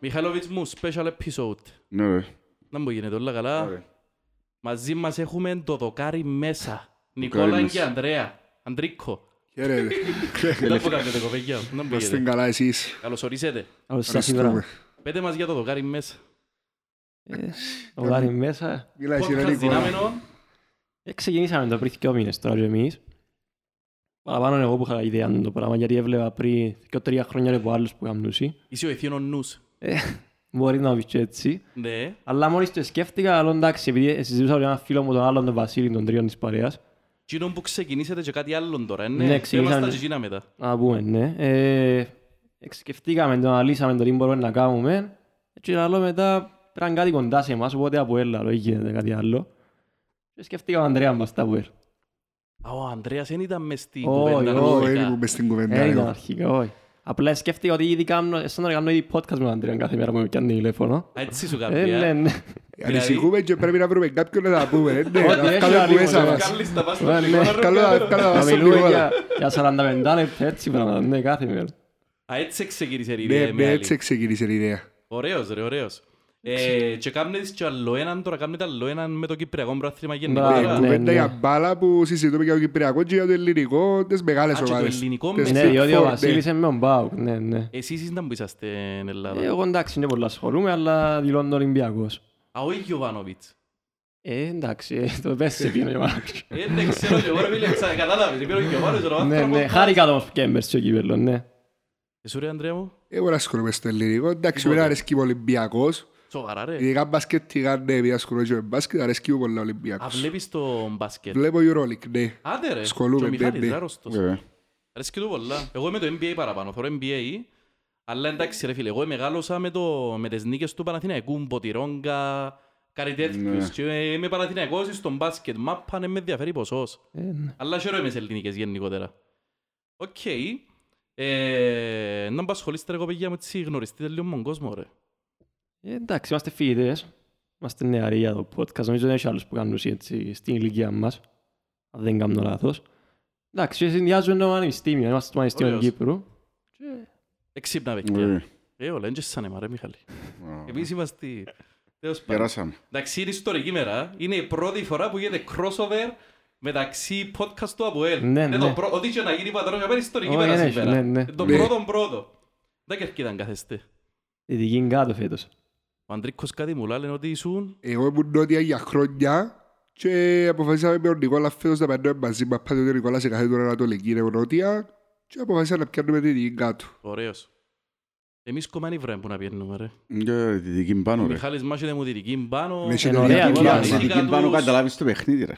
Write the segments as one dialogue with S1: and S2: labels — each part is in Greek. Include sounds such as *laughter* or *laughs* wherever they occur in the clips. S1: Μιχαλόβιτς μου, special episode.
S2: Ναι, ρε.
S1: Να μου γίνεται όλα καλά.
S2: Ωραία.
S1: Μαζί μας έχουμε το δοκάρι μέσα. Νικόλα
S2: μέσα.
S1: και Ανδρέα. Αντρίκο.
S2: Χαίρετε.
S1: Δεν που κάνετε κοπέγια. Να μου
S2: Είστε
S1: γίνεται.
S2: καλά εσείς.
S1: Καλώς ορίσετε.
S3: Όπως σας
S2: Ευχαριστούμε.
S3: είπα,
S1: Πέτε μας για το δοκάρι μέσα.
S2: Ε,
S3: ο Γάρη μέσα.
S2: Μιλάει εσύ,
S1: Podcast
S2: ρε Νικόλα.
S1: δυνάμενο.
S3: Ε, Ξεκινήσαμε το πριν δυο μήνες τώρα και εμείς. Παραπάνω εγώ που είχα ιδέα το πράγμα, γιατί έβλεπα πριν δυο τρία χρόνια από άλλους που καμνούσι.
S1: Είσαι ο αιθίων νους.
S3: Μπορεί να πεις και έτσι.
S1: Ναι.
S3: Αλλά μόλις το σκέφτηκα, αλλά εντάξει, επειδή συζητούσα με έναν φίλο μου τον άλλον, τον Βασίλη, των τριών της παρέας.
S1: Κοινό που ξεκινήσετε και κάτι άλλο τώρα. Ναι,
S3: Ναι,
S1: Θέλω να
S3: ξεκινήσαμε.
S1: στα τζιγίνα μετά.
S3: Να πούμε, ναι. Ε, σκεφτήκαμε, το αναλύσαμε το τι μπορούμε να κάνουμε. Και άλλο μετά πήραν κάτι κοντά σε εμάς, οπότε από έλα, δεν γίνεται κάτι άλλο. Και σκεφτήκαμε Ανδρέα μπροστά από έλα.
S1: Α, ο Ανδρέας δεν ήταν μες στην
S3: Όχι,
S1: κουβέντα.
S3: όχι,
S2: Ω,
S1: αρχικά.
S2: έλειπε μες στην κουβέντα.
S3: Ε, ήταν
S2: εγώ.
S3: αρχικά, όχι. Απλά σκέφτηκα ότι ήδη κάνω, σαν να κάνω ήδη podcast με τον Αντρέα κάθε μέρα που με πιάνει τηλέφωνο.
S1: Α, Έτσι σου
S3: Ε, ναι,
S1: κάποια.
S3: ναι.
S2: Ανησυχούμε και πρέπει να βρούμε κάποιον να τα πούμε. ε, Ναι,
S3: Ό,τι
S2: να
S3: έχει
S2: βγάλουμε
S3: άλλο,
S2: μέσα
S3: ρε.
S2: μας.
S1: Καλείς τα πας
S3: Ε,
S1: στο
S3: ναι.
S1: λιγότερο.
S2: Καλό να βγάλουμε
S3: Να
S2: μέσα στον
S3: μιλούμε για,
S2: Νικόλα.
S3: για 45 λεπτά, έτσι πράγματα, ναι, κάθε μέρα.
S1: Α, έτσι ξεκίνησε η
S2: Ναι,
S1: ιδέα
S2: ναι,
S1: με
S2: έτσι
S1: άλλη.
S2: ξεκίνησε η ιδέα.
S1: Ωραίος ρε, ωραίος. Ε, και κάνετε και άλλο έναν τώρα, κάνετε άλλο έναν με το Κυπριακό Πρωτάθλημα
S3: Μπράβο,
S2: Ε,
S3: ναι,
S1: γενικότερα.
S2: Κουβέντα
S3: ναι.
S2: για μπάλα που συζητούμε για το κυπριακό και για το ελληνικό, τις μεγάλες
S1: Α, και το
S2: ομάδες.
S1: ελληνικό
S2: Τις
S1: με-
S3: Ναι,
S2: Big
S3: διότι
S2: Four,
S3: ο
S2: ναι.
S3: Βασίλης είναι με τον Μπάουκ, ναι, ναι.
S1: Εσείς ήταν που είσαστε στην
S3: Ε,
S1: Ελλάδα.
S3: Εγώ εντάξει, είναι πολλά ασχολούμαι, αλλά δηλώνω Ολυμπιακός.
S1: Α, ο Γιωβάνοβιτς.
S3: Ε, εντάξει, ε, το πες σε πήγαινε ο Μάρκος.
S1: Ε, Δεν ξέρω και εγώ ρε φίλε, ξα- κατάλαβες. Επήρε ο Γιωβάνοβιτς, ο
S3: Ναι,
S1: άνθρωπος.
S3: ναι, χάρηκα το Κέμπερ στο κύπελλο, ναι.
S1: Εσύ ρε Ανδρέα μου,
S2: Εγώ να ασχολούμαι στο ελληνικό. Εντάξει,
S1: Τίποτα. Ε.
S2: εμένα αρέσκει μου ο Ολυμπιακός.
S1: σοβαρά
S3: Ε,
S1: ρε.
S2: Ειδικά μπασκετικά, ναι, επειδή ασχολούμαι και με μπάσκετ, αρέσκει μου πολλά ο
S1: Α,
S2: Ολυμπιακός.
S1: βλέπεις το μπάσκετ.
S2: Βλέπω Euroleague, ναι.
S1: Άντε ρε, και
S2: Ασχολούμαι,
S1: ο Μιχάλης
S2: ναι,
S1: ρε
S2: ναι.
S1: αρρώστος.
S3: Ε,
S2: Βέβαια.
S1: Αρέσκει του πολλά. Εγώ είμαι το NBA παραπάνω, θεωρώ NBA. Αλλά εντάξει ρε φίλε, εγώ μεγάλωσα με, το, με τις νίκες του Παναθηναϊκού, Μποτιρόγκα, κάτι τέτοιους. Και είμαι Παναθηναϊκός στον μπάσκετ, μάπα ναι με ενδιαφέρει ποσός.
S3: Ε, ναι.
S1: Αλλά χαίρομαι είμαι σε ελληνικές γενικότερα. Οκ. Ε, να μπασχολείστε ρε κοπηγιά μου, έτσι γνωριστείτε λίγο με τον κόσμο ρε.
S3: Ε, Εντάξει, είμαστε φοιτητές. Είμαστε νεαροί για το podcast. Νομίζω δεν έχει άλλους που κάνουν έτσι στην ηλικία μας. Αν δεν κάνω λάθος. Εντάξει, και συνδυάζουμε το πανεπιστήμιο. Είμαστε στο Πανεπιστήμιο
S1: Ωραίος.
S3: Κύπρου.
S1: Εξύπνα
S2: Ναι.
S1: παιδιά. Ε, όλα, είναι και σαν εμά ρε Μιχαλή. Εμείς είμαστε... Τέλος πάντων.
S4: Περάσαμε.
S1: Εντάξει, είναι ιστορική μέρα. Είναι η πρώτη φορά που γίνεται crossover μεταξύ podcast του ΑΠΟΕΛ.
S3: Ναι,
S1: Είναι
S3: ναι.
S1: το πρω- Ό,τι και να γίνει πατρόν, για μένα ιστορική
S3: Ω,
S1: μέρα
S3: ναι, ναι,
S1: σήμερα.
S3: ναι, ναι.
S1: Είναι Το
S2: Ναι.
S1: πρώτο πρώτο. Δεν κερκίδαν κάθεστε.
S3: Δυτική είναι κάτω φέτος.
S1: Ο Αντρίκος κάτι μου λένε ότι ήσουν...
S2: Εγώ ήμουν νότια για χρόνια και αποφασίσαμε με τον Νικόλα φέτος να περνάμε μαζί μας πάντοτε ο Νικόλας σε κάθε τώρα ανατολική είναι νότια και αποφασίσαμε να πιάνουμε τη δική κάτω.
S1: Ωραίος. Εμείς κομμάνι βρέν που να πιένουμε ρε.
S4: Για τη δική μου
S1: Ο
S4: πάνω Ναι, ρε. Ναι,
S1: Μιχάλης μάχεται μου δυτική πάνω.
S2: Με
S3: είναι
S2: την
S3: ωραία,
S2: δική
S3: ωραία.
S4: Στη
S2: μας.
S1: Δυτική
S4: δική μου πάνω
S1: τους-
S4: καταλάβεις το παιχνίδι ρε.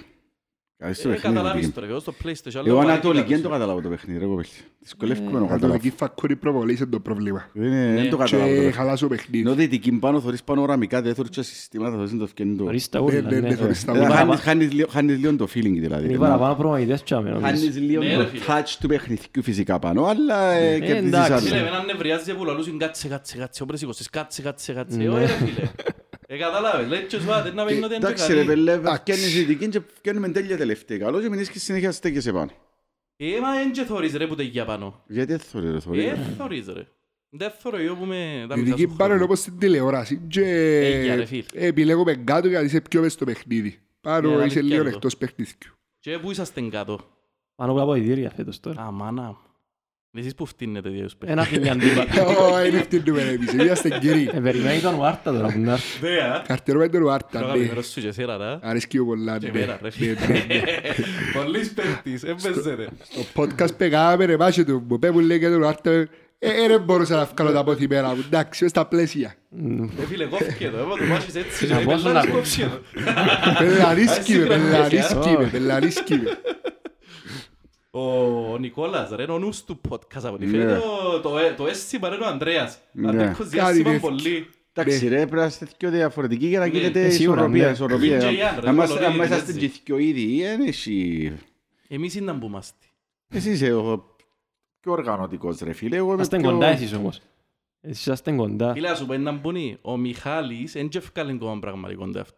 S4: Καταλάβεις το
S1: Ε,
S4: παιχνίδι. τη δική
S1: Καταλάβεις
S4: μου.
S1: τώρα, εγώ στο PlayStation. αλλά
S4: Εγώ
S1: το
S4: ανατολική
S1: παρακοίτατος.
S4: δεν το καταλάβω το παιχνίδι ρε κοπέλη. Δυσκολεύκομαι να το καταλάβω.
S2: Ανατολική φακούρη προβολής είναι το πρόβλημα.
S4: Δεν είναι-
S1: Ναι.
S4: Δεν το καταλάβω. το
S2: Και
S4: παιχνίδι.
S2: χαλάσω
S4: Ενώ
S2: παιχνίδι.
S4: δυτική μου πάνω θωρείς πανοραμικά, δεν θωρείς και συστήματα, θωρείς το φκέντο.
S3: Χωρίς τα
S2: Ναι,
S3: όλα,
S2: ναι, ναι,
S3: ναι.
S2: χωρίς τα
S4: Ε,
S2: ούλα.
S4: χάνεις- χάνεις λίγο- Χάνεις λίγο το feeling δηλαδή.
S3: Είναι
S4: ρε.
S3: παραπάνω προμονητές τσάμε, νομίζω.
S4: Χάνεις λίγο
S1: Ναι, ρε,
S4: το
S1: φίλε.
S4: touch του παιχνιδιού φυσικά πάνω, αλλά ε, κερδίζεις
S3: εντάξει.
S1: Φίλε,
S4: άλλο.
S1: εμένα νευριάζει που λαλούσουν κάτσε, κάτσε, κάτσε, όμπρες είκοσις, κάτσε, κάτσε,
S4: Ναι.
S1: κάτσε. Ωραία, φίλε. Ε, κατάλαβες, λέει και σου άντε να μην είναι
S4: Εντάξει ρε
S1: κάτι.
S4: πελέ,
S2: Εντάξει.
S4: φτιάχνεις δυτική και φτιάχνουμε τέλεια τελευταία. Καλό και μείνεις και συνέχεια στέκεσαι πάνω.
S1: Ε, μα εν και θωρείς ρε που τεγιά πάνω.
S4: Γιατί δεν θωρείς ρε θωρείς.
S1: Ε, θωρείς ρε. Δεν θωρώ εγώ που με τα
S2: Η
S1: μισά
S2: δική
S1: σου
S2: μου πάνω είναι
S1: χρόνια.
S2: όπως στην τηλεόραση και
S1: Έγια, ρε, φίλε.
S2: επιλέγουμε κάτω γιατί είσαι πιο μες στο παιχνίδι.
S1: Ναι,
S2: Πάνω είσαι
S1: αλήθεια
S2: λίγο
S1: είναι το.
S2: εκτός παιχνίδιου.
S1: Και πού είσαστε κάτω.
S3: Πάνω από τα ποδητήρια φέτος τώρα.
S1: Α, μάνα. Εσείς που φτύνετε δύο σπέχνες.
S3: Ένα φιλιά αντίπα.
S2: Ω, είναι φτύνουμε εμείς. Είμαστε
S3: Ε,
S2: κύριοι.
S3: Περιμένει τον Βάρτα τώρα που να έρθει.
S1: Δε, α.
S2: Καρτερούμε τον
S1: Τώρα
S2: Άρτα, ναι.
S1: καπιτέρος σου και σέρα, τα.
S2: Αρέσκει μου πολλά,
S1: Και
S2: ναι.
S1: μέρα, ρε, φίλε.
S2: Ναι, ναι, ναι.
S1: *laughs* Πολύ σπέρτης, ε, έπαιζε
S2: Το podcast πεγάμε ρε μάσε του μου. Πέμουν λέει και τον άρτε. Ε, ε, δεν μπορούσα να βγάλω τα πόθη μέρα μου. Εντάξει, μες στα πλαίσια.
S1: Ε, φίλε, κόφηκε το, έμα του μάχεις έτσι.
S3: Να
S1: ε,
S3: πόσο
S1: πελάρες
S3: να
S1: κόψει το.
S2: Πελαρίσκει με,
S1: Ας είναι
S2: πελαρίσκει με,
S3: πλαίσια.
S2: πελαρίσκει με.
S1: Ο Νικόλας ρε, είναι ο νους του podcast από ό,τι
S4: Ναι.
S1: φαίνεται. ο- το- ε, Το αίσθημα ρε είναι ο Ανδρέας.
S4: Ναι.
S1: Αντρίκος
S2: Κάτι
S1: διάστημα
S2: τέτοιο.
S1: πολύ.
S4: Εντάξει
S2: Ναι.
S4: ρε, πρέπει να είστε πιο διαφορετικοί για να
S1: Ναι,
S4: γίνεται
S3: ε, σίγουρα,
S4: ισορροπία.
S3: ναι.
S4: ισορροπία.
S1: Και οι άντρες, μάλλον,
S4: Αν είμαστε- Αν
S1: είναι
S4: είμαστε
S1: έτσι.
S4: και πιο ήδη, ε, δεν έχει...
S1: Εμείς ήταν που είμαστε.
S4: Εσύ είσαι ο πιο οργανωτικός ρε φίλε. Εγώ είμαι
S3: Είμαστε
S4: πιο-
S3: κοντά εσείς όμως. Εσείς είστε κοντά.
S1: Φίλε, να σου πω έναν πουνί. Ο Μιχάλης δεν και έφκαλε ακόμα πραγματικόν το αυτό.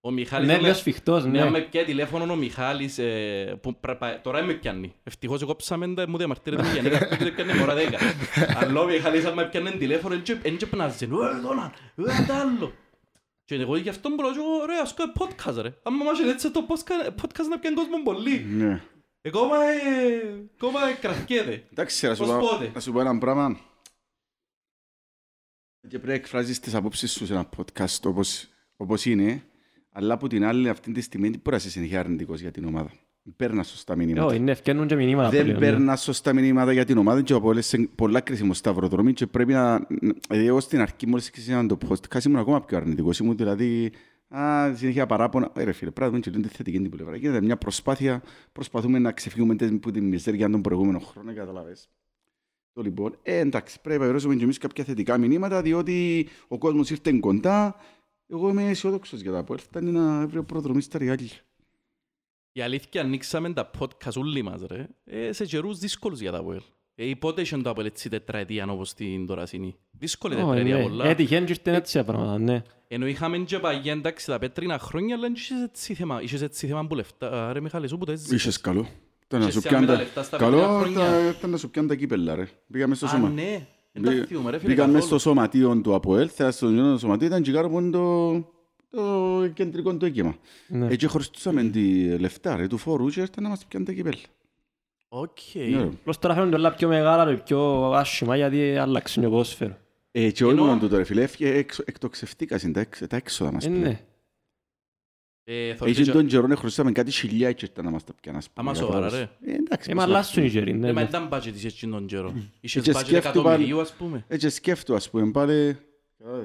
S1: Ο Μιχάλης...
S3: Ναι,
S1: άμα-
S3: πιο σφιχτός,
S1: ναι, άμα
S3: ναι.
S1: πιάει τηλέφωνο ο Μιχάλης, ε, που πρα- πα- τώρα με πιάνει. Ευτυχώς εγώ ψάμε τα μου διαμαρτύρεται με γενικά, που δεν πιάνει μωρά δέκα. Αλλά ο Μιχάλης άμα πιάνει τηλέφωνο, δεν τσεπνάζει. Ε, δώνα, ε, τ' άλλο. Και εγώ γι' αυτόν μπορώ να λέω, ρε, ας κάνω podcast, ρε. Άμα μας έτσι το podcast ε, podcast να πιάνει κόσμο πολύ.
S4: Ναι.
S1: Εγώ, μα, ε, ακόμα κρατιέται.
S4: Εντάξει, να σου,
S1: Πώς
S4: πω,
S1: πότε?
S4: να σου πω ένα πράγμα. Και πρέπει να εκφράζεις τις απόψεις σου σε ένα podcast όπως, όπως είναι, αλλά από την άλλη αυτή τη στιγμή δεν μπορεί να είσαι συνεχεία αρνητικός για την ομάδα. Δεν Παίρνας σωστά
S3: Ω,
S4: μηνύματα.
S3: είναι ευκαινούν ναι, και μηνύματα
S4: Δεν
S3: πλέον, ναι.
S4: παίρνας σωστά μηνύματα για την ομάδα και από όλες σε πολλά κρίσιμο σταυροδρομή και πρέπει να... Δηλαδή, εγώ στην αρχή μόλις ξεκίνησα το podcast ήμουν ακόμα πιο αρνητικός. Ήμουν δηλαδή... Α, συνέχεια παράπονα. Ε, ρε φίλε, πράγμα και λίγο τη θετική την πλευρά. Γίνεται μια προσπάθεια. Προσπαθούμε να ξεφύγουμε τε- από την μιζέρια των προηγούμενων χρόνων, καταλαβες. Το λοιπόν, ε, εντάξει, πρέπει να περάσουμε και εμείς κάποια θετικά μηνύματα, διότι ο κόσμος ήρθε κοντά. Εγώ είμαι αισιόδοξος για τα Αποέλ. Ήταν ένα ευρύ προδρομή στα ριάλια.
S1: Η αλήθεια ανοίξαμε τα podcast όλοι μας ρε, ε, σε καιρούς δύσκολους για τα Αποέλ. Ε, πότε είχε το Αποέλ έτσι τετραετία όπως την τώρα είναι. Δύσκολη
S3: Ω,
S1: τετραετία
S3: ναι.
S1: πολλά.
S3: Έτυχε και ήρθε έτσι τα πράγματα, ναι.
S1: Ενώ είχαμε και παγιά εντάξει τα πέτρινα χρόνια, αλλά είχες έτσι θέμα, είχες έτσι θέμα που λεφτά. ε, Ρε Μιχάλη, σου που τα
S4: Είσαι
S1: έζησες.
S4: καλό. Ήταν να
S1: Είχες
S4: σου
S1: σε άμετα
S4: πιάνουν τα
S1: λεφτά στα παιδιά
S4: Καλό
S1: χρόνια.
S4: ήταν- ήταν να σου πιάνουν τα κύπελα, ρε. Πήγαμε στο
S1: Α,
S4: σώμα.
S1: ναι. Δεν τα
S4: Μπή-
S1: θυμούμε, ρε φίλε,
S4: Πήγαμε στο
S1: καθόλου.
S4: σωματείο του ΑΠΟΕΛ, θα στο γεγονό του σωματείο, ήταν τσιγάρο που είναι το, το κεντρικό του έκυμα.
S3: Ναι.
S2: Ε,
S4: Έτσι χρωστούσαμε τη λεφτά, ρε, του φόρου και έρθαν να μας πιάνουν τα κύπελα.
S1: Οκ.
S4: Ναι, ρε.
S3: Απλώς τώρα φέρνουν όλα πιο μεγάλα και πιο άσχημα γιατί άλλαξε ο ποδόσφαιρο.
S4: Ε, και όχι
S1: Ενώ-
S4: μόνο τούτο, ρε φίλε, έφυγε έξω- εκτοξευτήκα συν τα έξω- τα έξοδα μας.
S3: Ε,
S4: πλέον.
S3: ναι.
S1: Ε, θα
S4: Έχει
S1: ρωτήσω-
S4: τον καιρό να χρωστάμε κάτι χιλιά και ήρθαν να μας τα πιάνουν. ας πούμε,
S1: Άμα
S4: για
S1: σοβαρά,
S4: τρόπους.
S1: ρε.
S4: Ε, Εντάξει.
S3: Ε, μας
S4: μας
S3: αλλάσουν οι
S4: αλλάξουν.
S3: γεροί, ναι.
S1: Ε, μα
S3: ναι.
S1: ήταν budget είσαι τον καιρό. Είχες
S4: και
S1: budget
S4: σκέφτομαι πάλι-
S1: εκατομμυρίου, ας πούμε.
S4: Έτσι σκέφτομαι, Ε, ας πούμε, πάλι... ε,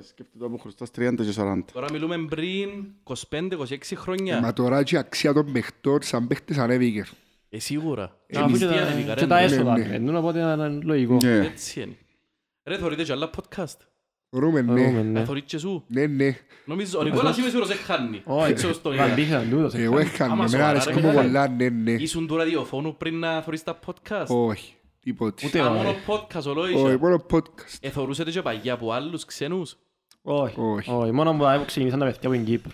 S4: Σκέφτομαι που χρωστάς 30 και 40.
S1: Τώρα μιλούμε πριν 25-26
S4: Ε,
S1: χρόνια.
S2: Μα τώρα και η αξία των παιχτών σαν παίχτες ανέβηκε.
S1: Ε, σίγουρα.
S3: Αφού
S1: Εμείς
S3: και
S1: τι
S3: τα-
S1: ανεβήκα, ρε,
S3: Και τα
S1: ναι.
S3: έσοδα
S2: Ναι, ναι.
S3: παίρνουν, οπότε είναι λογικό.
S4: Ναι.
S1: Έτσι είναι. Ρε, θωρείτε και άλλα podcast.
S2: Θεωρούμε,
S3: Θεωρούμε,
S2: ναι.
S3: ναι.
S1: Να θωρείτε και σου.
S2: Ναι, ναι.
S1: Νομίζω, ο Νικόλας είμαι σίγουρος δεν χάνει.
S3: Όχι,
S1: Ξέρω στον είναι.
S3: βαλμπίχαν τούτος.
S2: Εγώ
S3: εξάλλου.
S1: Άμα
S2: έχανα. Εμένα
S1: σοβαρά,
S2: αρέσκω
S1: ρε,
S2: μου
S1: μεγάλε.
S2: πολλά, ναι, ναι.
S1: Ήσουν του ραδιοφώνου πριν να θωρείς τα podcast.
S2: Όχι, τίποτε.
S3: Ούτε
S1: Α,
S3: εγώ,
S1: μόνο
S3: ρε.
S1: podcast
S2: Όχι,
S1: ολόισα.
S2: μόνο podcast.
S1: Εθωρούσετε και παγιά από άλλους ξένους.
S3: Όχι,
S2: Όχι.
S3: όχι. Μόνο που ξεκινήσαν τα παιδιά από την Κύπρο.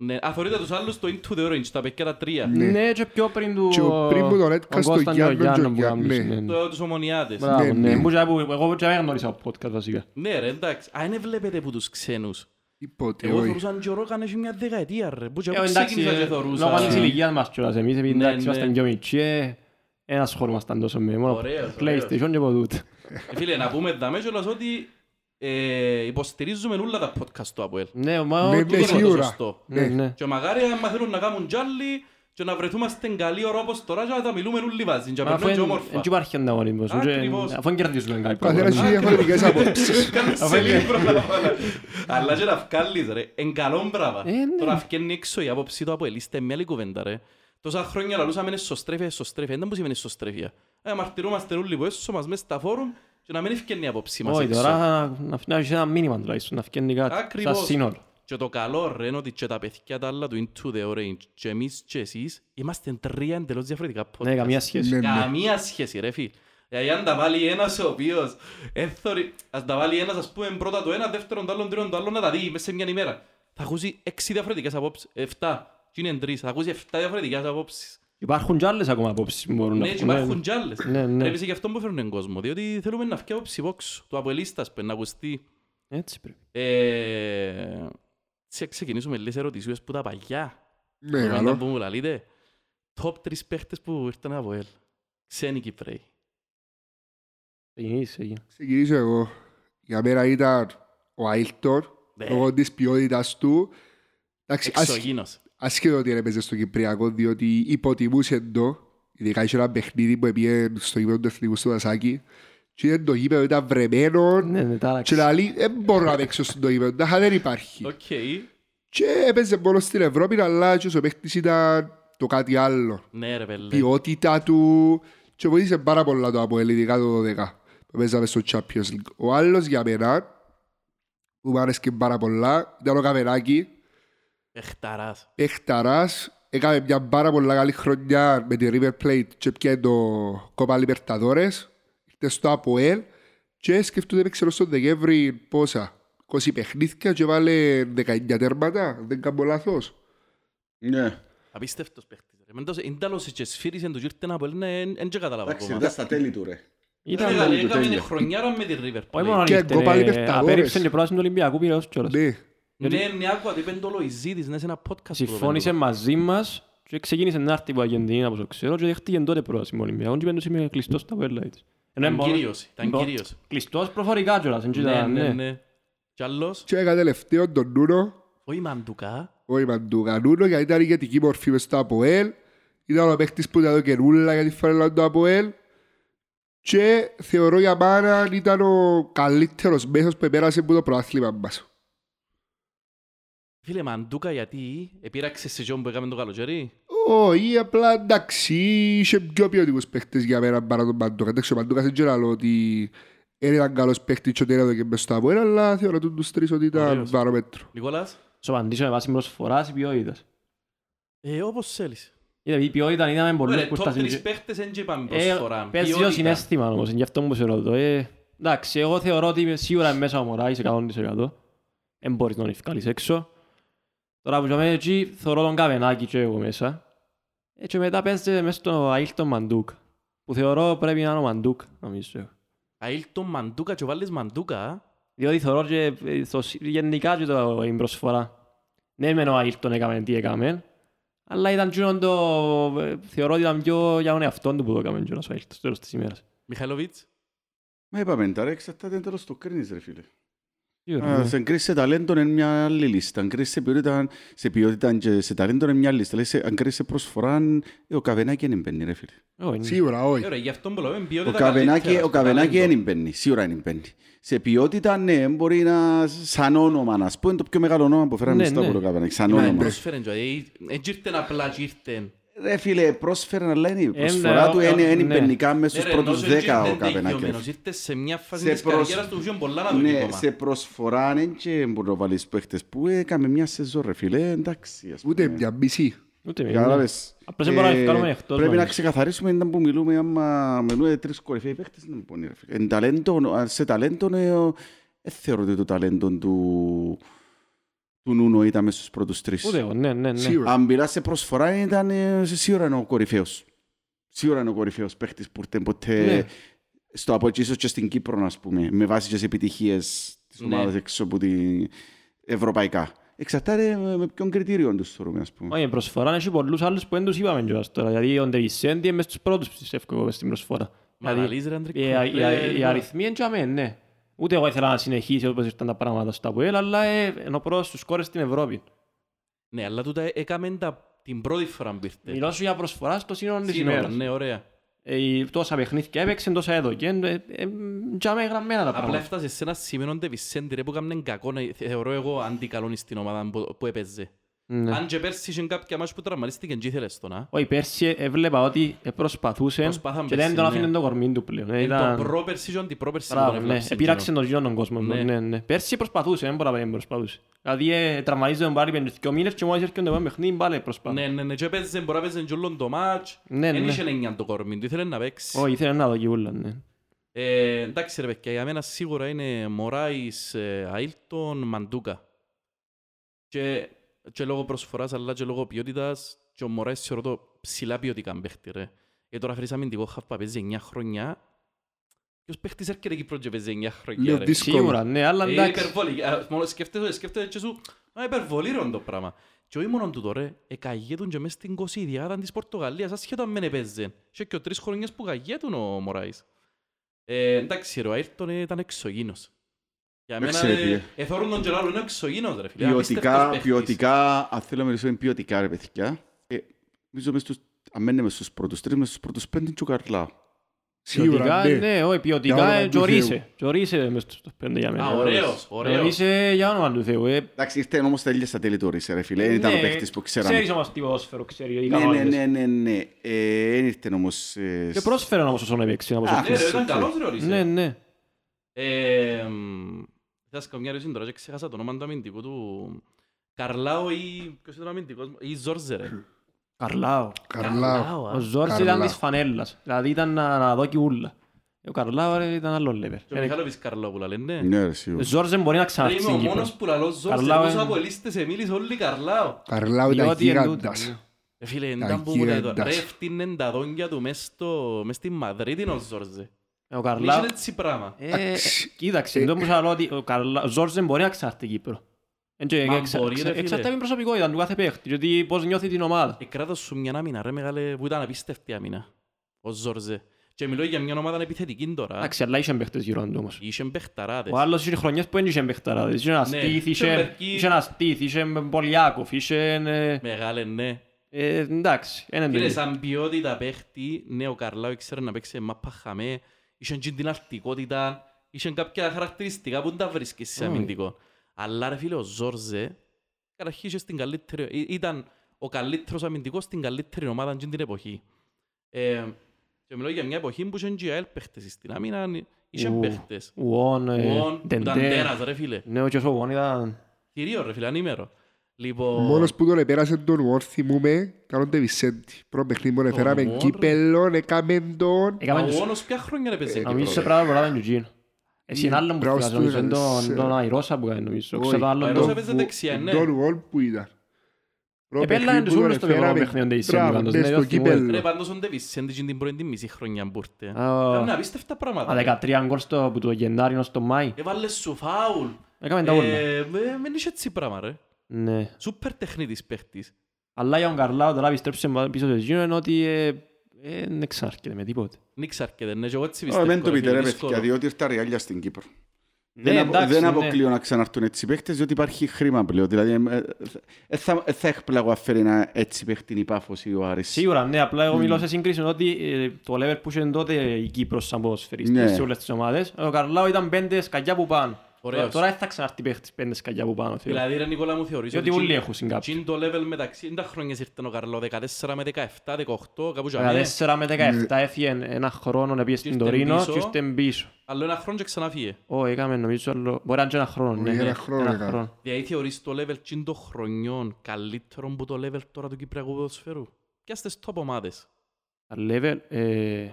S1: Ναι, α, θωρείτε τους άλλους το Into the Orange, τα παιδιά τα τρία.
S2: Ναι.
S3: Ναι, και πιο πριν του...
S2: Και ο- πριν που τον έτκα
S3: ο
S2: στο
S3: Κώστας και ο
S2: Γιάννο
S3: Γιάννο που
S2: Τζογιά,
S3: κάνουν,
S2: ναι.
S3: ναι, ναι.
S1: Το, τους ομονιάδες.
S3: Μπράβο,
S2: ναι.
S3: ναι. Μου και που- Εγώ και δεν γνώρισα από podcast βασικά.
S1: Ναι ρε, εντάξει. Α, δεν βλέπετε που τους ξένους.
S2: Τίποτε,
S1: Εγώ
S2: όχι.
S1: θωρούσαν και ο Ρόγαν έχει μια δεκαετία ρε. Που και εγώ
S3: Ε, Εντάξει,
S1: ξεκίνησα και
S3: ε, λόγω
S1: θωρούσα.
S3: της ηλικίας μας κιόλας εμείς, επειδή
S1: Ναι,
S3: εντάξει,
S1: ναι.
S3: ήμασταν πιο μικροί, ε, ένας σχόλ ήμασταν τόσο με, μόνο
S1: Ωραίος,
S3: PlayStation
S1: ωραίος.
S3: και από τούτο.
S1: Ε, Φίλε, να πούμε δαμέ κιόλας ότι ε, υποστηρίζουμε όλα τα podcast του Αποέλ.
S3: Ναι, μα
S2: Ναι,
S3: ο-
S2: ναι,
S1: Τούτο
S3: τούτο
S1: είναι το
S2: σίγουρα.
S1: σωστό.
S3: Ναι, ναι.
S1: Και μακάρι αν μαθαίνουν να κάνουν τζάλι και να βρεθούμαστε καλή ώρα όπως τώρα και να τα μιλούμε όλοι μαζί και να
S3: Μα αφού
S1: περνούν και
S3: εν- εν
S1: όμορφα.
S3: τσι υπάρχει ανταγωνισμός, ούτε-
S1: Ακριβώς.
S3: αφού εν κερδίζουμε κάτι. Ναι.
S2: Καθένας έχει
S3: πρόγραμμα.
S2: διαφορετικές απόψεις.
S3: *laughs*
S1: Κάνεις σε λίγο προλαμβάνω. Αλλά και να βγάλεις ρε, εν καλό μπράβα.
S3: Ε, ναι.
S1: Τώρα βγαίνει έξω η άποψη του από ελίστε με άλλη κουβέντα ρε. Τόσα χρόνια λαλούσαμε είναι σωστρέφεια, είναι σωστρέφεια. Δεν που σημαίνεις σωστρέφεια. Ε, μαρτυρούμαστε όλοι που έσω μας μέσα στα φόρουμ και να μην βγαίνει η άποψη μας
S3: Όχι,
S1: έξω.
S3: τώρα να- να- να έχεις ένα μήνυμα τουλάχιστον, να βγαίνει κάτι, σαν
S1: Ακριβώς.
S3: σύνολο.
S1: Και το καλό ρε είναι ότι και τα παιδιά τα άλλα του Into the Orange και εμείς και εσείς είμαστε τρία εντελώς διαφορετικά podcast.
S3: Ναι, καμία σχέση.
S2: Ναι, ναι.
S1: Καμία σχέση ρε φίλ. Δηλαδή αν τα βάλει ένας ο οποίος έθωρει, ας τα βάλει ένας ας πούμε πρώτα το ένα, δεύτερον το άλλον, τρίτον το άλλο να τα δει μέσα σε μια ημέρα. Θα ακούσει έξι διαφορετικές απόψεις, εφτά, και είναι τρεις, θα ακούσει εφτά διαφορετικές απόψεις.
S3: Υπάρχουν κι άλλες ακόμα απόψεις που μπορούν να
S1: Ναι, και
S3: πούμε,
S1: υπάρχουν κι άλλες.
S3: Ναι, ναι.
S1: Πρέπει σε γι' αυτό που φέρνουν τον κόσμο, διότι θέλουμε να φτιάξει απόψη βόξου, του αποελίστας, παι, να ακουστεί.
S3: Έτσι πρέπει.
S1: Ε, σε ξεκινήσουμε λίγες ερωτησίες που τα παγιά.
S2: Ναι,
S1: Κουβέντα
S2: καλό.
S1: που μου λαλείτε. Top τρεις παίχτες που ήρθαν από ελ. Ξένοι Κυπρέοι.
S3: Ξεκινήσεις, έγινε.
S2: Ξεκινήσω εγώ. Για μένα ήταν ο Αίλτορ,
S1: Ναι.
S2: λόγω της ποιότητας του. Εντάξει, Ε, ασ-
S1: Εξωγήινος.
S2: ασχέτω ότι έπαιζε στο Κυπριακό, διότι υποτιμούσε το, ειδικά είχε ένα παιχνίδι που έπιε στο γήπεδο του Εθνικού στο Δασάκι, και ήταν το γήπεδο ήταν βρεμένο,
S3: Ναι, ναι, τα άλλαξε.
S2: και λέει, δεν μπορώ να παίξω στο γήπεδο, τάχα δεν υπάρχει.
S1: Οκ.
S2: Και έπαιζε μόνο στην Ευρώπη, αλλά και ο παίχτης ήταν το κάτι άλλο.
S1: Ναι ρε πέλε.
S2: ποιότητα του και βοήθησε πάρα πολλά το Αποέλ, ειδικά το 12 που παίζαμε στο Champions League. Ο άλλος για μένα που μου άρεσε πάρα πολλά ήταν ο Καβεράκη,
S1: Εχταράς.
S2: παιχταράς, έκανε μια πάρα πολλά καλή χρονιά με τη River Plate και πιέν το Copa Libertadores, ήρθε στο Αποέλ και σκεφτούνται έπαιξε ως τον Δεκέμβρη πόσα, 20 παιχνίδια και βάλε 19 τέρματα, αν δεν κάνω λάθος.
S4: Ναι.
S1: Απίστευτος παίχτης. ρε. Μεν τόσο- εν τάλωσε και σφύρισε του γύρτε να πολύ, εν και καταλάβω
S4: Εντάξει,
S1: ακόμα.
S4: ήταν στα τέλη του, ρε.
S1: Ρε,
S3: Ήταν
S1: καλέ,
S4: τέλειο,
S1: Έκαμε
S4: τέλειο.
S1: χρονιάρα με τη River
S3: όχι
S1: Plate.
S3: μόνο
S2: Και
S3: νύχτε,
S2: κόπα
S3: ρε,
S2: Λιπερταδόρες.
S3: απέρριψε ε, και πρόεδρος του Ολυμπιακού πήρε κιόλας.
S2: Ναι.
S1: Ναι, μια άκουα, το είπε το Λοϊζίδης, ναι, σε ένα podcast. που το
S3: Συμφώνησε μαζί μας και ξεκίνησε να έρθει από Αργεντινή, από όσο ξέρω, και δέχτηκε τότε πρόεδρος Ολυμπιακού και πέντος είμαι κλειστός στα πουέλα της. Ενώ
S1: Ήταν
S3: εμπο-
S1: κύριος, ήταν
S3: εμπο-
S1: κύριος.
S3: Κλειστός προφορικά κιόλας, δεν
S1: Ναι,
S3: ήταν,
S1: ναι,
S3: ναι.
S1: ναι. Κι άλλος,
S2: Και έκανα τελευταίο τον Νούνο,
S1: όχι Μαντουκά.
S2: όχι Μαντούκα Νούνο, γιατί ήταν ηγετική μορφή μες στο ΑΠΟΕΛ. Ήταν ο παίχτης που ήταν εδώ καιρούλα για τη φανελά του ΑΠΟΕΛ. Και θεωρώ για μάνα ήταν ο καλύτερος μέσος που πέρασε από το προάθλημα μας.
S1: Φίλε, Μαντούκα γιατί επήραξε σε γιον που έκαμε το καλοκαίρι.
S2: Όχι, απλά εντάξει, είχε πιο ποιοτικούς παίχτες για μένα παρά τον Μαντούκα. Εντάξει, ο Μαντούκας δεν ξέρω άλλο ότι δεν ήταν καλός παίχτης και ότι είναι εδώ και μες στο ΑΠΟΕΛ, αλλά θεωρώ τους τρεις ότι ήταν
S1: Ωραίος.
S2: βαρόμετρο.
S1: Νικόλας,
S3: Σου απαντήσω με βάση προσφοράς ή ποιότητας.
S1: ε, όπως θέλεις.
S3: Είδα, η ποιότητα είδαμε πολλούς
S1: Ωραία,
S3: που
S1: top
S3: στα
S1: 3
S3: συντζε-
S1: παίχτες δεν και είπαμε
S3: Ε,
S1: προσφορά.
S3: Παίζει το
S1: Ποιότητα.
S3: συνέστημα όμως, γι' αυτό που σε ρωτώ. Ε, εντάξει, εγώ θεωρώ ότι είμαι σίγουρα μέσα ο Μωράης 100%. Δεν μπορείς να τον ευκάλεις έξω. Τώρα που είμαι εκεί, θεωρώ τον Καβενάκη και εγώ μέσα. Ε, και μετά παίζει μέσα στο Αίλτον Μαντούκ. Που θεωρώ πρέπει να είναι ο Μαντούκ, νομίζω.
S1: Αίλτον Μαντούκα και βάλεις Μαντούκα.
S3: Διότι θεωρώ και ε, το, σι- γενικά και το, την προσφορά. Ναι, μεν ο Αίλτον έκαμε τι έκαμε. Αλλά ήταν τζίνον το... ε, Θεωρώ ότι ήταν πιο για τον εαυτόν του που το έκαμε τζίνος ο Αίλτον, στο τέλος της ημέρας.
S1: Μιχαηλοβίτς.
S4: Μα είπαμε, τα ρε, εξαρτάται τέλος το κρίνεις, ρε φίλε.
S3: Σίγουρα,
S4: Α,
S3: ναι.
S4: Σε κρίνεις σε ταλέντο είναι μια άλλη λίστα. Αν κρίνεις σε ποιότητα, σε ποιότητα και σε ταλέντο είναι μια άλλη λίστα. Λες, αν κρίνεις σε προσφορά, ε, ο Καβενάκη δεν μπαίνει, ρε φίλε.
S3: Όχι, ναι.
S2: Σίγουρα, όχι.
S1: Ε, Ωραία, γι' αυτό που λέμε
S4: Ο
S1: ποιότητα
S4: Καβενάκη,
S1: καλύτερα,
S4: ο
S1: στο
S4: Καβενάκη
S1: ταλέντο.
S4: δεν μπαίνει, σίγουρα δεν μπαίνει. Σε ποιότητα, ναι, μπορεί να σαν όνομα, να πούμε, το πιο μεγάλο όνομα που φέραμε
S3: Ναι,
S4: στο
S3: ναι.
S4: από το Καβενάκη, σαν
S1: Μα,
S4: όνομα.
S1: Πρόσφερε, δηλαδή, δεν ήρθεν απλά και ήρθεν.
S4: Ρε φίλε, πρόσφερε, αλλά είναι η
S3: ναι,
S4: προσφορά του
S3: ο-
S4: είναι
S3: ναι.
S4: εμπενικά μέσα
S1: Ναι, ρε,
S4: στους πρώτους
S1: ενώ
S4: δέκα
S1: ήρθε
S4: ο Καβενάκης.
S1: δικαιωμένος, Ήρθες σε μια φάση
S4: Σε
S1: της
S4: προσ-
S1: καριέρας του που είχε πολλά να δώσει
S4: Ναι,
S1: ακόμα.
S4: σε προσφορά ναι, και μπορεί να βάλεις παίχτες που έκαμε μια σεζόν ρε φίλε, εντάξει ας πούμε.
S2: Ούτε μια μισή.
S3: Ούτε εμείς, ναι.
S4: Κατάλαβες.
S3: Απλώς δεν μπορούμε να
S4: Ε,
S3: βγάλουμε εκτός
S4: Πρέπει να
S3: νομίζω.
S4: ξεκαθαρίσουμε ήταν που μιλούμε άμα μιλούμε τρεις κορυφαίοι παίχτες δεν μπορεί ρε φίλε. Εν ταλέντο, αν σε ταλέντο ε, ο- ε, θεωρώ ότι το ταλέντο του του Νούνο ήταν μέσα στους πρώτους τρεις.
S3: Ούτε εγώ, ναι, ναι, ναι.
S2: Σίγουρα.
S4: Αν μιλάς σε προσφορά ήταν ε, σίγουρα είναι ο κορυφαίος. Σίγουρα είναι ο κορυφαίος παίχτης που ήρθε
S3: Ναι.
S4: ποτέ στο από εκεί, ίσως και στην Κύπρο, ας πούμε, με βάση τις επιτυχίες της
S1: Ναι.
S4: ομάδας έξω από την ευρωπαϊκά. Εξαρτάται ε, με ποιον κριτήριο τους θεωρούμε, ας πούμε.
S3: Όχι, η προσφορά έχει πολλούς άλλους που δεν τους είπαμε κιόλας τώρα. Γιατί ο Ντεβισέντη είναι μες τους πρώτους πιστεύω εγώ μες στην προσφορά.
S1: Μα
S3: Δηλαδή,
S1: αναλύεις, ρε, Αντρικό.
S3: η- η-
S1: Ε,
S3: Η η αριθμή είναι τζαμέ, ναι. Ούτε εγώ ήθελα να συνεχίσει όπως ήταν τα πράγματα στα ΑΠΟΕΛ, αλλά ε, ενώ πρώτος τους κόρες στην Ευρώπη.
S1: Ναι, αλλά τούτα έκαμε τα- την πρώτη φορά που ήρθε.
S3: Μιλώ σου για προσφοράς στο σύνολο της
S1: Σύνολο,
S3: ημέρας.
S1: Ε. Ναι, ωραία.
S3: Ε, η- Τόσα παιχνίδια έπαιξε, τόσα έδωκε. ε, ε, Τζαμέ γραμμένα τα
S1: Απλά
S3: πράγματα.
S1: έφτασες σε ένα σημείο ντε Βισέντη ρε που έκαμνε κακό να- θεωρώ εγώ αντικαλόνι στην ομάδα που- που έπαιζε.
S3: Ναι.
S1: Αν και πέρσι είχε κάποια μάτς που τραυματίστηκε και ήθελες τον, α.
S3: Όχι, πέρσι έβλεπα ότι ε, προσπαθούσε
S1: Προσπάθαμε
S3: και
S1: πέρσι,
S3: δεν τον
S1: ναι.
S3: άφηνε το κορμί του πλέον. Ε,
S1: Ε,
S3: ήταν-
S1: Το πρόπερσι και αντιπρόπερσι που τον
S3: Μπράβο, ναι.
S1: έβλαψε
S3: Επήραξε
S1: εκείνο.
S3: τον γιο τον κόσμο.
S1: Ναι.
S3: Ναι, ναι. Πέρσι προσπαθούσε, δεν μπορώ να πει δεν προσπαθούσε. Δηλαδή ε, τραυματίζονταν πάλι πέντε δυο μήνες και μόλις έρχεται το επόμενο παιχνίδι πάλι προσπαθούσε.
S1: Ναι, ναι, ναι, και έπαιζε, μπορεί να παίζει και όλον το μάτς.
S3: Ναι,
S1: Εν
S3: ναι.
S1: είχε εννιά το κορμί του, ήθελε να παίξει.
S3: Όχι, ήθελε να δω κιούλα, ναι.
S1: Ε, εντάξει ρε παιδιά, για μένα σίγουρα είναι Μωράης, ε, Αίλτον, Μαντούκα. Και, και λόγω προσφοράς αλλά και λόγω ποιότητας και ο Μωράης θεωρώ το ψηλά ποιοτικά παίχτη ρε. Ε, τώρα φέρεις αμυντικό χαφ που παίζει 9 χρόνια. Ποιος παίχτης έρχεται Κύπρο και παίζει 9
S2: Λίγο
S1: χρόνια ρε.
S2: δύσκολο.
S3: Σίγουρα, ναι, αλλά
S1: Ε,
S3: εντάξει.
S1: υπερβολή. Ε, Μόνο σκέφτεσαι, σκέφτεσαι και σου, α, υπερβολή ρε το πράγμα. Και όχι μόνο τούτο ρε, εκαγέτουν και μες στην κοσίδιάδα της Πορτογαλίας, ασχέτα με επέζε. Και και ο τρεις χρονιές που καγέτουν ο Μωράης. Ε, εντάξει ρε, ο Άιρτον ε, ήταν εξωγήινος. Για μένα,
S4: Εντάξει, ρε,
S1: ε,
S4: φίλε.
S1: εθώρουν τον Τζεράλο, είναι εξωγήινος ρε φίλε. Απίστευτος
S4: Ποιοτικά,
S1: παίχτης.
S4: ποιοτικά, αν θέλω να μιλήσουμε ποιοτικά ρε παιδιά, ε, νομίζω μες στους, αν μένε μες στους πρώτους τρεις, μες στους πρώτους πέντε είναι και ο Καρλά.
S2: Σίγουρα,
S3: Ποιοτικά,
S2: ναι.
S3: ναι, όχι,
S2: Για
S3: ποιοτικά
S2: όνομα
S3: ε,
S2: του Θεού.
S3: τζορίσε. Τζορίσε μες στους πέντε για μένα.
S1: Α, ωραίος, ωραίος.
S3: Τζορίσε για όνομα του Θεού. ε.
S4: Εντάξει, ήρθε όμως τα ίδια στα τέλη του ρε φίλε, δεν ήταν ο
S3: Ναι,
S4: παίχτης που ξέραμε.
S3: Ξέρεις όμως τι ποδόσφαιρο, ξέρει. οι
S4: Ναι, ναι,
S3: κανόνες.
S4: ναι, ναι, ναι. Ε, δεν ήρθε όμως... ε,
S3: Και πρόσφερε όμως όσον έπαιξε. να πω
S4: Α,
S1: Ναι ρε,
S3: σε-
S1: ήταν καλός ρε ορίσε.
S3: Ναι, ναι.
S1: Ε, μ, Θα σκάω μια ρωσίν τώρα και ξέχασα το όνομα του αμυντικού του Καρλάο ή ποιος ήταν ο αμυντικός μου, ή Ζόρζε ρε.
S3: Καρλάο.
S2: Καρλάο.
S1: α.
S3: Ο Ζόρτζ
S2: Καλά.
S3: ήταν της φανέλας. Δηλαδή ήταν να, να δω κιούλα. Ο Καρλάβα ρε, ήταν άλλο level.
S1: Και ο Μιχάλοβης Καρλόπουλα λένε.
S4: Ναι, ρε, σίγουρα.
S3: Ζόρζε μπορεί να
S1: Ρε,
S3: ξαναρθεί
S1: Είμαι ο
S3: στην Κύπρο.
S1: μόνος που λαλώ Ζόρζε,
S3: Καρλάου,
S1: πόσο
S3: ε.
S1: από λίστες εμίλης όλοι Καρλάου.
S2: Καρλάου ήταν
S3: Διότι εν τούτο, ναι.
S2: γίγαντας.
S1: Ε, Φίλε, ήταν που μου λέει τώρα. Ρε, φτύνε τα δόντια του μες στο- μες στη Μαδρίτη ο Ζόρζε.
S3: Ε, Ο
S1: Μην
S3: Καρλάβα...
S1: είναι έτσι πράγμα.
S3: Ε,
S2: Εντάξει.
S3: Κοίταξε, το που σας λέω ότι ο Καρλά- ο Ζόρζε μπορεί να ξαναρθεί στην Κύπρο. Εν και
S1: Μα
S3: εξα-
S1: μπορεί, ρε,
S3: εξα-
S1: φίλε. Ε,
S3: Εξαρτάται από την προσωπικότητα του κάθε παίχτη, γιατί πώς νιώθει την ομάδα.
S1: Εκράτα σου μια άμυνα, ρε μεγάλε, που ήταν απίστευτη άμυνα. Ο Ζόρζε. Και μιλώ για μια ομάδα επιθετική τώρα.
S3: Εντάξει, αλλά είχε παίχτες γύρω του όμως.
S1: Είχε μπεχταράδες.
S3: Ο άλλος είχε χρονιές που δεν είχε παίχταράδες. Είχε ένας
S1: Ναι,
S3: Στίθ,
S1: είχε
S3: είχε-
S1: μερικοί-
S3: είχε ένα Στίθ, είχε Πολιάκοφ, είχε... ε,
S1: Μεγάλε, ναι.
S3: ε, Εντάξει, έναν
S1: Φίλε,
S3: τέτοιο.
S1: σαν ποιότητα παίχτη, ναι, ο Καρλάου ήξερε να παίξει μάπα χαμέ, είχε τζιν την αρτικότητα, είχε κάποια χαρακτηριστικά που δεν τα βρίσκεις σε
S3: Όχι.
S1: αμυντικό. Αλλά ρε φίλε, ο Ζόρζε, καταρχήν είχε στην καλύτερη, ή- ήταν ο καλύτερος αμυντικός στην καλύτερη ομάδα τζιν την εποχή. Ε, και μιλώ για μια εποχή που είχε GIL παίχτες στην άμυνα, είχε
S3: Ου.
S1: παίχτες.
S3: Ουόν, ε,
S1: Ουόν, που ήταν
S3: Ντεντέ.
S1: τέρας ρε φίλε.
S3: Ναι, ο Κιώσο Ουόν ήταν...
S1: Κυρίως ρε φίλε, ανήμερο. Λοιπόν,
S2: Μόνος που τον επέρασε τον Ουόρ θυμούμε ήταν ο Βισέντη. Πρώτο παιχνίδι που έφεραμε
S1: Ουόρ.
S2: κύπελλον, έκαμε τον...
S1: μα
S3: Έκαμε
S1: ο
S3: τους-
S1: Γόνος ποια χρόνια ρε παίζει.
S3: Να μην
S1: Κύπρο,
S3: είσαι
S1: ρε.
S3: πράγμα πολλά ήταν Γιουτζίν. Εσύ
S1: Ναι.
S3: είναι άλλο που
S2: Μπράβο
S3: θυμάσαι,
S2: στους
S3: νομίζω, είναι
S2: Ιρανούς,
S3: τον-
S2: ε.
S3: τον Αϊρόσα που κάνει νομίζω.
S2: Όχι,
S3: Ξέρω το άλλο
S1: ο
S3: το-
S1: Αϊρόσα έπαιζε δεξιά, ναι.
S2: Τον Ουόρ που ήταν. Πρώτο
S3: Επέλανε
S2: παιχνίδι
S3: τους
S2: που
S3: όλους
S2: τον
S3: στο πρώτο
S2: έφεραμε-
S3: παιχνίδι, δεν είσαι
S2: Μπράβο,
S3: έβγαλος,
S2: ναι,
S3: ναι,
S2: στο
S3: δεν θυμούμαι.
S2: κύπελλο.
S1: Ρε πάντως ο Ντεβις είναι την πρώτη μισή χρονιά που ήρθε.
S3: Α,
S1: Κάμουν απίστευτα
S3: Α,
S1: πράγματα.
S3: 13 γκολ στο- από το Γενάρη ως το Μάη.
S1: Έβαλες σου φάουλ.
S3: Έκαμε τα όλα.
S1: Ε, ε, Μην είσαι έτσι πράγμα ρε.
S3: Ναι.
S1: Σούπερ τεχνίτης παίχτης.
S3: Αλλά για τον Καρλάο τώρα επιστρέψε μα- πίσω σε εκείνο είναι ότι ε, ε, δεν εξάρκεται με τίποτε.
S1: Νίξ αρκετά, ναι, και εγώ έτσι
S4: Ω,
S1: πιστεύω.
S4: Μην Ε, το
S1: ρε,
S4: πείτε
S1: φίλε,
S4: ρε
S1: δύσκολο.
S4: παιδιά, διότι ήρθα ρεάλια στην Κύπρο.
S3: Ναι,
S4: Δεν, απο,
S3: εντάξει,
S4: δεν
S3: ναι.
S4: αποκλείω να ξαναρθούν έτσι παίχτες, διότι υπάρχει χρήμα πλέον. Δηλαδή, ε, ε, ε, θα, ε, θα εκπλαγώ αν φέρει ένα έτσι παίχτη η Πάφος ή ο Άρης.
S3: Σίγουρα, ναι, απλά εγώ μιλώ σε σύγκριση ότι ε, το level που είχε τότε η Κύπρος σαν ποδοσφαιριστής
S4: Ναι.
S3: σε όλες τις ομάδες. Ο Καρλάο ήταν πέντε σκαγιά που πάνω.
S1: Ωραίος.
S3: Τώρα δεν θα ξαναρθεί παίχτης πέντε σκαγιά που πάνω. θεωρώ.
S1: Δηλαδή ρε Νικόλα μου θεωρείς
S3: Διότι
S1: ότι
S3: όλοι
S1: τζιν-
S3: έχουν συγκάπτει.
S1: τζιν το level μεταξύ, είναι τα χρόνια ήρθε ο Καρλό, 14 με 17, 18, κάπου τζαμί.
S3: 14 με 17 έφυγε ένα χρόνο να πήγε στην
S1: Ήρθε
S3: Τωρίνο
S1: πίσω.
S3: και ήρθε πίσω.
S1: Άλλο ένα χρόνο και ξανά φύγε.
S3: Ω, έκαμε νομίζω άλλο... Μπορεί να είναι και ένα χρόνο, ναι.
S2: ένα
S3: ναι,
S2: χρόνο
S3: ένα
S2: έκαμε.
S3: χρόνο.
S1: Δηλαδή θεωρείς το level τζιν των χρονιών καλύτερο που το level τώρα του Κυπριακού ποδοσφαίρου. Πιάστε top ομάδες.
S3: Τα level... Ε...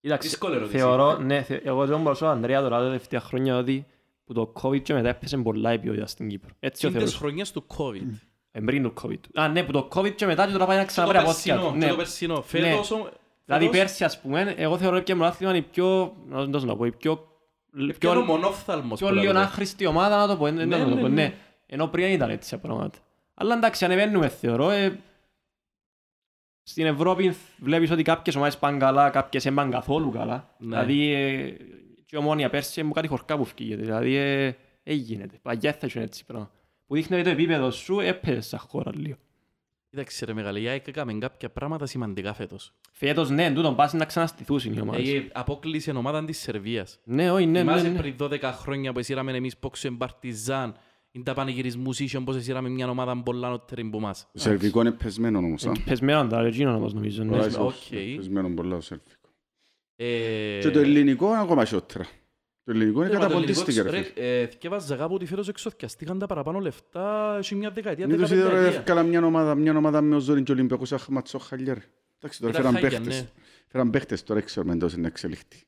S3: Κοίταξε,
S1: Δύσκολη ερώτηση.
S3: θεωρώ, ναι, θε... εγώ δεν μπορούσα ο Ανδρέα τώρα τα τελευταία χρόνια ότι που το COVID και μετά έπεσε πολλά η ποιότητα στην Κύπρο. Έτσι ο
S1: Τζιν τις
S3: θεωρούσα.
S1: χρονιές του COVID.
S3: Ε, πριν το COVID. Α, ναι, που το COVID και μετά και τώρα πάει να
S1: Και το
S3: ξαναπρέπει από
S1: περσινό,
S3: ό,τι
S1: και
S3: Ναι.
S1: το περσινό. Φέτος, ο-
S3: Δηλαδή
S1: φέτος-
S3: πέρσι, ας πούμε, εγώ θεωρώ ότι και μονάθλημα είναι η πιο... Να το να πω, η πιο...
S1: Ποιο είναι ο
S3: πιο-
S1: μονόφθαλμος
S3: πιο
S1: Ε, που
S3: λίγο
S1: λέτε.
S3: άχρηστη ομάδα να το πω. δεν-
S1: Ναι,
S3: δεν θα το
S1: ναι,
S3: πω,
S1: ναι.
S3: ναι. Ενώ πριν ήταν έτσι τα πράγματα. Αλλά εντάξει, ανεβαίνουμε θεωρώ. ε, Στην Ευρώπη βλέπεις ότι κάποιες ομάδες πάνε καλά, κάποιες δεν πάνε καθόλου καλά.
S1: Ναι.
S3: Δηλαδή, ε, και η ομόνια πέρσι μου κάτι χορκά που φύγεται. Δηλαδή, ε, ε, γίνεται. Παγιά θα είναι έτσι πράγμα. Που δείχνει ότι το επίπεδο σου έπαιζε σαν χώρα λίγο.
S1: Κοίταξε ρε μεγάλε, η ΑΕΚ έκαμε κάποια πράγματα σημαντικά φέτος.
S3: Φέτος, ναι, εν τούτον πάση να ξαναστηθούσουν οι ομάδες.
S1: Η απόκληση εν ομάδα της Σερβίας.
S3: Ναι, όχι, ναι, ναι,
S1: Ε, Θυμάσαι
S3: ναι.
S1: πριν 12 χρόνια που εσύραμε εμείς πόξο εν Παρτιζάν, είναι τα πανηγυρισμούς είχε όπως εσύραμε μια ομάδα πολλά νότερη που μας.
S4: Σερβικό είναι πεσμένο
S3: Ε,
S4: όμως. α.
S3: Πεσμένο τώρα, εκείνο όμως νομίζω. ναι.
S4: Ο Άρης,
S1: οκ.
S4: όχι, Πεσμένο πολλά ο σερβικό.
S1: Ε,
S4: Και το ελληνικό είναι ακόμα χειρότερα. Το ελληνικό
S1: ρε,
S3: ε,
S4: είναι
S1: μα, το
S4: καταποντίστηκε.
S1: ελληνικό-
S4: ρε
S1: ρε,
S4: φίλε.
S1: ε, θκιάβαζα κάπου ότι φέτος εξωθιαστήκαν τα παραπάνω λεφτά, έχει μια δεκαετία,
S4: Νίτος είδε
S1: δεκαπενταετία.
S4: ρε έφκαλα μια ομάδα, μια ομάδα με ο Ζόριν και ο Ολυμπιακός αχματσό χαλιάρ. Εντάξει τώρα
S1: Ήταν
S4: φέραν
S1: χάλια,
S4: παίχτες.
S1: ναι.
S4: Φέραν παίχτες τώρα δεν ξέρουμε εντός είναι εξελιχτή.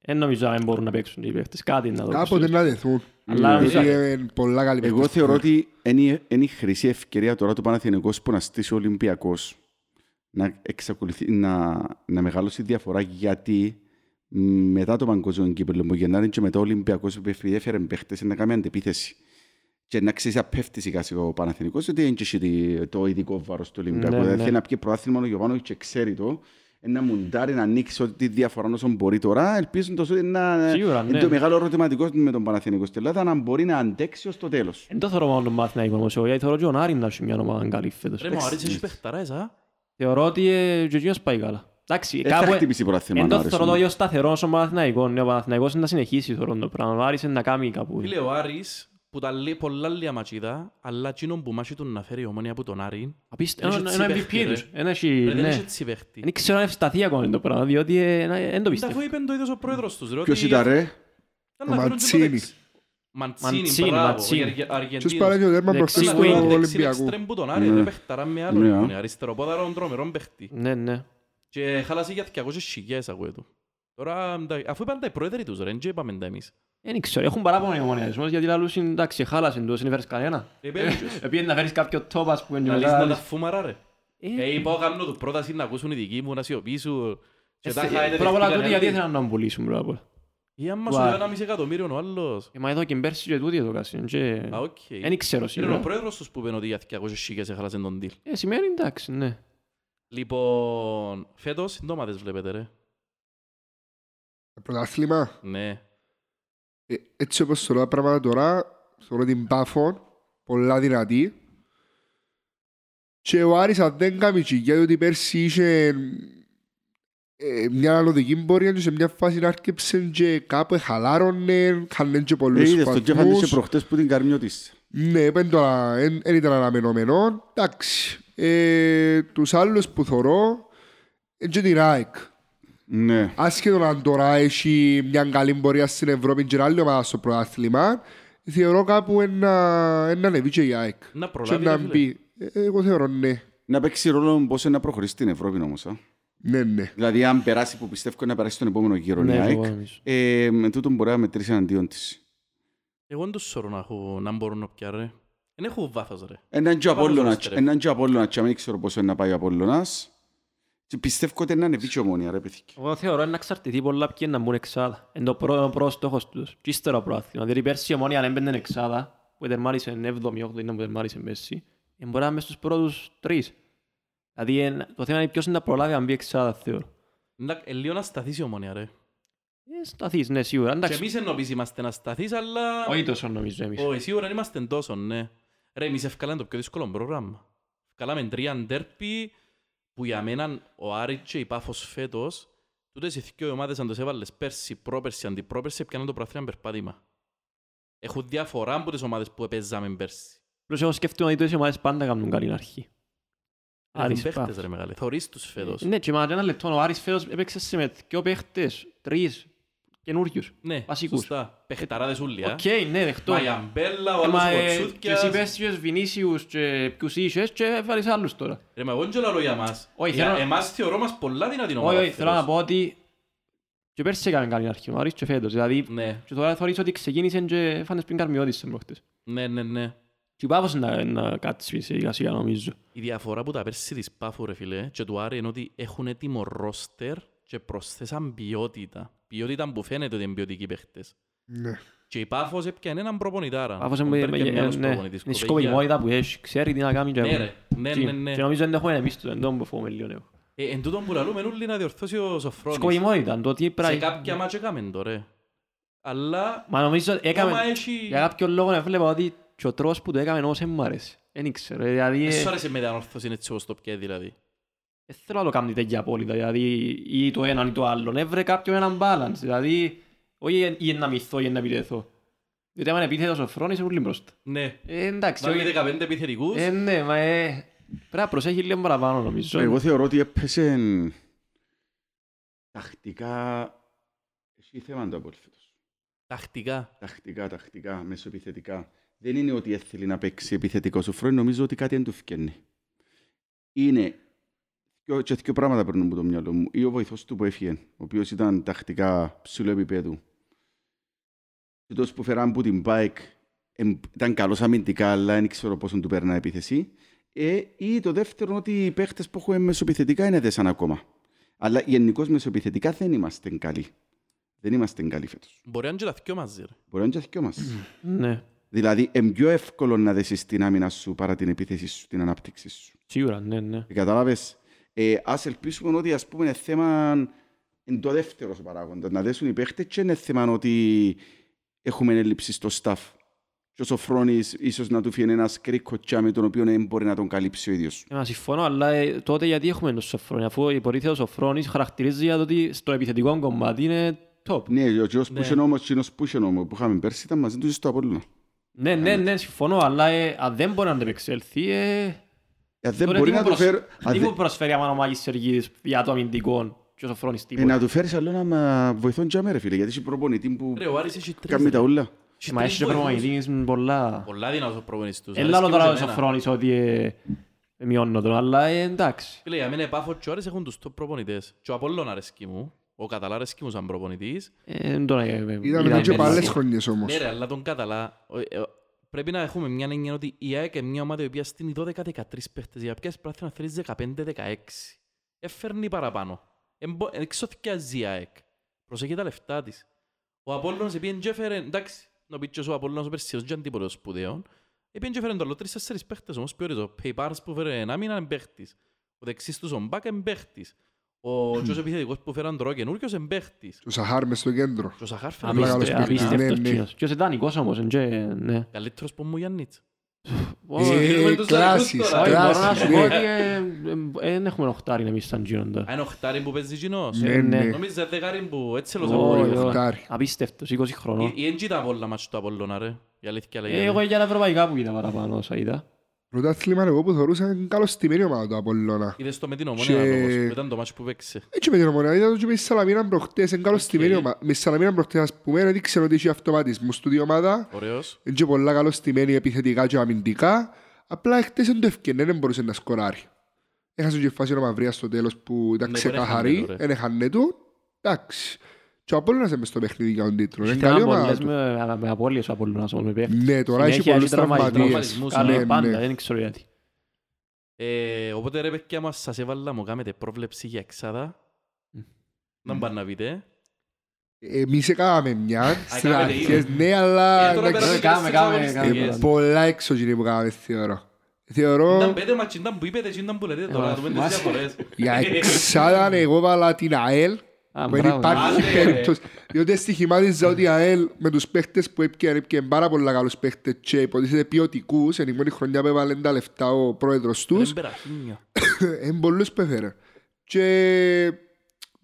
S3: Δεν νομίζω να μπορούν να παίξουν οι παίχτες. Κάτι να δώσουν.
S2: Κάποτε να δεθούν.
S3: Αλλά
S2: Διότι
S3: νομίζω-
S2: είναι πολλά καλή
S4: Εγώ
S2: παίκτες.
S4: θεωρώ
S3: Ναι.
S4: ότι είναι είναι η χρυσή ευκαιρία τώρα του Παναθηναϊκός που να στήσει ο Ολυμπιακός να εξακολουθεί, να, να μεγαλώσει η διαφορά γιατί μ, μετά το Παγκόσμιο Κύπελλο που γεννάνε και μετά ο Ολυμπιακός που έφερε παίχτες να κάνει αντεπίθεση και να ξέρεις να πέφτει σιγά σιγά ο Παναθηναϊκός ότι δεν έχει τη- το ειδικό βάρος του Ολυμπιακού
S3: Ναι,
S4: δηλαδή
S3: ναι.
S4: θέλει να πιει προάθλημα ο Γιωβάνο και ξέρει το ένα μουντάρι να ανοίξει ό,τι διαφορά όσο μπορεί τώρα ελπίζοντας ότι να...
S3: Σίγουρα,
S4: είναι
S3: ναι.
S4: το μεγάλο ερωτηματικό με τον Παναθηναϊκό στην Ελλάδα να μπορεί να αντέξει ως το τέλος.
S3: Δεν το θεωρώ μόνο τον Μαθηναϊκό όμως, εγώ, γιατί θεωρώ και ο Άρη να έχει μια ομάδα καλή φέτος.
S1: Ρε μου αρέσει εσύ παιχταράς, α.
S3: Θεωρώ ότι ε, και ο Γιος πάει καλά. Εντάξει,
S4: Ε, θα
S3: κάπου...
S4: χτυπήσει πρωτάθλημα,
S3: Εν το
S4: να αρέσει,
S3: θεωρώ το
S4: ναι.
S3: ίδιο σταθερό όσο ο Παναθηναϊκός. Ναι, ο Παναθηναϊκός είναι να συνεχίσει θεωρώ το πράγμα. Ο Άρης είναι να κάνει κάπου.
S1: Φίλε, ο Άρης που τα λέει πολλά λίγα ματσίδα, αλλά εκείνον που μάχει τον να φέρει η ομόνια από τον Άρη,
S3: Απίστευτο.
S1: Έχει
S3: Ένα MVP
S1: τσιπέχτη, ρε.
S3: τους. Ένα έχει...
S1: ρε, δεν
S3: ναι.
S1: έχει έτσι παίχτη.
S3: Δεν ξέρω αν ευσταθεί ακόμα το πράγμα, διότι ε, να- δεν το
S1: Τα αφού
S3: πιστεύω.
S1: είπε το ίδιος ο πρόεδρος τους. ρε,
S4: Ποιος
S1: ότι
S4: ήταν ρε,
S1: ήταν να
S2: Ο
S1: φέρουν
S2: Μαντσίνι.
S1: και το δεξί. Μαντσίνι,
S3: Μαντσίνι,
S1: μπράβο,
S3: Μαντσίνι.
S1: ο Αργε-
S2: Ποιος
S1: Αργεντίνος.
S2: παράγει το τέρμα
S3: Δεξί
S2: προχθές
S1: Ήταν
S2: του
S3: wing,
S1: ένα δεξί
S2: Ολυμπιακού.
S1: εξτρέμ που τον Άρη,
S4: Ναι.
S1: ρε, παιχταρά με άλλο,
S4: Ναι.
S1: ρε, είναι αριστεροπόδαρος, τρομερό παίχτη.
S3: Ναι, ναι.
S1: Και χάλασε για 200 χιλιάδες αγούε του. Τώρα, εντάξει, αφού είπαν τα οι πρόεδροι τους, ρε, δεν είπαμε τα εμείς.
S3: Δεν ξέρω, έχουν παράπονο οι ομονιασμός γιατί λαλούς εντάξει, χάλασε εντός, δεν έφερες κανένα.
S1: Ε, πες τους.
S3: Επειδή να φέρεις κάποιο τόπο, ας πούμε, και
S1: Λαλείς να τα
S3: μετά...
S1: φούμαρα, ρε.
S3: Ε,
S1: Ε, είπα ο γαμνό του πρόταση να ακούσουν οι δικοί μου, να σιωπήσουν. Και τα χάιδε
S3: Πρώτα απ' όλα,
S1: δεχτήκαν
S3: τούτοι γιατί
S1: οι άλλοι.
S3: ήθελαν Ε, να πουλήσουν, πρώτα απ' όλα.
S1: Ή άμα σου
S3: Βα.
S1: λέει ένα μισή εκατομμύριο ο άλλος.
S3: Ε, Μα εδώ και πέρσι και τούτοι εδώ κάσουν και...
S1: Α, οκ.
S3: Δεν
S1: Ήταν
S3: ξέρω
S1: ο
S3: σίγουρα.
S1: πρόεδρος τους που είπε ότι για 200 χίλιες έχαλασαν τον deal.
S3: Ε, σημαίνει εντάξει, ναι.
S1: Λοιπόν, φέτος συντόματες βλέπετε ρε.
S2: Πρωτάθλημα.
S1: Ναι.
S2: Ε, έτσι όπως θεωρώ τα πράγματα τώρα, θεωρώ την Πάφον πολλά δυνατή. Και ο Άρης αν δεν κάνει τσιγιά, διότι πέρσι είχε ε, μια ανωδική πορεία και σε μια φάση να άρκεψε και κάπου χαλάρωνε, χάνε και πολλούς
S4: Ε, Είδες τον Τζεφ Αντίσσε
S2: βαθμούς.
S4: προχτές που την καρμιώτησε.
S2: Ναι, είπεν τώρα, εν, εν ήταν αναμενόμενο. Εντάξει, ε, τους άλλους που θωρώ, ε, και την ΑΕΚ.
S4: Ναι.
S2: Άσχετο αν τώρα έχει μια καλή πορεία στην Ευρώπη και άλλη ομάδα στο πρωτάθλημα, θεωρώ κάπου ένα, ένα ανεβεί και η ΑΕΚ.
S1: Να
S2: Και
S1: προλάβει
S2: να
S1: ρε φίλε.
S2: μπει. Ε, Εγώ θεωρώ ναι.
S4: Να παίξει ρόλο πώς είναι να προχωρήσει στην Ευρώπη όμως. α.
S2: Ναι, ναι.
S4: Δηλαδή, αν περάσει που πιστεύω να περάσει τον επόμενο γύρο, η
S3: Ναι,
S4: ΑΕΚ,
S3: εγώ νομίζω.
S4: ε, με τούτον μπορεί να μετρήσει εναντίον της.
S1: Εγώ δεν τους σωρώ να, έχω, να μπορούν να πιάρω ρε. Δεν έχω βάθος ρε.
S4: Έναν και ο
S1: Πάμε στο
S4: Απόλλωνας,
S1: δεύτερο.
S4: έναν και ο Απόλλωνας και αν δεν ξέρω πόσο είναι να πάει ο Απόλλωνας. Και πιστεύω ότι είναι ανεβεί και η ομόνια ρε παιδιά.
S3: Εγώ θεωρώ να εξαρτηθεί πολλά ποιοι να μπουν εξάδα. Είναι το πρώτο πρώτος στόχος τους. Και ύστερα πρόθυμα. Δηλαδή πέρσι η ομόνια αν έμπαινε εξάδα, που τερμάρισε 7η-8η, είναι που τερμάρισε πέρσι, ε, μπορεί να είναι στους πρώτους τρεις. Δηλαδή ε, το θέμα είναι ποιος είναι να προλάβει αν μπει εξάδα, θεωρώ.
S1: Να, ε, λίγο να σταθείς η ομονία ρε.
S3: Ε, σταθείς, ναι, σίγουρα.
S1: Και
S3: Εντάξει,
S1: εμείς εννοπείς είμαστε να σταθείς, αλλά...
S3: όχι τόσο νομίζω εμείς.
S1: Όχι, σίγουρα είμαστε τόσο, ναι. Ρε, εμείς ευκαλάμε το πιο δύσκολο πρόγραμμα. Ευκαλάμε τρία ντέρπι που για μένα ο Άρης και η Πάφος φέτος, τούτες οι δύο ομάδες αν τους έβαλες πέρσι, πρόπερσι, αντιπρόπερσι, έπιαναν το πραθήνα περπάτημα. Έχουν διαφορά από τις ομάδες που έπαιζαμε πέρσι.
S3: Απλώς εγώ σκέφτομαι ότι οι ομάδες πάντα κάνουν καλή αρχή.
S1: Έχουν Ε, παίχτες
S3: Πάφος.
S1: ρε μεγάλε, θωρείς τους φέτος.
S3: Ναι, και μα ένα λεπτό, ο Άρης φέτος έπαιξε σε με δυο παίχτες, τρεις, καινούριους.
S1: Ναι,
S3: βασικούς.
S1: σωστά. Παιχταράδες ούλοι, α.
S3: Οκ, ναι, δεχτώ.
S1: Μαγιαμπέλα, ο άλλος
S3: Μα ε, και
S1: Κοτσούτκιας.
S3: εσύ πες τους Βινίσιους και ποιους είχες και έβαλες άλλους τώρα.
S1: Ρε, μα εγώ δεν ξέρω για εμάς.
S3: Όχι,
S1: Για
S3: θέλω να-
S1: εμάς θεωρώ μας πολλά δυνατή ομάδα
S3: Όχι, όχι, θέλω
S1: φέτος.
S3: να πω ότι και πέρσι έκαμε καλή αρχή, ο Άρης και φέτος. Δηλαδή,
S1: Ναι,
S3: και τώρα θεωρείς ότι ξεκίνησε και φάνες πριν καρμιώτης σε πρόχτες.
S1: ναι, ναι, ναι.
S3: Και πάβος να, να κάτσει σιγά σιγά νομίζω.
S1: Η διαφορά που τα πέρσι της Πάφου, ρε φίλε, και του Άρη είναι ότι έχουν έτοιμο ρόστερ και προσθέσαν ποιότητα. Ποιότητα που φαίνεται ότι είναι ποιοτικοί παίχτες.
S2: ναι.
S1: Και η Πάφος έπιανε έναν προπονητάρα.
S3: Πάβος
S1: Τον
S3: είναι
S1: παίρνει
S3: ε,
S1: και μιας
S3: ναι,
S1: προπονητής,
S3: είναι η
S1: κοπέγια.
S3: σκοπιμότητα που έχει, ξέρει τι να κάνει και
S1: Ναι, ρε. Ναι,
S3: και-
S1: ναι, ναι.
S3: και νομίζω δεν το έχουμε εμείς το εντόμο που φοβούμε λίγο ναι. νέο.
S1: Ε, Εν τούτον που λαλούμε, όλοι να διορθώσει ο Σοφρόνης.
S3: Σκοπιμότητα, το τι
S1: Σε
S3: πράγει.
S1: κάποια μάτια έκαμε το, ρε. Αλλά
S3: Μα νομίζω
S1: ακόμα
S3: έκαμε,
S1: έχει...
S3: για κάποιο λόγο έβλεπα ότι και ο τρόπος που το έκαμε όμως δεν μου αρέσει. Δεν ήξερα, δηλαδή...
S1: Δεν
S3: ε,
S1: σου άρεσε με την ανόρθωση έτσι όπως το πιέ, δηλαδή.
S3: Δεν θέλω να το κάνετε για απόλυτα, δηλαδή ή το έναν ή το άλλον. Έβρε κάποιον έναν balance, δηλαδή όχι εν- ή να μυθώ ή εν να επιτεθώ. Διότι άμα είναι επίθετος ο Φρόνης, είναι πολύ μπροστά.
S1: Ναι.
S3: Ε, εντάξει,
S1: Να είναι
S3: όχι.
S1: 15 επιθετικούς.
S3: Ε, ναι, μα ε, πρέπει να προσέχει λίγο παραπάνω νομίζω.
S4: Εγώ θεωρώ ότι έπαιζε τακτικά... Έχει θέμα το Απόλλη φέτος.
S1: Τακτικά.
S4: Τακτικά, τακτικά, μεσοεπιθετικά. Δεν είναι ότι έθελε να παίξει επιθετικό σου φρόνι, νομίζω ότι κάτι δεν του φκένει. Είναι δυο, και δύο πράγματα περνούν από το μυαλό μου. Ή ο βοηθός του που έφυγε, ο οποίος ήταν τακτικά ψηλό επίπεδου. Και τόσος που φεράν που την bike ήταν καλός αμυντικά, αλλά δεν ξέρω πόσο του παίρνει επίθεση. Ε, ή το δεύτερο ότι οι παίχτες που έχουμε μεσοεπιθετικά είναι δέσαν ακόμα. Αλλά γενικώς μεσοεπιθετικά δεν είμαστε καλοί. Δεν είμαστε καλοί φέτος.
S1: Μπορεί να είναι και τα δυο μαζί, ρε.
S4: Μπορεί να είναι και δυο μας.
S3: Ναι,
S4: Δηλαδή, είναι πιο εύκολο να δεσεις την άμυνα σου παρά την επίθεση σου, την ανάπτυξη σου.
S3: σίγουρα, ναι, ναι.
S4: Ε, Κατάλαβες, ε, ας ελπίσουμε ότι ας πούμε είναι θέμα είναι το δεύτερο παράγοντα. Να δέσουν οι παίχτες και είναι θέμα ότι έχουμε έλλειψη στο staff. Και ο Σοφρόνης ίσως να του φύγει ένας κρίκος τσάμι τον οποίο δεν μπορεί να τον καλύψει ο ίδιος.
S3: Ε, μα συμφωνώ, αλλά ε, τότε γιατί έχουμε τον Σοφρόνη, αφού η πορήθεια του Σοφρόνης χαρακτηρίζεται για το ότι στο επιθετικό κομμάτι είναι top.
S4: Ναι, ο κύριος
S1: Ναι.
S4: που είχε νόμος, ο κύριος που είχε νόμο που είχαμε πέρσι ήταν μαζί του στο Απόλλωνα.
S3: Ναι, ναι, ναι, συμφωνώ, αλλά ε, αν δεν μπορεί να αντεπεξέλθει, ε,
S4: Ε, Δεν
S3: Τώρα
S4: μπορεί
S3: τι
S4: να
S3: μου
S4: του
S3: προσ-
S4: φέρει...
S3: Τι μου προσφέρει άμα ο Μάκης Σεργίδης για το αμυντικό και ο Σοφρόνης
S4: Ε,
S3: τίποτα.
S4: να του φέρεις άλλο ένα βοηθόν τζάμε ρε φίλε, γιατί είσαι προπονητή που
S1: Ρε, ο Άρης έχει τρεις,
S4: κάνει
S1: ρε.
S4: τα ούλα.
S1: Έχει
S3: Μα
S1: τρεις
S3: έχει και
S1: βοηθούς.
S3: προπονητής με πολλά.
S1: Πολλά δυνατός ο προπονητής τους.
S3: Έλα άλλο
S1: Αρέσκει
S3: τώρα ο
S1: μου σε μένα.
S3: Σοφρόνης ότι ε, μειώνω τον, αλλά ε, εντάξει.
S1: Φίλε, για μένα η Πάφος και ο Άρης έχουν τους top προπονητές. Και ο Απόλλων αρέσκει μου. Ο Καταλά αρέσκει μου σαν προπονητής.
S3: Ε, δεν τον ε, ε,
S2: Είδαμε
S1: Είδαμε
S2: τον και
S1: πέρσι.
S2: παλές χρονιές όμως.
S1: Ναι ρε, αλλά τον Καταλά... ο- ε, ο- Πρέπει να έχουμε μια έννοια ότι η ΑΕΚ είναι μια ομάδα η οποία στείνει 12-13 παίχτες. Για ποιες πράθυνα θέλεις 15-16. Έφερνει παραπάνω. Εμπο- ε, Εξωθιάζει η ΑΕΚ. Προσέχει τα λεφτά της. Ο Απόλλωνας επειδή έφερε... Εντάξει, να πει και ο Απόλλωνας ο Περσίος και τίποτα σπουδαίων. Επειδή έφερε το άλλο τρεις-τέσσερις παίχτες όμως ποιορίζω. Ο Πεϊπάρς που έφερε ένα μήνα είναι παίχτης. Ο δεξής του Ζομπάκ είναι παίχτης. Ο Τζος επιθετικός που φέραν τώρα καινούριος είναι παίχτης.
S2: Ο Σαχάρ μες στο κέντρο.
S1: Και ο Σαχάρ φαίνεται
S2: Απλά
S1: καλός
S2: καλός
S3: Απίστευτος,
S1: παίκτης.
S2: παίκτης. Ναι, ναι.
S3: απίστευτος κύριος. Και ο Σετάνικος όμως, εν και, ναι.
S1: Καλύτερος που μου Γιάννητς.
S3: Ω,
S2: Ε,
S3: όχι,
S1: με τους
S2: κλάσεις,
S1: Λαϊκούς τώρα.
S3: Μπορώ να
S2: κλάσεις,
S3: σου
S2: ναι.
S3: πω ότι ε, ε, δεν έχουμε οχτάρι εμείς σαν
S1: Α,
S3: Girondin.
S1: είναι οχτάρι που παίζει κοινός.
S2: Ναι, ναι.
S3: ναι.
S1: Νομίζω δεκάρι που έτσι έλος
S3: Ω,
S2: Ω,
S1: από
S3: ε,
S1: το
S3: ω.
S2: οχτάρι.
S3: Απίστευτος, 20 χρονών.
S1: Ή έντζι τα πολλά μάτς του Απόλλωνα ρε. Η αλήθεια
S3: Ε,
S1: λέγεται.
S3: Εγώ για τα ευρωπαϊκά που είδα παραπάνω όσα είδα.
S2: Πρωτάθλημα εγώ που θεωρούσα είναι καλωστημένη ομάδα του Απολλώνα.
S1: Είδες το με την ομόνια
S2: Και-
S1: λόγος. που Ήταν το μάτς που παίξε.
S2: Έτσι με την ομονία, είδα το και με τη Σαλαμίνα προχτές, είναι καλωστημένη
S1: Οκ.
S2: ομάδα. Με τη Σαλαμίνα προχτές, ας πούμε, έδειξε ότι είχε αυτοματισμούς του δύο ομάδα,
S1: Ωραίος.
S2: είναι και πολλά καλωστημένη επιθετικά και αμυντικά, απλά χτες δεν το ευκαινέ, δεν μπορούσε να σκοράρει. Έχασε και φάση ο Μαυρίας στο τέλος που ήταν
S1: Ναι, δεν
S2: ξεκαθαρή,
S1: έχανε το, ρε.
S2: δεν έχανε του, εντάξει. Και ο Απόλλωνας είναι μες στο παιχνίδι για τον τίτλο, είναι
S3: Ήταν
S2: καλή ομάδα
S3: πολλές
S2: του.
S3: με- με- με απώλειες ο Απόλλωνας όμως, με παίχτες.
S2: Ναι, τώρα έχει
S3: Συνέχεια
S2: πολλούς
S3: έχει τραυματισμούς,
S2: τραυματίες.
S1: τραυματισμούς,
S3: Καλό,
S1: ναι,
S2: ναι.
S3: ε, πάντα, δεν ξέρω γιατί.
S1: Ε, Οπότε ρε παιδιά μας σας έβαλα μου κάνετε πρόβλεψη για εξάδα.
S3: Μμ.
S1: Να μπαν να πείτε.
S2: Εμείς έκαναμε μια, στις
S1: κάνετε
S2: αρχές,
S1: ήδη.
S2: ναι, αλλά...
S1: Ε, τώρα
S2: εντάξει.
S1: πέρασε
S3: κάμε,
S1: στις
S3: κάμε,
S1: αγωνιστικές.
S2: Ε, Πολλά εξωγήινοι που κάναμε θεωρώ. Θεωρώ
S1: Ήταν πέντε μάτς, ήταν που είπετε και ήταν που λέτε τώρα.
S3: Ε,
S1: να δούμε τις
S3: θυμάσαι.
S1: διαφορές.
S2: για εξάδαν εγώ βάλα την ΑΕΛ
S3: Α,
S2: που δεν
S3: μπράβο,
S1: ναι.
S2: υπάρχει *laughs* περίπτωση. Διότι στοιχημάτιζα ότι η ΑΕΛ με τους παίχτες που έπιανε έπιανε πάρα πολλά καλούς παίχτες και υποτίθεται ποιοτικούς, εν η μόνη χρονιά που έβαλε τα λεφτά ο πρόεδρος τους,
S1: Δεν περαχύνια.
S2: *laughs* εν πολλούς πεθαίνε. Και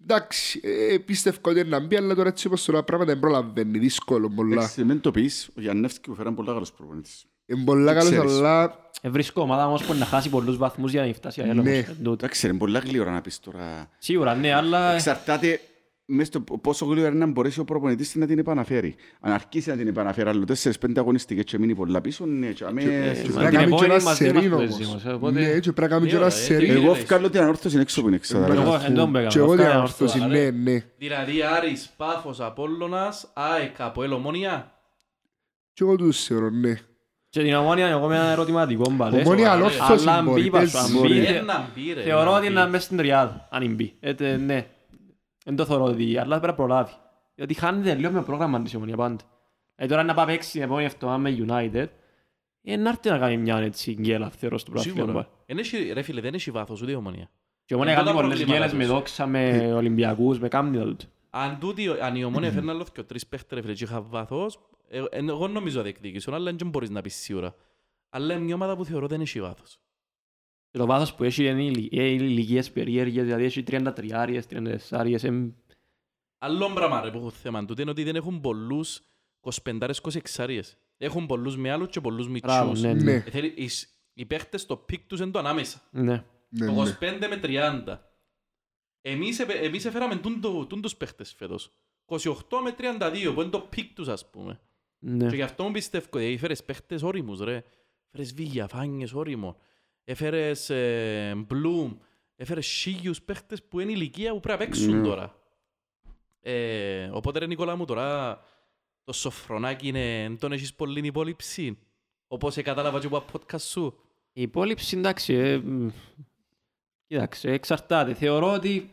S2: εντάξει, ε, πίστευα ότι είναι να μπει, αλλά τώρα έτσι όπως τώρα τα πράγματα δεν προλαβαίνει, δύσκολο πολλά.
S4: Εντάξει, μην το πεις, ο Γιαννεύσκη που φέραν πολλά καλός προπονητής.
S2: Είναι πολλά καλός,
S4: Ξέρεις.
S2: αλλά
S3: Ε, βρίσκω ομάδα όμως που να χάσει πολλούς βαθμούς για να φτάσει άλλο
S2: Ναι.
S3: όμως, εν τούτο.
S4: Εντάξει, είναι πολλά γλύωρα να πεις τώρα.
S3: Σίγουρα, ναι, αλλά...
S4: Εξαρτάται μες στο πόσο γλύωρα είναι να μπορέσει ο προπονητής να την επαναφέρει. Αν αρκίσει να την επαναφέρει, άλλο τέσσερις-πέντε αγωνιστικές και μείνει πολλά πίσω, ναι, και αμέ-
S1: ε,
S4: στους
S3: μα-
S2: πρέπει να κάνουμε και
S3: την επόμενη
S2: ένα
S3: μαζί μας
S2: σερήν
S3: παίζεις
S2: όμως.
S3: όμως, ε, οπότε- ε,
S2: Ναι, και πρέπει να κάνουμε και
S1: Ναι,
S2: ένα
S1: ωραία,
S2: σερήν.
S1: τι-
S4: Εγώ βγάλω την ανόρθωση έξω που είναι εξάδερα.
S3: Εγώ δεν τον
S2: Και εγώ
S3: πήγα.
S2: την
S3: ε, Αυτά
S2: ανόρθωση,
S3: είναι
S2: ναι, ναι.
S1: *laughs* Δηλαδή Άρης, Πάφος, Απόλλωνας, ΑΕΚ, Αποέλ, Ομόνια.
S2: Και εγώ τους θεωρώ, ναι.
S3: Και την ομόνια εγώ με ένα ερωτηματικό μπαλέ.
S2: Ομόνια
S1: σοβαρά,
S2: ανόρθωση
S3: ε, αλλά
S2: μπορεί,
S3: μπήπα
S2: δεν
S3: σου, αν
S2: μπορεί.
S3: μπει.
S1: Ε, να μπει, ρε,
S3: Θεωρώ
S1: να
S3: ότι
S1: μπει.
S3: είναι μέσα στην τριάδα, αν μπει. Έτε, ναι. Δεν το θεωρώ ότι, αλλά πρέπει να προλάβει. Διότι χάνεται λίγο με το πρόγραμμα της η ομόνια πάντα. Ε, τώρα να πάει παίξει την επόμενη εβδομάδα με United, ε, να έρθει να κάνει μια έτσι γκέλα, θεωρώ, στο
S1: Σίγουρα.
S3: πρωτάθλημα.
S1: Εν έχει- Ρε φίλε, δεν έχει βάθος ούτε η ομονία.
S3: Και η ομόνια
S1: Ε,
S3: κάνει
S1: τα
S3: πολλές
S1: προβλήματα
S3: λοιπόν γκέλες με
S1: τους. Ε.
S3: δόξα, με Ολυμπιακούς, με κάμνιδα τούτο.
S1: Αν, τούτη, αν η ομόνια φέρνει άλλο και τρεις παίχτες ρε φίλε και είχα βάθος, ε, εν- εγώ νομίζω να διεκδικήσουν, αλλά δεν μπορείς να πεις σίγουρα. Αλλά είναι μια ομάδα που θεωρώ δεν έχει βάθος.
S3: Και το βάθος που έχει είναι οι λι- ε, οι ηλικίες περίεργες, δηλαδή έχει 33, 34, εμ,
S1: Άλλο πράγμα ρε που έχω θέμα τούτο είναι ότι δεν έχουν πολλούς 25-26 Έχουν πολλούς με άλλους και πολλούς
S3: μπράβο,
S1: μικρούς.
S3: ναι,
S2: Ναι,
S3: ναι.
S1: Ε, θέλει- εις- Οι παίχτες στο πικ τους είναι το ανάμεσα.
S3: ναι.
S2: ναι, ναι.
S1: Το 25 με 30. Εμείς, επε- εμείς έφεραμε τούντο- τούντους παίχτες φέτος. 28 με 32 που είναι το πικ τους ας πούμε.
S3: ναι.
S1: Και γι' αυτό μου πιστεύω ότι έφερες παίχτες όριμους ρε. Έφερες Βίγια, Φάνιες όριμο. Έφερες ε, Μπλουμ. Έφερες Σίγιους παίχτες που είναι ηλικία που πρέπει να παίξουν
S4: Ναι.
S1: τώρα. Ε, οπότε ρε Νικόλα μου τώρα το σοφρονάκι είναι εν τον έχεις πολύ υπόλοιψη. Όπως ε, κατάλαβα και από τα podcast σου.
S3: Η υπόλοιψη, εντάξει, ε, μ, κοίταξε, εξαρτάται. Θεωρώ ότι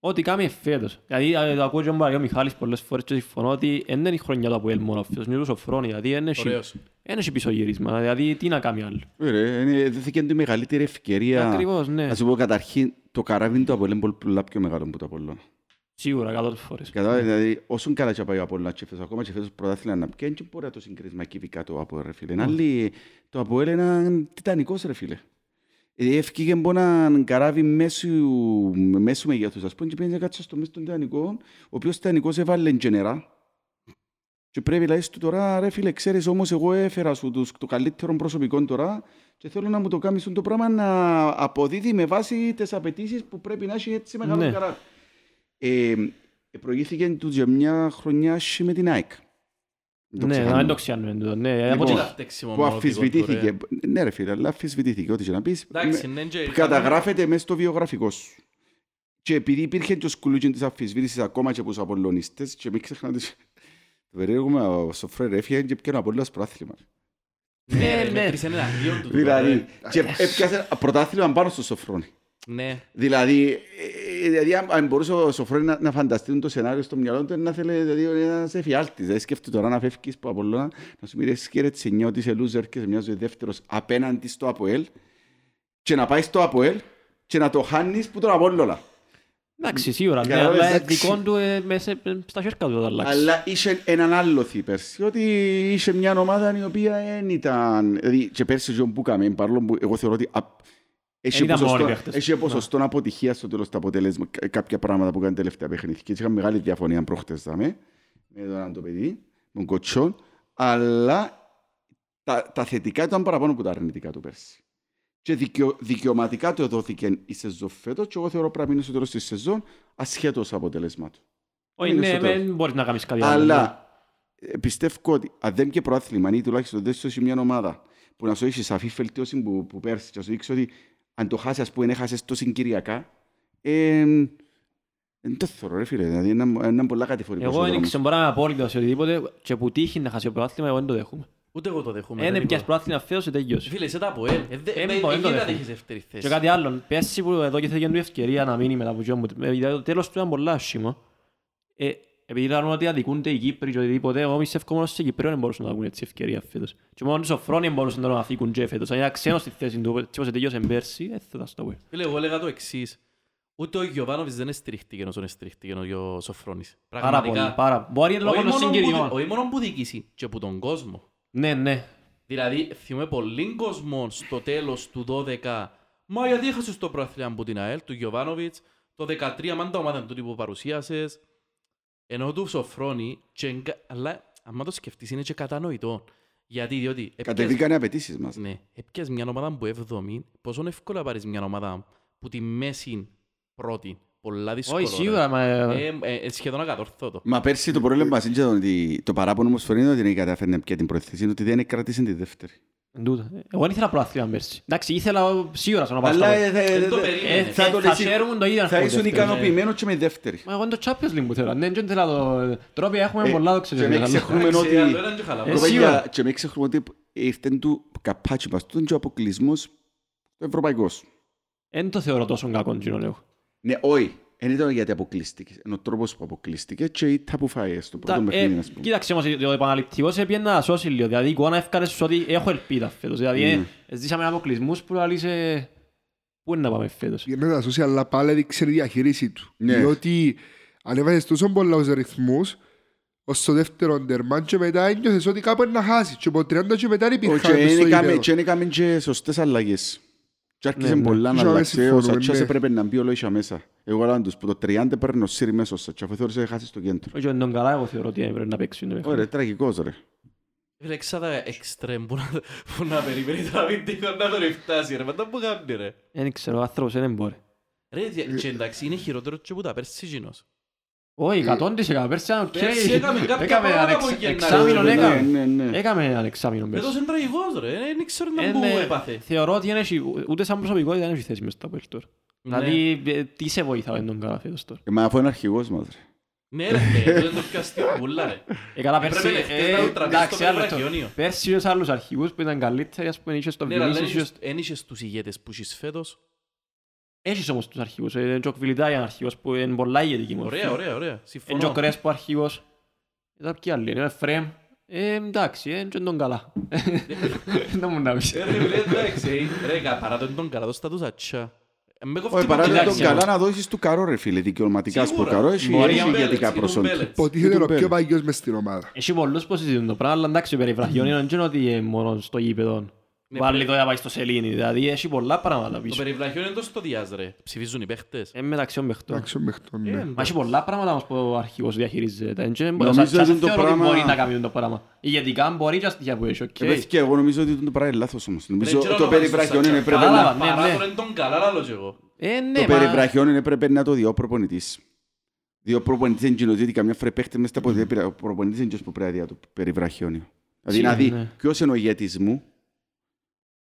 S3: ό,τι κάνει φέτος. Δηλαδή, ε, το ακούω και ο Μιχάλης πολλές φορές και συμφωνώ ότι δεν είναι η χρονιά του Αποέλ μόνο φέτος, είναι του Σοφρόνη, δηλαδή δεν έχει-
S1: Ωραίος.
S3: δεν έχει πίσω γύρισμα, δηλαδή τι να κάνει άλλο.
S4: Ωραία, Ε, είναι- δέθηκε τη μεγαλύτερη ευκαιρία.
S3: Ακριβώς, ναι,
S4: Να σου πω καταρχήν, το καράβι είναι το Απολλών πολύ πολλά πιο μεγάλο που το Απολλών.
S3: σίγουρα κάτω φορές.
S4: Κατάλαβες, δηλαδή, όσον καλά και πάει ο Απολλών και φέτος, ακόμα και φέτος πρωτάθλημα να πιάνει, δεν μπορεί να το συγκρίσει με εκεί δικά του Απολλ, ρε φίλε. Είναι άλλη- το Απολλ είναι έναν τιτανικός, ρε φίλε. Ε, Έφυγε από έναν καράβι μέσου, μέσου μεγέθους, ας πούμε, και πήγαινε να κάτσε στο μέσο των τιτανικών, ο οποίος τιτανικός έβαλε τζενερά. Και πρέπει να του τώρα, ρε φίλε, ξέρεις όμως εγώ έφερα σου τους, το καλύτερο προσωπικό τώρα και θέλω να μου το κάνεις το πράγμα να αποδίδει με βάση τις απαιτήσεις που πρέπει να έχει έτσι μεγάλο
S3: Ναι.
S4: καράβι. Ε, προηγήθηκε του για μια χρονιά και με την ΑΕΚ. Δεν
S3: Ναι,
S4: το
S3: να
S4: ξεχνάμε.
S3: μην το ξιάνουμε τούτο, ναι,
S1: Από
S3: από
S4: Λοιπόν,
S1: τι
S3: την-
S1: τα φταίξιμο
S4: Που
S1: μόνο δικό του, ρε.
S4: αφισβητήθηκε. Ναι ρε φίλε, αλλά αφισβητήθηκε ό,τι και να πεις.
S1: Εντάξει, ναι, και...
S4: Καταγράφεται μέσα στο βιογραφικό σου. Και επειδή υπήρχε και ο σκουλούκιν της αμφισβήτησης ακόμα και από τους απολωνιστές και μην ξεχνάτε το περίεργο με ο Σοφρέρ έφυγε και πιένω από όλες προάθλημα.
S1: Ναι, ρε, μέτρησε έναν αντίον του.
S4: Δηλαδή,
S1: τούτο,
S4: και έπιασε πρωτάθλημα πάνω στο Σοφρόνι.
S1: ρε. Ναι.
S4: Δηλαδή, ε, δηλαδή αν, αν μπορούσε ο Σοφρόνι να, να φανταστεί το σενάριο στο μυαλό του, να θέλει δηλαδή, ένας εφιάλτης. Δηλαδή, σκέφτεται τώρα να φεύγεις από Απολλώνα, να σου μοιρέσεις και ρε τσενιό ότι είσαι loser και σε μια ζωή δεύτερος απέναντι στο Αποέλ και να πάεις στο Αποέλ και να το χάνεις που τον Απόλλωνα.
S3: Εντάξει, σίγουρα. Ναι,
S4: Κατάλαβες,
S3: αλλά
S4: εντάξει.
S3: δικό του ε, μέσα ε, στα χέρια του θα αλλάξεις.
S4: Αλλά είχε έναν άλλο θή πέρσι, ότι είχε μια ομάδα η οποία δεν ήταν... Δηλαδή και πέρσι και που κάμε, παρόλο που εγώ θεωρώ ότι... απ- Έχει
S3: ήταν μόνοι
S4: ποσοστό,
S3: παίχτες. Ναι.
S4: έχει ποσοστό αποτυχία στο τέλος του αποτέλεσμα κα- κάποια πράγματα που κάνει τελευταία παιχνίδια. Και έτσι είχα μεγάλη διαφωνία προχτές δάμε, με τον άλλο το παιδί, με τον Κοτσόν, αλλά τα, τα θετικά ήταν παραπάνω από τα αρνητικά του πέρσι. Και δικαιο, δικαιωματικά του δόθηκε η σεζόν φέτος και εγώ θεωρώ πρέπει να μείνει στο τέλος της σεζόν ασχέτως αποτελεσμάτων.
S3: Όχι,
S4: είναι
S3: ναι,
S4: στο τέλος.
S3: δεν μπορείς να κάνεις κάτι άλλο. ναι.
S4: Αλλά ε, πιστεύω ότι αν δεν και προάθλημα, ή τουλάχιστον δεν σου έχει μια ομάδα που να σου έχει σαφή φελτίωση που, που πέρσι και να σου δείξει ότι αν το χάσει, ας πούμε, έχασες τόσο κυριακά. Ε, δεν το θεωρώ, ρε φίλε. Δηλαδή, είναι, είναι πολλά κατηφορικό.
S3: Εγώ δεν ξέρω, μπορώ να είμαι απόλυτος σε οτιδήποτε και που τύχει να χάσει το πρωτάθλημα, εγώ δεν το δέχομαι.
S1: Ούτε εγώ το δεχούμαι.
S3: Ένα
S1: δεν
S3: πιάσεις
S1: μπορώ.
S3: πρωτάθλημα φέτος, δεν τελειώσει.
S1: Φίλε, είσαι τα από ελ. Ε, δε-
S3: Ε,
S1: ε,
S3: μπορώ,
S1: ε,
S3: δεν το
S1: δεν
S3: δέχομαι.
S1: έχεις δεύτερη θέση.
S3: Και κάτι άλλο, πέρσι που εδώ και θέλει ευκαιρία να μείνει μετά που γιόμουν, Ε, το τέλος του ήταν πολλά άσχημο. Ε, επειδή λένε ότι αδικούνται οι Κύπροι και οτιδήποτε, εγώ μισεύκω μόνο σε Κυπρέων δεν μπορούσαν να βγουν έτσι ευκαιρία φέτος. Και μόνο τους Σοφρόνη δεν μπορούσαν τώρα να φύγουν και φέτος. Αν ήταν ξένος στη θέση του, έτσι όπως τελειώσε πέρσι, ε, θα τα στο πω.
S1: Φίλε, εγώ έλεγα το εξής. Ούτε ο Γιωβάνοβης δεν στηρίχτηκε όσο στηρίχτηκε ο Γιο- Σοφρόνης.
S3: Πάρα πολύ,
S1: Πραγματικά.
S3: πάρα. Μπορεί λόγω
S1: Όχι
S3: των
S1: μόνο που-
S3: συγκυριών.
S1: Όχι μόνο που διοίκηση, και που τον κόσμο.
S3: Ναι, ναι.
S1: Δηλαδή, θυμούμε πολλοί κόσμο στο τέλος του 12. Μα γιατί έχασες το πρόθυμα από την ΑΕΛ του Γιωβάνοβιτ, το 13 μάντα ομάδα είναι τούτη που παρουσίασες. Ενώ του Σοφρόνη, και εγκα- αλλά άμα το σκεφτείς, είναι και κατανοητό. Γιατί, διότι. έπιες-
S4: Κατεβήκαν οι απαιτήσεις μας.
S1: Ναι, έπιες μια ομάδα που 7η, πόσο εύκολα πάρεις μια ομάδα που τη μέση πρώτη. Πολλά δύσκολα.
S3: Όχι, σίγουρα, μα... ε,
S1: Ε, ε, ε, σχεδόν ακατόρθωτο.
S4: Μα πέρσι το πρόβλημα μας είναι και το ότι το παράπονο μου σφαιρίνει ότι δεν καταφέρνει πια την προθέση, είναι ότι δεν κρατήσει τη δεύτερη.
S3: τούτα. Εγώ δεν ήθελα πρωτάθλημα πέρσι. Εντάξει, ήθελα σίγουρα σαν να πάω στα
S4: Αλλά
S3: πόδια.
S4: ε, θα-
S1: Δεν το
S4: ε,
S1: περίμενε.
S4: ε, θα το
S3: ναι, Θα
S4: λύσει-
S3: χαίρομαι το ίδιο αν
S4: θα
S3: έχω
S4: ήσουν
S3: δεύτερο.
S4: ικανοποιημένος και με δεύτερη.
S3: Μα εγώ είναι το Champions League που θέλω. Ναι, δεν θέλω το... Τρόπια έχουμε
S4: Ε,
S3: πολλά το
S4: και με
S3: ξέρω.
S4: ξεχνούμε
S1: Εντάξει,
S4: ότι-
S1: άλλο έναν και χαλάμε.
S3: Ε, σίγουρα.
S4: Κοπέλια, και μην ξεχνούμε ότι ήρθε του καπάτσι μας. Τον και ο αποκλεισμός το ευρωπαϊκός.
S3: Δεν το θεωρώ τόσο κακό τζινόν εγώ.
S4: Ναι, όχι. Δεν ήταν γιατί αποκλείστηκες. Είναι ο τρόπος που αποκλείστηκες και η τα που φάει στο πρώτο
S3: Τα-
S4: παιχνίδι,
S3: ε,
S4: ας πούμε.
S3: Κοίταξε όμως, ο επαναληπτικός έπιε να σώσει λίγο. Δηλαδή η εικόνα έφκανε σου ότι έχω ελπίδα φέτος. Δηλαδή ε, ζήσαμε αποκλεισμούς που λαλείς, ε, Πού είναι να πάμε φέτος.
S2: Για μένα τα social, αλλά πάλι έδειξε τη διαχείριση του.
S4: Ναι.
S2: Διότι ανέβαζες τόσο πολλούς ρυθμούς, ως το δεύτερο τερμάν και μετά ένιωσες ότι κάπου είναι να χάσεις. Και από 30 και μετά
S4: Ο-
S2: υπήρχαν
S4: και
S2: μες στο
S4: δεν έκαμε-
S2: γήπεδο.
S4: Και δεν έκαμε και σωστές αλλαγές. Και άρχισε
S3: Ναι, ναι.
S4: πολλά να
S2: Και
S4: αλλάξει. Ο
S2: συμφωνούμε,
S4: Σατσάς
S2: ναι.
S4: έπρεπε να μπει όλο ίσια μέσα. Εγώ έλεγα τους που το 30 παίρνει ο Σύρι μέσα ο Σατσά. Αφού θεώρησε ότι χάσει το κέντρο.
S3: Όχι, δεν τον καλά, εγώ θεωρώ ότι έπρεπε να παίξουν. ε,
S4: Ωραία, τραγικός ρε.
S1: Ε, Φίλε, ξάτα εξτρέμ που να, που να περιμένει τώρα μην τύχω να τον φτάσει ρε, μετά που κάνει ρε.
S3: Δεν ξέρω, ο άνθρωπος δεν μπορεί.
S1: Ρε, δια- και εντάξει, είναι χειρότερος και που τα πέρσι γίνος.
S3: Όχι, 100% πέρσι ήταν οκ.
S1: Πέρσι έκαμε κάποια
S3: Έκαμε ένα
S1: πράγματα
S3: εξ-
S1: που γεννά-
S3: εξάμηνο,
S1: Ναι,
S3: έκαμε.
S4: ναι, ναι.
S3: Έκαμε ένα εξάμηνο
S1: Εδώ
S3: πέρσι.
S1: είναι τραγικός ρε, δεν ξέρω να
S3: Ε,
S1: που
S3: ναι,
S1: έπαθε.
S3: Θεωρώ ότι δεν έχει- ούτε σαν προσωπικότητα δεν έχει θέση μες στα Αποέλ τώρα.
S1: Ναι.
S3: Δηλαδή, ε, τι σε βοηθάει τον καλά φέτος τώρα.
S4: Ε, Μα αφού είναι αρχηγός μας ρε.
S1: Ναι ρε, ναι, εδώ είναι το πιο αστείο πουλά ρε.
S3: *laughs* Ε, καλά,
S1: Έπρεπε
S3: πέρσι...
S1: να
S3: ε,
S1: χτες να τραβήξεις
S3: εντάξει,
S1: το
S3: άλλο
S1: Πέτρο
S3: το-
S1: Ιόνιο.
S3: Πέρσι είχες άλλους αρχηγούς που ήταν καλύτεροι, ας πούμε, είχες τον
S1: Ναι, ρε, αλλά
S3: Βιονύση, είχες...
S1: δεν είχες τους ηγέτες που είχες φέτος.
S3: Έχεις όμως τους αρχηγούς. Ε, Τζοκ Βιλιτά είναι αρχηγός που είναι πολλά ηγετική μορφή.
S1: Ωραία, ωραία, ωραία.
S3: Ε, Τζοκ
S1: Συμφωνώ.
S3: Ρέσπο αρχηγός. Ε, τώρα ποιοι άλλοι είναι, ο Εφραίμ. Ε, εντάξει, ε, δεν
S1: *laughs*
S3: τον καλά. Δεν μου να πεις.
S1: Ε, ρε, φίλε, εντάξει, Ε, ρε, κα- παρά τον τον καλά, δώστα τους σατσά. Ε, με κόφτει
S4: Όχι,
S1: το
S4: παράλληλα τον
S1: κοιτάξεις,
S4: καλά να δώσεις του καρό ρε φίλε, δικαιωματικά στο
S1: Σίγουρα.
S4: καρό, έχει
S1: Μπορεί
S4: έχει
S1: να μπέλεξ,
S4: ηγετικά
S1: και τον
S4: προσόντα.
S1: μπέλεξ.
S2: Ποτίθεται
S4: του
S2: ο πιο
S4: παίρνει.
S2: παγιός μες στην ομάδα.
S3: Έχει πολλούς που συζητούν το πράγμα, αλλά εντάξει, περί βραχιόνιων δεν είναι ότι είναι μόνο στο γήπεδο.
S1: Ναι,
S3: Βάλει
S1: πρέπει-
S3: το να πάει στο σελήνη, δηλαδή έχει πολλά πράγματα
S1: Το
S3: πίσω.
S1: περιβλαχιόν είναι το στο διάς, ρε. Ψηφίζουν οι παίχτες.
S3: Ε, μεταξύ των παιχτών.
S2: Εντάξει, μέχρι τον, ναι.
S1: Ε,
S3: Μα έχει πολλά πράγματα όμως που ο αρχηγός διαχειρίζεται. Δεν ξέρω,
S4: Νομίζω
S3: ο Σατσάς
S4: ότι το
S3: θεωρώ ότι
S4: πράγμα- Ε,
S3: μπορεί να κάνει το πράγμα. Ηγετικά μπορεί και αστοιχεία που έχει, οκ.
S4: Επέθηκε, εγώ νομίζω ότι το πράγμα είναι λάθος όμως. Νομίζω
S1: ξέρω
S4: το
S1: να βάλεις
S4: περιβραχιόν
S1: το
S4: είναι
S1: Σατσά.
S4: πρέπει να...
S3: Κατάλαβα, ναι,
S1: Παρά
S3: ναι.
S1: τον εν τον καλά, λάλλω κι εγώ.
S3: Ε,
S4: Το
S3: ναι, μα...
S4: περιβραχιόν είναι πρέπει να το δει ο προπονητής. Διότι ο προπονητής είναι κοινός, διότι καμιά φορά παίχτε μέσα στα ποδιά, ο προπονητής είναι κοινός που πρέπει να δει το περιβραχιόνιο. Δηλαδή να
S3: Σίγουρα,
S4: δει
S3: ναι.
S4: ποιος είναι ο ηγέτης μου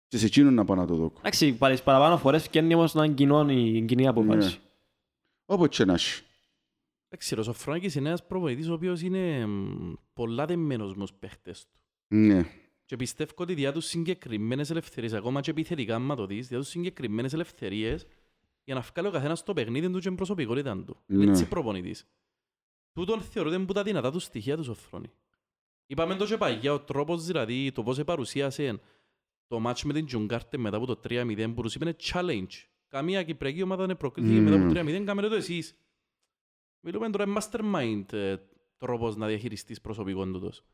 S4: και σε εκείνον να πάω να το δω. Ναι.
S3: Εντάξει, παρα- παραπάνω φορές φτιάχνει όμως να είναι κοινό η κοινή απόφαση.
S4: Όποτε και να έχει.
S1: Δεν ξέρω, ο Σοφρόνικης είναι ένας προπονητής ο οποίος είναι μ, πολλά δεμένος με τους παίχτες του.
S4: Ναι.
S1: Και πιστεύω ότι διά τους συγκεκριμένες ελευθερίες, ακόμα και επιθετικά άμα το δεις, διά τους συγκεκριμένες ελευθερίες για να βγάλει ο καθένας το παιχνίδι του και την προσωπικότητα του.
S4: Ναι.
S1: Έτσι προπονητής. Τούτον θεωρείται που τα δυνατά του στοιχεία τους Σοφρόνη. Είπαμε το και παγιά, ο τρόπος δηλαδή, το πώς επαρουσίασε το μάτσο με την Τζουγκάρτε μετά από το 3-0 που τους είπε challenge. Καμία κυπριακή ομάδα δεν προκρίθηκε
S4: Mm.
S1: μετά από 3-0, κάμετε το εσείς. Μιλούμε τώρα mastermind ε, τρόπος να διαχειριστείς προσωπικών τούτος.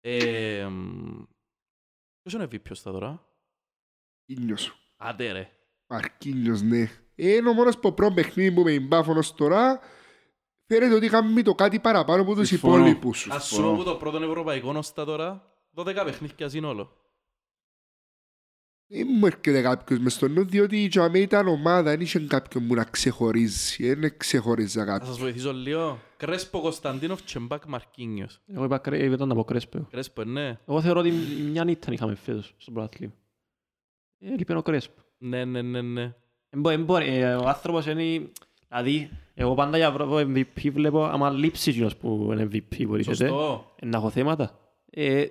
S1: Ε, μ, Ποιος είναι MVP στα τώρα.
S2: Ήλιος.
S1: Άντε ρε.
S2: Μαρκίνιος, ναι. Είναι ο μόνος που πρώτο παιχνίδι που με μπάφωνος τώρα φαίνεται ότι είχαμε το κάτι παραπάνω από τους
S4: Συμφωνώ.
S2: υπόλοιπους.
S1: Ας σου πω που το πρώτο ευρωπαϊκό νόστα τώρα, 12 παιχνίδια σύνολο.
S2: Δεν μου έρχεται κάποιος μες στο νου, διότι η Τζαμέ ήταν ομάδα, δεν είχε κάποιον που να ξεχωρίζει, Ε, δεν ξεχωρίζα
S1: Θα
S2: κάποιον.
S1: σας βοηθήσω λίγο. Κρέσπο Κωνσταντίνοφ Τσεμπάκ Μαρκίνιος.
S3: Εγώ είπα, κρέ- είπα να πω Κρέσπο.
S1: Κρέσπο, ναι.
S3: Εγώ θεωρώ ότι μια νύχτα είχαμε φέτος στο πρωτάθλημα. Ε, λείπει ο Κρέσπο.
S1: Ναι, ναι, ναι, ναι.
S3: Ε, μπο- ε, μπορεί, ε, Ο άνθρωπος είναι... Δηλαδή, εγώ πάντα για βρω MVP βλέπω, άμα λείψει εκείνος που είναι MVP που ρίχεται,
S1: Σωστό.
S3: ε, να έχω θέματα. Ε,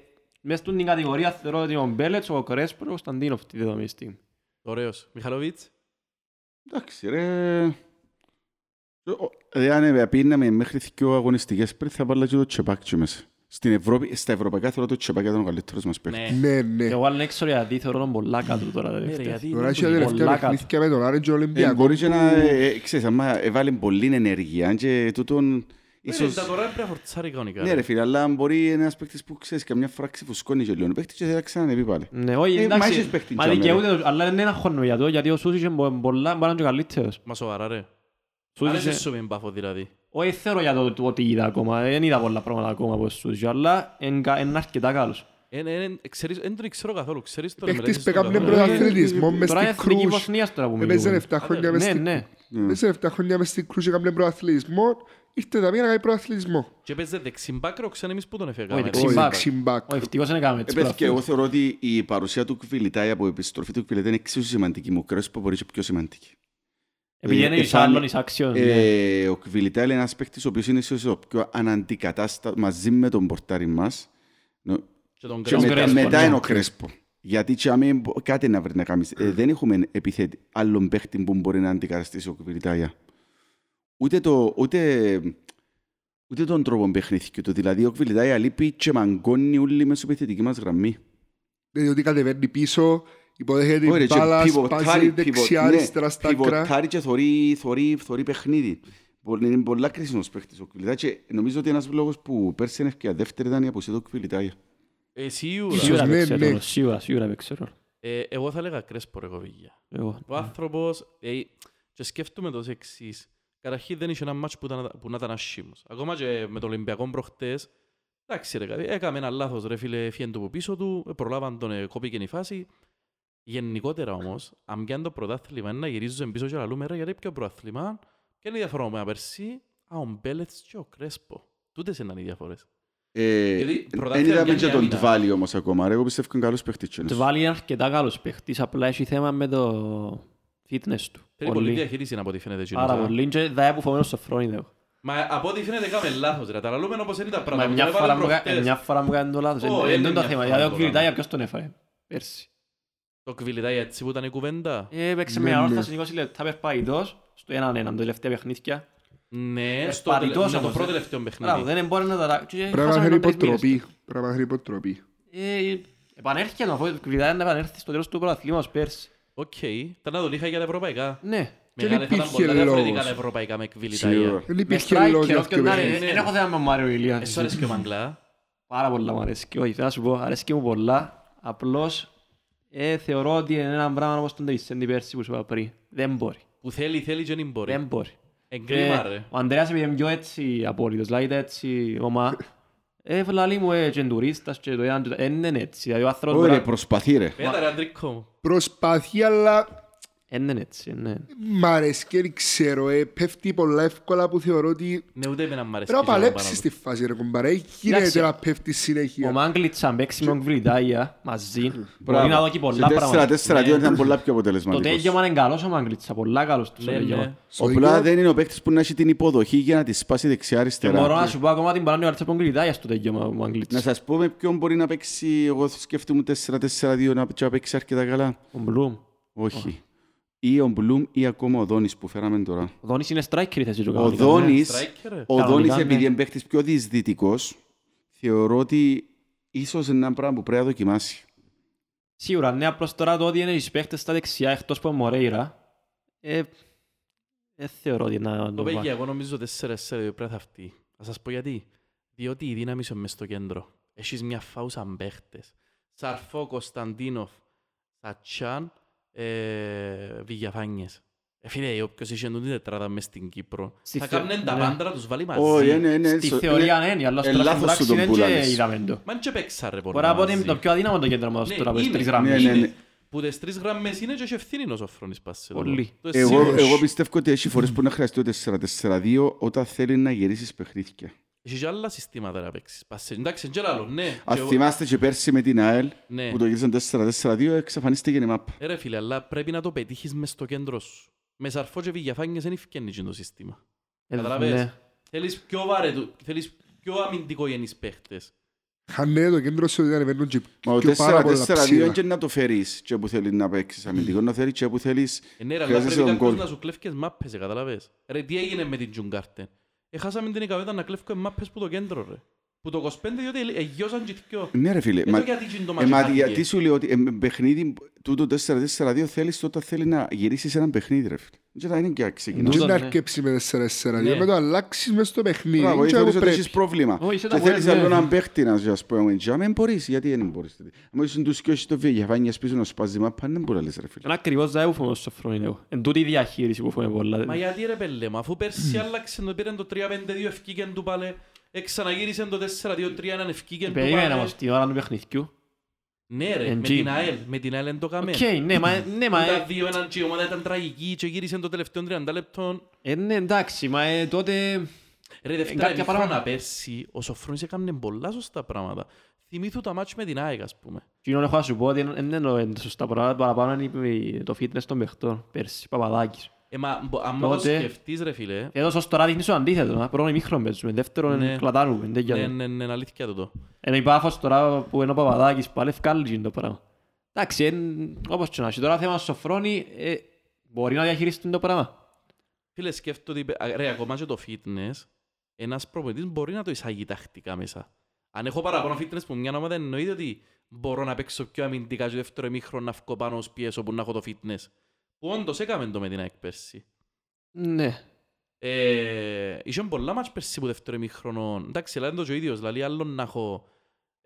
S3: Μες στην την κατηγορία θεωρώ ότι ο Μπέλετς, ο Κρέσπο, ο Κωνσταντίνοφ τη δεδομένη στιγμή.
S1: Ωραίος. Μιχαλοβίτς.
S4: Εντάξει ρε. Ε, Ο- ε, Αν πίναμε μέχρι δύο αγωνιστικές πριν θα βάλω και το τσεπάκι μέσα. Στην Ευρώπη, στα ευρωπαϊκά θεωρώ το τσεπάκι ήταν ο καλύτερος μας παίκτης.
S1: Ναι.
S2: Ναι, ναι.
S3: Ε, Εγώ αν έξω γιατί θεωρώ τον πολλά κάτω τώρα.
S1: ρε,
S3: τελευταία.
S1: γιατί
S2: Τώρα
S1: είναι
S2: είχε
S1: πολύ
S2: τελευταία
S3: πολλά
S2: παιχνίδια με τον Άρεντζο
S4: Ε,
S2: Ολυμπιακό.
S4: Μπορεί και να, ε, ε, ξέρεις, άμα έβαλε πολλή ενέργεια και τούτον...
S1: Ίσως...
S4: Ίσως...
S1: Ναι, Ε, Τα τώρα πρέπει να φορτσάρει κανονικά.
S4: Ναι ρε φίλε, αλλά μπορεί ένας παίκτης που ξέρεις καμιά φορά ξεφουσκώνει και λίγο ο παίκτης και θα ξανανεβεί πάλι.
S3: Ναι, όχι,
S4: Ε, μα
S3: εντάξει,
S4: έχεις παίχτη
S3: μα
S4: τζάμε,
S3: δικαιούται, το- αλλά είναι ένα χρόνο για το, γιατί ο Σούσης είναι μπο- πολλά, μπορεί να είναι και ο καλύτερος.
S1: Μα σοβαρά ρε.
S3: Σούσης
S1: Άρεσε
S3: είναι-
S1: σου μην πάφω δηλαδή.
S3: Όχι θεωρώ για το το ότι είδα ακόμα, δεν είδα πολλά πράγματα ακόμα από Σούσης, αλλά είναι κα- είναι αρκετά καλός.
S1: Ε, ναι, ναι, ξέρεις, δεν τον ξέρω καθόλου. Ξέρεις τον
S2: Παίχτης
S1: μελέτησες
S2: που
S1: τον
S2: έκαμε
S1: καθόλου.
S4: πρωταθλη-
S2: πρωταθλητισμό μες
S3: Ε, Τώρα είναι
S2: στην
S3: εθνική
S2: Κρούς.
S3: Βοσνίας τώρα που
S2: Έπαιζε
S3: μιλούμε.
S2: 7 χρόνια μες
S3: Ναι,
S2: στην
S3: ναι.
S4: Ε,
S2: Έπαιζε 7 χρόνια μες στην Κρούς, έκαμε πρωταθλητισμό, ήρθε τα μία να κάνει πρωταθλητισμό.
S1: Και παίζε δεξιμπάκρο ξανά εμείς που τον
S3: Όχι,
S1: εφεγάμε.
S3: δεξι-
S2: Όχι,
S3: Ξυμπάκ.
S2: ξυμπάκ.
S3: Ο ευτυχώς δεν έκαμε
S4: Ε,
S3: έτσι
S4: παιδιά, εγώ
S3: πράγματα.
S4: θεωρώ ότι η παρουσία του Κβιλιτάη από επιστροφή του Κβιλιτάη είναι εξίσου σημαντική. Μου κρέσπο μπορεί και πιο σημαντική.
S3: Επειδή
S4: ε,
S3: είναι εις
S4: εφάνη-
S3: άλλον, εις άξιον. ναι.
S4: Ε, ο Κβιλιτάη είναι ένας παίκτης ο οποίος είναι ίσως ο πιο αναντικατάστατος μαζί με τον πορτάρι μας. Νο-
S1: Και τον
S4: Και
S1: Κρέσπο.
S4: μετά,
S3: Κρέσπο,
S4: μετά
S3: ναι.
S4: είναι ο Κρέσπο. Γιατί και άμα μπο- κάτι να βρει να κάνεις. Ε, δεν έχουμε επιθέτη άλλον παίχτη που μπορεί να αντικαταστήσει ο Κβιλιτάια. Ούτε, το, ούτε, ούτε τον τρόπο παιχνίθηκε του. Δηλαδή ο Κβιλιτάια λείπει και μαγκώνει όλη μέσα στην επιθετική μας γραμμή.
S2: Διότι Δηλαδή κατεβαίνει πίσω, υποδέχεται
S4: Όχι, ρε,
S2: την
S4: και
S2: μπάλα,
S4: πιβοτάρει,
S2: σπάζει
S4: πιβο-
S2: δεξιά,
S4: ναι,
S2: αριστερά στα άκρα.
S4: Πιβοτάρει και θωρεί- θωρεί- θωρεί παιχνίδι. Πολύ- Είναι πολλά κρίσιμος παίχτης ο Κβιλιτάια και νομίζω ότι ένας λόγος που πέρσι είναι και δεύτερη ήταν η αποσία του Κβιλιτάια.
S1: Ε,
S2: Ίσως.
S1: σίγουρα.
S3: Σίγουρα
S2: ναι,
S3: παίξε
S2: ναι.
S3: ρόλο, σίγουρα, σίγουρα παίξε ρόλο.
S1: Ε, Εγώ θα έλεγα Κρέσπο ρε κοβίγια.
S3: Εγώ.
S1: Ο άνθρωπος, ε, και σκέφτομαι το εξής. Καταρχήν δεν είχε ένα μάτς που, ήταν- που να ήταν ασχήμος. Ακόμα και με το Ολυμπιακό προχτές, εντάξει ρε κάτι, έκαμε ένα λάθος ρε φίλε, φιέν του που πίσω του, ε, προλάβαν τον, ε, κόπηκε η φάση. Γενικότερα όμως, αν πιάνει το πρωτάθλημα, είναι να γυρίζουν πίσω και να λέμε ρε γιατί ποιο πρωτάθλημα, ποια είναι η διαφορά με πέρσι, α, ο Μπέλετς και ο Κρέσπο. Τούτες είναι οι διαφορές.
S4: Ε,
S1: Γιατί
S4: Δεν
S1: πρωτάθλημα
S4: είδαμε
S1: πιάνει
S4: και τον
S1: άμυνα.
S4: Τβάλι όμως ακόμα. ρε. Εγώ πιστεύω είναι καλός παίχτης. και ένας.
S3: Τβάλι είναι αρκετά καλός παίχτης, απλά έχει θέμα με το fitness του.
S1: Θέλει
S3: Πολύ.
S1: πολλή διαχείριση από ό,τι φαίνεται. εκείνος,
S3: Πάρα
S1: ε.
S3: πολύ. Και δεν είναι που φοβερός στο φρόνι, εγώ.
S1: Μα ε, από ό,τι φαίνεται έκαμε λάθος ρε, τα λαλούμε όπως είναι τα
S3: Μα
S1: πράγματα.
S3: μια
S1: Τα βάλαν
S3: φορά μου κα-
S1: προχτές.
S3: μια φορά μου κάνει το λάθος.
S1: Ω,
S3: Εν- εν-
S1: είναι
S3: εν τούτο το
S1: μια
S3: θέμα.
S1: φορά
S3: Γιατί ο
S1: το
S3: Κβιλιτάια
S1: λάθος.
S3: ποιος τον έφαγε πέρσι.
S1: Το κβιλιτάει έτσι που ήταν η κουβέντα.
S3: Ε, Έπαιξε
S2: Ναι,
S3: με
S2: ναι.
S3: ανόρθωση 20 λεπτά περπατητός στο 1-1, τα τελευταία παιχνίδια.
S1: Ναι,
S3: Ε,
S1: στο
S3: παρητός
S1: τελε- ναι, το
S3: όμως,
S1: πρώτο
S3: ε.
S1: τελευταίο
S3: Μπράβο,
S1: παιχνίδι.
S3: δεν μπορεί να τα
S2: Πρέπει να θέλει υποτροπή. Πρέπει να θέλει υποτροπή.
S3: Ε, Επανέρχεται αφού η Κβιλιτάια να επανέρθει στο τέλος του πρωταθλήματος πέρσι.
S1: Οκ, ήταν να τον είχα για τα ευρωπαϊκά.
S3: Ναι.
S1: Μεγάλα θα ήταν
S2: υπήρχε
S1: πολλά διαφορετικά
S2: λόγος.
S1: τα ευρωπαϊκά με κβιλιτάει.
S4: Σίγουρα.
S2: Δεν
S3: Με
S2: υπήρχε
S3: striker,
S2: λόγια
S3: όποιον
S2: αυτό.
S3: να
S1: παιχνίδι.
S3: είναι. Δεν έχω θέμα με τον Μάριο Ηλίας.
S1: Εσύ αρέσκει ο Μαγκλά.
S3: Πάρα πολλά μου αρέσκει. Όχι, θέλω να σου πω, αρέσκει μου πολλά. Απλώς ε, θεωρώ ότι είναι ένα πράγμα όπως τον Τεβισέντη πέρσι που σου είπα πριν. Δεν μπορεί.
S1: Που θέλει, θέλει και δεν μπορεί.
S3: Δεν μπορεί.
S1: Εγκλήμα,
S2: Ναι.
S3: Ε,
S1: ρε.
S3: Ο Ανδρέας επειδή είναι πιο έτσι απόλυτος, δηλαδή τα έτσι ομά. Ε, λαλεί μου, ε, και τουρίστας και το έναν και το- Ε, δεν είναι έτσι. Δηλαδή ο άνθρωπος
S4: Ωραία,
S3: μπορεί να-
S4: προσπαθεί ρε.
S1: Πέτα ρε, Αντρίκο μου.
S2: Προσπαθεί, αλλά
S3: Είναι έτσι, ναι.
S2: Μ' αρέσει και δεν ξέρω, ε, πέφτει πολλά εύκολα που θεωρώ ότι
S1: Ναι, ούτε εμένα μου αρέσει.
S2: πρέπει να
S1: και σήμερα
S2: παλέψεις
S1: πάνω
S2: στη φάση ρε κομπαρέ,
S3: Εντάξει.
S2: γίνεται να πέφτεις
S3: Ο
S2: συνέχεια.
S3: Μάγκλητς αν παίξει με τον Βρυτάγια μαζί, μπορεί
S4: Μπράβο.
S3: να δώσει
S4: Σε
S3: πολλά
S4: τέσσερα-
S3: πράγματα.
S4: τέσσερα
S3: Ναι.
S4: δύο ήταν πολλά πιο
S3: Το
S4: αποτελεσματικός.
S3: Τέγιωμα είναι καλός ο Μάγκλητς, πολλά καλός τους
S1: του. Ναι, ναι.
S2: Στο
S4: Απλά
S2: δίκαιο-
S4: δεν είναι ο παίκτης που να έχει την υποδοχή για να τη σπάσει
S3: Και μπορώ
S4: δεξιά-αριστερά.
S3: να σου πω ακόμα την παράνοια αρτσα Πονγκριτάγια στο Τέγιωμα ο Μάγκλητς.
S4: Να σας πω με ποιον μπορεί να παίξει, εγώ σκέφτομαι 4-4-2 να και να παίξει αρκετά καλά.
S3: Ο Μπλουμ.
S4: Όχι. Ή ο Μπλουμ ή ακόμα ο Δόνης που φέραμε τώρα.
S3: Ο Δόνης είναι striker η θέση του ναι.
S4: Ο
S3: κανονικά.
S4: Δόνης,
S1: striker, ε.
S4: ο
S3: Κανονικά,
S4: Δόνης
S3: ναι.
S4: επειδή είναι παίκτης πιο διεισδυτικός, θεωρώ ότι ίσως είναι ένα πράγμα που πρέπει να δοκιμάσει.
S3: Σίγουρα, ναι, απλώς τώρα το ότι είναι οι παίχτες στα δεξιά εκτός από Μορέιρα, ε, ε, θεωρώ ότι να
S1: Το
S3: το
S1: παιδιά,
S3: βάλει.
S1: εγώ νομίζω 4-4 πρέπει να αυτή. Να σας πω γιατί. Διότι η δύναμη σου είναι μες στο κέντρο. Έχεις μια φάουσα μπαίχτες. Σαρφό, Κωνσταντίνοφ, Σατσάν, ε, Βηγιαφάνιες. Ε, φίλε, όποιος είχε τούτη τετράδα μες στην Κύπρο,
S3: Στη
S1: θα
S3: θε-
S1: κάμνε τα
S3: ναι.
S1: πάντα να τους βάλει
S4: Όχι,
S1: μαζί.
S4: είναι- είναι
S3: Στη
S4: σω-
S3: θεωρία
S4: είναι-
S3: ναι, είναι, αλλά
S4: ε,
S3: τώρα στην
S4: λάθος σου
S3: πράξη
S4: τον
S3: είναι και
S4: πούλανες.
S3: είδαμε το.
S1: Μα είναι και παίξα ρε πολύ
S3: Μπορεί να πω ότι
S1: μαζί.
S3: είναι το πιο αδύναμο το κέντρο μας
S1: Ναι,
S3: τώρα,
S1: είναι.
S3: τρεις
S4: Ναι,
S3: γραμμές.
S4: ναι, ναι.
S1: Είναι. Που τις τρεις γραμμές είναι και έχει ευθύνη ο Σοφρόνης Πασσελό.
S3: Πολύ.
S1: Το
S4: Εγώ,
S1: σίγουρο.
S4: εγώ πιστεύω ότι έχει φορές που να χρειαστεί ο 4-4-2 όταν θέλει να γυρίσεις παιχνίδια.
S1: Έχεις και άλλα συστήματα να παίξεις. Πασσελό. Εντάξει, είναι και άλλο, ναι. Και
S4: Αν
S1: εγώ-
S4: θυμάστε και πέρσι με την ΑΕΛ
S1: Ναι.
S4: που το γύρισαν 4-4-2 εξαφανίστηκε η μάπα.
S1: Ε, ρε φίλε, αλλά πρέπει να το πετύχεις μες στο κέντρο σου. Με σαρφό και βηγιαφάνιες δεν ευκαινεί το σύστημα.
S3: Ε,
S1: Καταλαβες.
S3: ναι.
S1: Θέλεις πιο βαρετού, θέλεις πιο αμυντικογενείς παίχτες.
S2: Χανέ το κέντρο σου ότι ανεβαίνουν και
S4: Μα ο
S2: πιο πάρα πολλά
S4: 4-4-2 είναι
S2: ψηλά.
S4: και να το φέρεις και που θέλεις να παίξεις αμυντικό, να θέλει και που θέλεις
S1: Ε, ναι, ρε, αλλά
S4: Χρειάζεσαι
S1: πρέπει
S4: τον
S1: κάποιος
S4: goal.
S1: να σου κλέφεις και μάπες, ε, καταλαβες. Ρε, τι έγινε με την Τζουγκάρτεν. Έχασαμε την ικανότητα να κλέφουμε μάπες που το κέντρο, ρε. Που το 25, διότι ε, ελ- εγιώσαν και οι δυο.
S4: Ναι ρε φίλε,
S1: Εδώ
S4: μα-
S1: γιατί γίνει το
S4: ε, μα
S1: μαχητάκι.
S4: γιατί σου λέω ότι ε, με παιχνίδι τούτο 4-4-2 θέλεις τότε θέλει να γυρίσεις έναν παιχνίδι ρε φίλε. Και θα είναι και ξεκινάς.
S2: Και
S3: Τούτο,
S2: να
S3: ναι.
S2: αρκέψει με 4-4-2,
S1: Ναι.
S2: με το αλλάξεις μες στο παιχνίδι.
S4: Μπράβο, ή
S2: και
S4: θεωρείς
S2: όπου
S4: ότι
S2: πρέπει.
S4: έχεις πρόβλημα.
S3: Όχι, σε τα
S4: Και θέλεις
S3: βόλες,
S4: άλλο
S3: ναι.
S4: έναν παίχτη να σου ας πούμε, «Για μεν μπορείς, γιατί δεν μπορείς». δηλαδή. Αν είσαι τους και όχι το βίγια, φάνηκε πίσω να σπάζει μάπα, δεν μπορεί να λες ρε φίλε.
S3: Είναι ακριβώς δεν φοβούμαι στο φρόνι εγώ. Εν τούτη η διαχείριση που φοβούμαι πολλά.
S1: Μα γιατί ρε πέλε μου, αφού πέρσι άλλαξε το πήραν το 3-5-2 ευκήκεν του πάλε, ε, ξαναγύρισαν το 4-2-3-1 ευκήκεν του
S3: Περίμενα
S1: πάλε.
S3: όμως την ώρα του παιχνιδιού.
S1: Ναι ρε,
S3: Εν
S1: με
S3: τζι.
S1: την ΑΕΛ, με την ΑΕΛ εν το κάμε.
S3: Οκ, ναι, μα... Ναι, μα...
S1: Τα
S3: ε,
S1: δύο έναν και η ομάδα ήταν τραγική και γύρισε το τελευταίο 30 λεπτών.
S3: ε, ναι, εντάξει, μα ε, τότε...
S1: Ρε
S3: Ε, κάποια
S1: δεύτερα εμίχρονα
S3: πράγματα.
S1: πέρσι ο Σοφρόνης έκανε πολλά σωστά πράγματα. Θυμήθου τα μάτς με την ΑΕΚ ας πούμε.
S3: Τι έχω να σου πω ότι δεν είναι σωστά πράγματα, παραπάνω είναι η- το fitness των παιχτών, πέρσι, Παπαδάκης.
S1: Ε, μα, μπο- άμα το
S3: Τότε-
S1: σκεφτείς ρε φίλε,
S3: Εδώ σωστά τώρα δείχνεις το αντίθετος, να πρώτον ημίχρον παίζουμε,
S1: Ναι.
S3: δεύτερον κλατάρουμε, δεν
S1: ναι,
S3: γίνεται.
S1: ναι, ναι, αλήθεια τούτο.
S3: Ενώ η πάφος τώρα που είναι ο Παπαδάκης, πάλι ευκάλλει το πράγμα. Εντάξει, εν- όπως και να έχει, τώρα θέμα σοφρόνι, ε, μπορεί να διαχειριστούν το πράγμα.
S1: Φίλε σκέφτομαι ότι α, ρε, ακόμα και το fitness, ένας προπονητής μπορεί να το εισάγει τακτικά μέσα. Αν έχω παραπάνω fitness που μια ομάδα εννοείται ότι μπορώ να παίξω πιο αμυντικά και δεύτερο εμίχρονο να βγω πάνω ως πιέσω που να έχω το fitness. Που όντως έκαμε το με την ΑΕΚ πέρσι.
S3: Ναι,
S1: Ε, Είχαν πολλά μάτς πέρσι που δεύτερο ημίχρονο. Εντάξει, αλλά είναι το και ο ίδιος. Δηλαδή άλλον να έχω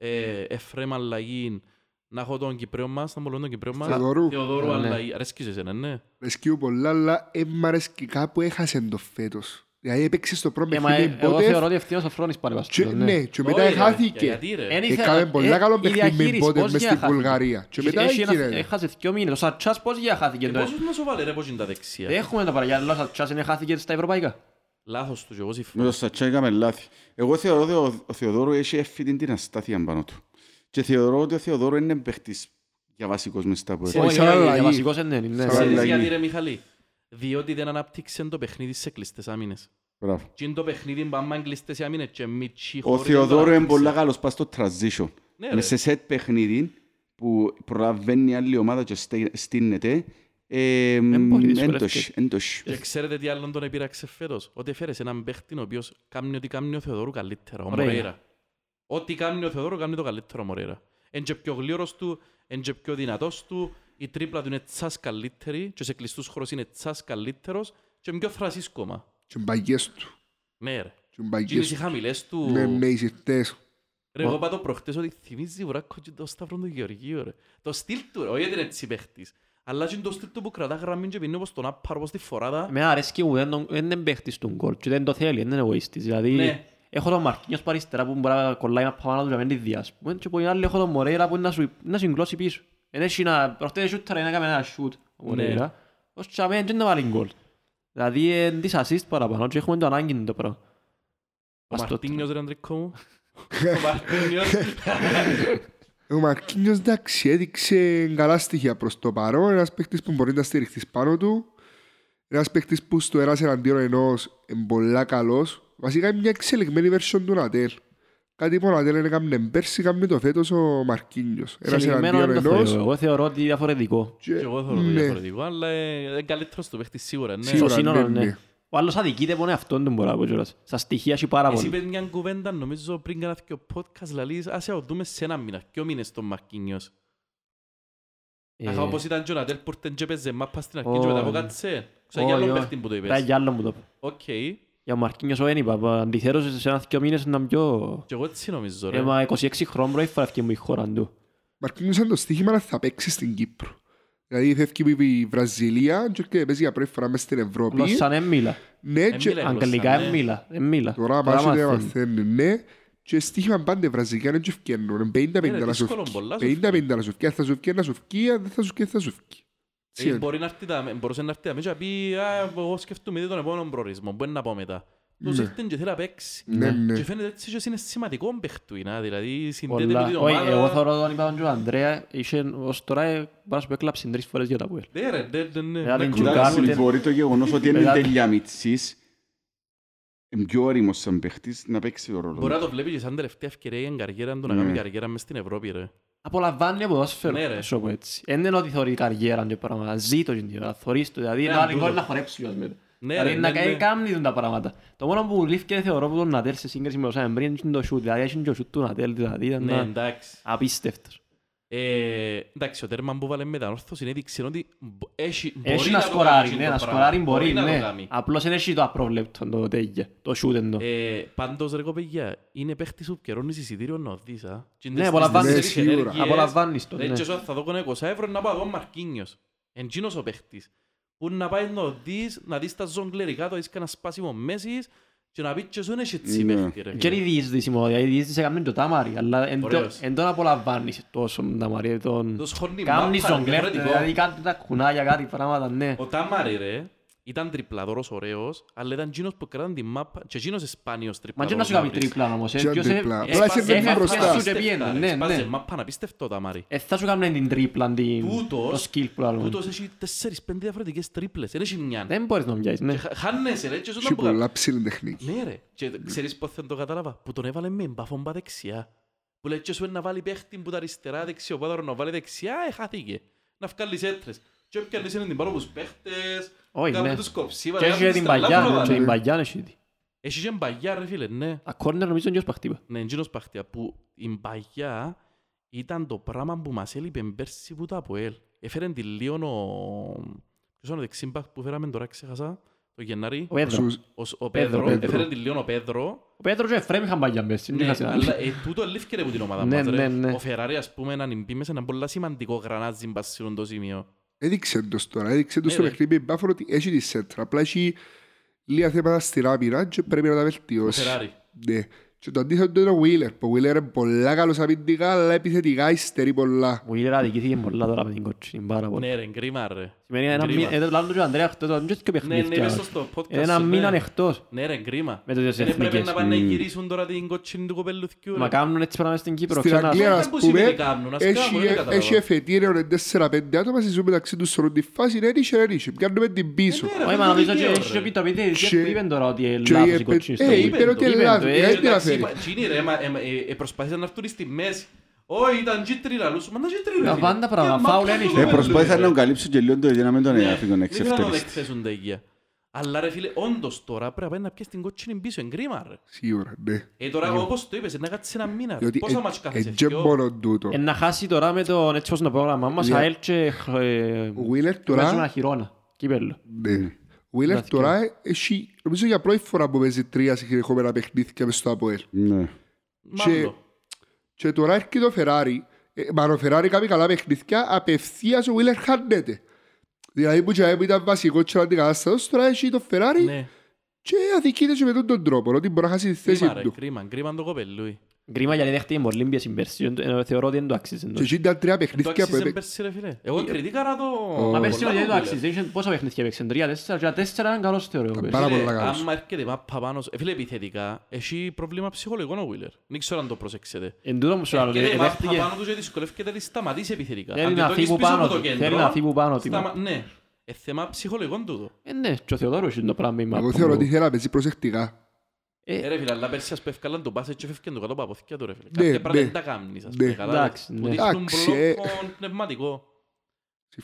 S3: Ναι.
S1: ε, Εφραίμ αλλαγή, να έχω τον Κυπρέο μας, να μου λένε τον Κυπρέο μας.
S2: Θεοδωρού.
S1: Θεοδωρού
S3: Ναι.
S1: αλλαγή. Αρέσκει σε εσένα, ναι.
S2: Ρεσκύω πολλά, αλλά ε, μ' αρέσει και κάπου έχασε το φέτος. Δηλαδή έπαιξε στο πρώτο
S3: Ε, μα, ε,
S2: παιχνίδι
S3: εγώ θεωρώ
S2: πότε.
S3: ότι ευθύνος ο Φρόνης πάλι βάζει
S2: και-
S3: το,
S2: Ναι, και μετά
S1: Όχι, ρε,
S2: έχάθηκε.
S1: Γιατί ρε.
S3: Εν
S2: Έκανε
S3: ήθελα- ε,
S2: πολλά καλό
S3: η
S2: παιχνίδι με
S3: διαχείριση,
S2: Μπότε
S3: πώς
S2: μες στη
S3: διαχάθηκε.
S2: Βουλγαρία. Και μετά
S3: Έχει ένα-
S2: έγινε.
S3: έχασε δυο μήνες. Ο Σατσάς πώς διαχάθηκε
S1: Ε,
S3: το-
S1: Πόσους να σου βάλει ρε πώς είναι τα δεξιά.
S3: Δεν έχουμε τα παραγιά, αλλά ο Σατσάς είναι χάθηκε στα ευρωπαϊκά.
S2: Ε,
S1: Λάθος του και εγώ
S4: Με
S1: συμφωνώ.
S4: το Σατσά έκαμε λάθη. Εγώ θεωρώ ότι ο- ο Θεοδόρου έχει έφυγε την αστάθεια πάνω του. Και θεωρώ ότι ο Θεοδόρου είναι παίχτης για βασικός μες στα πόδια.
S2: Όχι,
S3: Όχι,
S2: σαν
S3: όχι,
S2: αλλαγή.
S3: για βασικός είναι, ναι, ναι.
S2: Σαν
S1: Ξέρεις
S4: αλλαγή.
S1: γιατί ρε Μιχαλή. Διότι δεν ανάπτυξε το παιχνίδι σε κλειστές άμυνες.
S4: Μπράβο.
S1: Τι είναι το παιχνίδι που άμα είναι κλειστές οι άμυνες και μίτσι
S4: Ο
S1: χωρίς να το
S4: Θεοδόρου είναι
S1: αναπτύξει.
S4: πολύ καλός πας στο transition.
S1: Ναι,
S4: Με
S1: ρε.
S4: σε σετ παιχνίδι που προλαβαίνει η άλλη ομάδα και στέ- στείνεται, ε,
S3: μπορεί,
S4: εν
S3: δυσκολεύεται.
S4: το έχει, εν το έχει.
S1: Και ξέρετε τι άλλον τον επήραξε φέτος. Ότι έφερες έναν παίχτη ο οποίος κάνει ό,τι κάνει ο Θεοδόρου καλύτερα, ο
S3: Μωρέιρα.
S1: Μωρέιρα. Ό,τι κάνει ο Θεοδόρου κάνει το καλύτερο ο Μωρέιρα. Εν και πιο γλύρος του, εν και πιο δυνατός του, η τρίπλα του είναι τσάς καλύτερη και σε κλειστούς χώρους είναι τσάς καλύτερος και πιο θρασής κόμμα.
S2: Και μπαγιές του.
S1: Ναι ρε.
S2: Και
S1: Και είναι
S2: μπαγιές
S1: οι
S2: του.
S1: χαμηλές του.
S2: Ναι, ναι, οι ζητές.
S1: Ρε, εγώ είπα το προχτές ότι θυμίζει βράκο και το Σταυρό του Γεωργίου ρε. Το στυλ του ρε, όχι γιατί είναι έτσι παίχτης. Αλλά και είναι το στυλ του που κρατά γραμμή και πίνει όπως τον άπαρο, όπως τη φοράδα.
S3: Εμένα αρέσκει μου, δεν τον- δεν είναι παίχτης του γκολ και δεν το θέλει, δεν είναι εγωίστης. Δηλαδή,
S1: Ναι.
S3: έχω τον Μαρκίνιος που αριστερά που μπορεί να κολλάει ένα πάνω του και να μην τη δει, ας πούμε, και από την άλλη έχω τον
S1: Ναι.
S3: Μωρέιρα που είναι να σου- να συγκλώσει πίσω. Εν έχει να- προχτές δεν σούταρε, να έκαμε ένα σούτ ο Μωρέιρα. ως τσάμε δεν το βάλει γκολ. Δηλαδή είναι της assist παραπάνω και έχουμε το ανάγκη το πράγμα.
S1: Ο
S3: Ας το-
S1: Μαρτίνιος ρε Αντρικό *laughs* μου. Ο Μαρτίνιος.
S2: Ο Μαρκίνιος εντάξει έδειξε καλά στοιχεία προς το παρόν. Ένας παίχτης που μπορεί να στηριχθείς πάνω του. Ένας παίχτης που στο ένας εναντίον ενός είναι πολλά καλός. Βασικά είναι μια εξελιγμένη version του Νατέλ. Κάτι που ο Νατέλ έκανε πέρσι, έκανε το φέτος ο Μαρκίνιος. Ένας
S3: Εξελιγμένο
S2: εναντίον
S3: δεν το
S2: ενός.
S3: θεωρώ. Εγώ θεωρώ ότι διαφορετικό.
S1: Και εγώ θέλω το
S2: Ναι.
S1: διαφορετικό, αλλά ε, είναι καλύτερος το παίχτης σίγουρα. ναι.
S2: Σίγουρα,
S3: Στο σύνολο,
S2: ναι, ναι.
S3: ναι. Ο άλλος αδικείται πόνε αυτόν τον μπορώ να πω κιόλας. Στα στοιχεία έχει πάρα
S1: Εσύ
S3: πολύ.
S1: είπες μια κουβέντα, νομίζω, πριν κάνα δυο podcast, λαλείς, ας ερωτούμε σε ένα μήνα, δυο μήνες τον Μαρκίνιος.
S3: Ε,
S1: Αχα, όπως ήταν και ο Νατέλ, που δεν έπαιζε μάπα στην αρχή
S3: Ω.
S1: και μετά από κάτσε. Ξέρω για
S3: Όχι,
S1: άλλον
S3: όχι.
S1: παίχτη που το
S3: Ήταν
S1: είπες.
S3: κι άλλο μου το πω.
S1: Οκ.
S3: Για ο Μαρκίνιος ο είπα. Αντιθέρωσε σε ένα δυο μήνες ήταν πιο...
S1: Και εγώ έτσι νομίζω, ρε.
S3: Ε, μα 26 χρόνων προέφερα ευκαιρία μου η χώρα του.
S2: Μαρκίνιος είναι το στοίχημα να θα παίξει στην Κύπρο. Δηλαδή φεύγει η Βραζιλία και έρχεται, παίζει για πρώτη φορά μες στην Ευρώπη.
S3: Απλώς σαν έμμιλα.
S2: Ναι,
S1: Ε,
S2: και
S1: μίλα,
S3: Αγγλικά
S1: γλώσσα, ναι.
S3: έμμιλα. Έμμιλα.
S2: Τώρα πάση δεν μαθαίνει, ναι. Και στοίχημα πάντα βραζικάνε και ευκαινούν. 50-50
S1: Είναι
S2: να σου
S1: Ε, δύσκολο πολλά, σου
S2: βγει. 50-50 να σου βγει. Αν θα σου βγει, να σου βγει. Αν δεν θα σου βγει, θα σου βγει.
S1: Ε,
S2: Έτσι είναι.
S1: μπορεί να έρθει τα- Μπορούσε να έρθει τα μέσα και πει «Α, εγώ σκεφτούμε ήδη τον επόμενο προορισμό, μπορεί να πω μετά». Τους
S2: Ναι.
S1: ήρθε και θέλει να παίξει.
S2: Ναι,
S1: Και
S2: ναι.
S1: φαίνεται έτσι και είναι σημαντικό μπαιχτουίνα, δηλαδή συνδέεται με
S3: Πολλά.
S1: την
S3: Όχι,
S1: ομάδα.
S3: εγώ θεωρώ τον είπα τον Τζο Ανδρέα, είχε ως τώρα ε, μπορεί να σου πει έκλαψε τρεις φορές για τα Πουέλ.
S1: Ναι, ρε, ναι, ναι, ναι.
S3: Εάν
S1: Να κρούουν
S3: δεν κοιτάς,
S1: όλοι.
S4: Εντάξει, λοιπόν,
S3: Κάπου
S4: μπορεί το γεγονός ότι είναι
S3: Μετά-
S4: τέλεια μητσής είναι πιο όριμος σαν παίχτης να παίξει το ρόλο.
S1: Μπορεί να
S4: του.
S1: το βλέπει και σαν τελευταία ευκαιρία για την καριέρα του να
S4: Ναι.
S1: κάνει καριέρα μες στην Ευρώπη, ρε.
S3: Απολαμβάνει από ποδόσφαιρο,
S1: Ναι, ρε.
S3: ας το πω έτσι. Εν είναι ότι θεωρεί καριέρα και πράγματα, ζει το την ώρα, θωρείς το, δηλαδή
S1: Ναι,
S3: ένα
S1: αν
S3: γκολ
S1: τούτο.
S3: να χορέψει κιόλας μετά.
S1: Ναι,
S3: Δηλαδή
S1: ρε,
S3: να
S1: ναι, ναι.
S3: κάνει κάμνη τα πράγματα. Το μόνο που λήφθηκε θεωρώ που τον Νατέλ σε σύγκριση με όσα εμπρίνει είναι το σούτ, δηλαδή έχει και ο σούτ του Νατέλ, δηλαδή ήταν
S1: Ναι,
S3: ένα-
S1: εντάξει.
S3: απίστευτος.
S1: Ε, εντάξει, ο τέρμα που βάλε μετανόρθωση είναι δείξε ότι μπο- έχει, μπορεί
S3: Έχει
S1: να
S3: να
S1: το
S3: σκοράρει,
S1: κάνει
S3: ναι,
S1: το
S3: να
S1: πράγμα.
S3: σκοράρει μπορεί,
S1: να το
S3: ναι.
S1: κάνει.
S3: Απλώς δεν έχει το απρόβλεπτο το τέτοιο, το Ναι, σούτ εννοώ.
S1: Ε, πάντως ρε κοπέγια, είναι παίχτης που καιρώνεις εισιτήριο να οδείς, α. Και είναι
S3: Ναι,
S1: στις
S3: απολαμβάνεις,
S1: δύσκολες
S2: ναι, σίγουρα.
S1: ενέργειες.
S3: Απολαμβάνεις το,
S1: Λέει,
S3: ναι.
S1: «Και ζω, θα δω κανένα 20 ευρώ να πάω εγώ Μαρκίνιος. Εν τζίνος ο παίχτης. Που να πάει να οδείς, να δεις τα ζογκλερικά, το δεις κανένα σπάσιμο μέσης και να πεις και σου είναι έτσι
S4: Ναι.
S1: παίχτη, ρε,
S3: Και
S1: φίλε».
S3: είναι η διείσδυση μόνο, δηλαδή η διείσδυση έκαμε το τάμαρι, αλλά εν το-
S1: Ωραίος.
S3: εν τον απολαμβάνεις τόσο με τάμαρι, τον...
S1: Το σχορνί,
S3: Κάμνεις
S1: μάπα,
S3: τον κλέφτη,
S1: διαφορετικό.
S3: δηλαδή κάτι τα κουνάκια, κάτι πράγματα, ναι.
S1: Ο Τάμαρη ρε, ήταν τριπλαδόρος ωραίος, αλλά ήταν τζίνος που κράταν τη μάπα και τζίνος είναι σπάνιος
S3: Μα και
S1: τριπλαδόρος.
S3: να σου
S1: να
S3: κάνει
S1: βρεις.
S3: τρίπλα όμως, ε,
S2: Και
S3: ποιος
S2: αντίπλα.
S3: ε,
S2: Απλά
S1: Έπασε-
S2: είσαι
S1: έπασε
S2: μπροστά.
S1: σου, ρε,
S3: Έπιεν,
S1: ρε,
S3: ναι,
S1: σπάσε
S3: ναι.
S1: μάπα, αναπίστευτο, Ταμάρη.
S3: ε, θα σου κάνουν την τρίπλα, την-
S1: Τούτος-
S3: το skill που λαλούμε.
S1: Τούτος έχει τέσσερις-πέντε διαφορετικές τρίπλες, δεν έχει μια.
S3: Δεν μπορείς να τον πιάσεις, ναι.
S1: Και χα- Χάνεσαι ρε, και σου
S2: Έχει
S1: τον που
S2: πολλά ψηλή τεχνική.
S1: Ναι ρε, και ξέρεις πώς δεν το κατάλαβα, που τον έβαλε με μπαφόμπα δεξιά. Που λέει και σου να βάλει παίχτη που τα αριστερά δεξιοπόδαρο να βάλει δεξιά, ε, χάθηκε. Να βγάλεις έτρες. Και έπιανες είναι την πάρα τους παίχτες,
S3: Όχι,
S1: κάνουν
S3: ναι.
S1: τους κοψίβα.
S3: Και έχει και την παγιά, και
S1: ναι.
S3: την παγιά έχει τη.
S1: Έχει και μπαγιά ρε φίλε, ναι.
S3: Τα corner νομίζω είναι και ως παχτύπα.
S1: Ναι, εντύνος παχτιά που η μπαγιά ήταν το πράγμα που μας έλειπε πέρσι που το Αποέλ. Έφερε τη λίγο ο... Ποιος ήταν ο δεξίμπακ που φέραμε τώρα, ξέχασα, το Γενάρη.
S3: Ο Πέδρο.
S2: Σου-
S1: Ο, ο
S3: Πέδρο,
S1: Πέδρο.
S2: Πέδρο.
S1: Έφερε τη λίγο ο Πέδρο.
S3: Ο Πέτρος και ο Εφραίμ είχαν παγιά μέσα, δεν
S1: Ναι,
S3: είχα σε άλλη.
S1: αλλά ε, τούτο αλήφκερε από την ομάδα
S3: Ναι,
S1: μας. ρε.
S3: ναι, ναι.
S1: Ο Φεράρι, ας πούμε, να νυμπεί μέσα ένα πολύ σημαντικό γρανάζι μπας σε αυτό το σημείο.
S2: Έδειξε το τώρα. Έδειξε το
S1: Ναι,
S2: στο
S1: ρε.
S2: παιχνίδι με την Πάφορο ότι έχει τη σέντρα. Απλά έχει λίγα θέματα στην άμυνα και πρέπει να τα
S1: Ο
S2: βελτιώσει.
S1: Φεράρι.
S2: Ναι. Και το αντίθετο είναι ο Βίλερ. Ο Βίλερ είναι πολλά καλός αμυντικά, αλλά επιθετικά υστερεί πολλά.
S3: Ο Γιλερ αδικήθηκε πολλά τώρα με την κότσινη, πάρα πολύ.
S1: Ναι ρε, γκρίμα ρε.
S3: Σημαίνει ένα
S1: Γκρίμα.
S3: μήνα, ε, το λάλλον του Ανδρέα αυτό το και
S1: Ναι, ναι,
S3: παιχνίδια.
S1: πες το στο podcast.
S3: Ένα
S1: ναι.
S3: μήνα εκτός.
S1: Ναι ρε, γκρίμα.
S3: Με τις
S1: Δεν έπρεπε
S3: εθνικές. Mm.
S1: να πάνε να
S4: Μμμ.
S1: γυρίσουν τώρα την κοτσίνη του κοπελουθκιού. ρε. Ε,
S3: Μα κάνουν έτσι πράγματα στην Κύπρο.
S2: Στην
S3: ξανά.
S2: Αγγλία,
S1: Δεν
S2: ας
S1: που
S2: πούμε,
S1: σημαίνει κάνουν, ας
S2: έχει- ε,
S1: κάνουν, δεν καταλαβαίνω.
S2: έχει εφετήριο 4-5 άτομα, συζητούν μεταξύ τους σωρούν τη φάση, ναι, νύχε, ναι, νύχε. Πιάνουμε την πίσω.
S1: Ε, ναι, ρε,
S3: Όχι, μα
S1: αυτό
S3: νομίζω
S1: είναι
S3: ότι
S1: δικαίωμα,
S3: έχει
S1: ρε.
S3: και πει το παιδί,
S2: Και-
S3: που είπε τώρα ότι είναι
S2: και
S3: λάθος
S2: είπε-
S3: η κοτσίνη στο
S2: ε,
S3: παιδί.
S2: είπε
S1: το,
S2: ότι
S3: είπε
S2: είναι
S3: το,
S2: λάθος,
S3: ε,
S2: γιατί
S1: Εντάξει,
S2: να φέρει.
S1: είπα, «Τζίνι, ρε, μα, ε, μα, ε, ε, προσπάθησαν να έρθουν στη μέση. Όχι, ήταν τζίτρι λαλούς σου, μα ήταν τζίτρι, ρε,
S3: Τα
S1: φίλε.
S3: πάντα πράγματα,
S1: Ε, μα
S3: φάουλ
S1: πού
S3: ένιξε.
S1: το
S4: Ε,
S1: βάλουν,
S4: προσπάθησα
S1: ρε.
S4: να τον καλύψω και λίγο το ίδιο να μην τον
S1: Ναι,
S4: αφήνω τον
S1: δεν θέλω να το
S4: εξευτελιστή.
S1: εκθέσουν τα υγεία. Αλλά ρε φίλε, όντως τώρα πρέπει να πάει να πιέσει την κότσινη πίσω, εν κρίμα, ρε.
S2: Σίγουρα, ναι.
S1: Ε, τώρα όπως το είπες, να κάτσεις ένα μήνα. ρε.
S2: Διότι ε,
S1: Πόσα μάτς κάθεσαι,
S2: έτσι
S1: δυο?
S2: μόνο τούτο.
S3: Ε, να χάσει τώρα με τον έτσι όσο το πρόγραμμα μας,
S2: Ναι.
S3: ΑΕΛ και χ- ε,
S2: Ο Βίλερ
S3: παίζουν ένα
S2: τώρα,
S3: χειρόνα. Κύπελλο.
S2: ναι. Ο Βίλερ
S3: Εντάξει.
S2: τώρα έχει, νομίζω για πρώτη φορά που παίζει τρία συγχωρεχόμενα παιχνίδια μες στο ΑΠΟΕΛ.
S4: Ναι.
S1: Μάλλον.
S2: Και τώρα έρχεται ο Φεράρι. Ε, μα ο Φεράρι κάνει καλά παιχνίδια, απευθείας ο Βίλερ χάνεται. Δηλαδή που και που ήταν βασικό και αντικαταστατός, τώρα έχει το Φεράρι
S1: Ναι.
S2: και αδικείται και με τον τον τρόπο, ότι μπορεί να χάσει τη θέση
S1: Κρίμα, ρε,
S2: του.
S1: κρίμα, κρίμα το Ε, κοπελούι.
S3: Κρίμα γιατί δέχτηκε πολύ πίεση πέρσι, ενώ θεωρώ ότι δεν το άξιζε.
S2: Και εκεί ήταν τρία
S1: Το
S2: παιχνίδια που
S1: άξιζε
S2: έπαιξε.
S1: πέρσι ρε φίλε.
S2: Ε,
S1: Εγώ κριτήκαρα το...
S3: Μα
S1: πολλά
S3: πέρσι δεν το
S1: μου,
S3: άξιζε, είχε πόσα παιχνίδια παίξε, τρία, τέσσερα, και τα τέσσερα ήταν καλός θεωρώ. εγώ, πέρσι.
S2: Πάρα
S1: Φίλε,
S2: πολλά καλός.
S1: Άμα έρχεται η μάπα πάνω σου- ε, φίλε, επιθετικά, έχει πρόβλημα ψυχολογικό ο Wheeler. Δεν ξέρω αν το προσέξετε.
S3: Εν τούτο μου σου λέω,
S1: Έρχεται η μάπα
S3: δέχτηκε-
S1: πάνω του και δυσκολεύεται να τη σταματήσει επιθετικά.
S3: Θέλει
S1: Αν τη
S3: να
S1: τονείς
S3: φύγει
S1: πίσω
S3: πάνω
S1: από το
S3: του,
S1: κέντρο,
S3: θέλει να φύγει πάνω του.
S1: σταμα- Ναι. Ε, θέμα ψυχολογικών τούτο.
S3: Ε, ναι, και ο Θεοδόρος είναι το πράγμα η
S2: Εγώ
S3: μάπα
S2: θεωρώ
S3: μου.
S2: ότι θέλα να παίζει προσεκτικά.
S3: Ε,
S1: Ε, Ρε φίλε, αλλά πέρσι ας που έφκαλαν τον πάση και έφευκαν το κάτω από τα αποθήκια του ρε φίλε.
S2: Ναι,
S1: Κάποια πράγματα
S2: ναι.
S1: δεν τα κάνεις ας
S2: Ναι.
S1: πούμε. καλά,
S3: Εντάξει,
S1: που
S3: ναι.
S1: δείχνουν
S2: Εντάξει, ε.
S1: μπλόκο πνευματικό.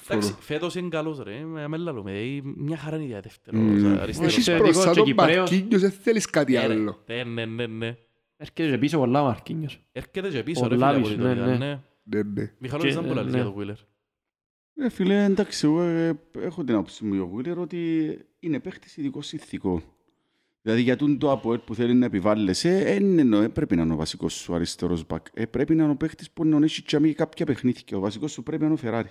S1: Εντάξει,
S2: Συμφωνώ.
S1: φέτος είναι καλός ρε, με με λαλούμε, ε, μια χαρά είναι ιδιαίτερο.
S4: Μμμ.
S1: αριστερός.
S2: Έχεις
S3: Θεωρητικό
S2: μπροστά
S3: και
S2: τον
S3: Κυπρέος.
S2: Παρκίνιος, δεν θέλεις κάτι
S1: Ε, ρε,
S2: άλλο.
S1: Ναι, ναι, ναι, ναι.
S3: έρχεται και πίσω πολλά ο Μαρκίνιος.
S1: Έρχεται και πίσω
S3: Ο
S1: ρε φίλε από
S3: Λάβης,
S1: την
S3: ναι,
S1: Τωρίδα,
S3: ναι.
S1: ναι.
S2: Ναι, ναι.
S1: Μιχαλώδης
S3: Και,
S1: δεν μπορεί να
S3: ε,
S1: λες για
S3: ναι.
S1: τον Wheeler.
S4: Ε, φίλε, εντάξει, εγώ ε, έχω την άποψη μου για τον Wheeler ότι είναι παίχτης ειδικό συνθηκό. Δηλαδή για τον το Αποέλ που θέλει να επιβάλλεσαι, ε, ναι, ναι, πρέπει να είναι ο βασικός σου αριστερός μπακ. Ε, πρέπει να είναι ο παίχτης που να έχει τσάμι κάποια παιχνίδια. Ο βασικός σου πρέπει να είναι ο Φεράρι.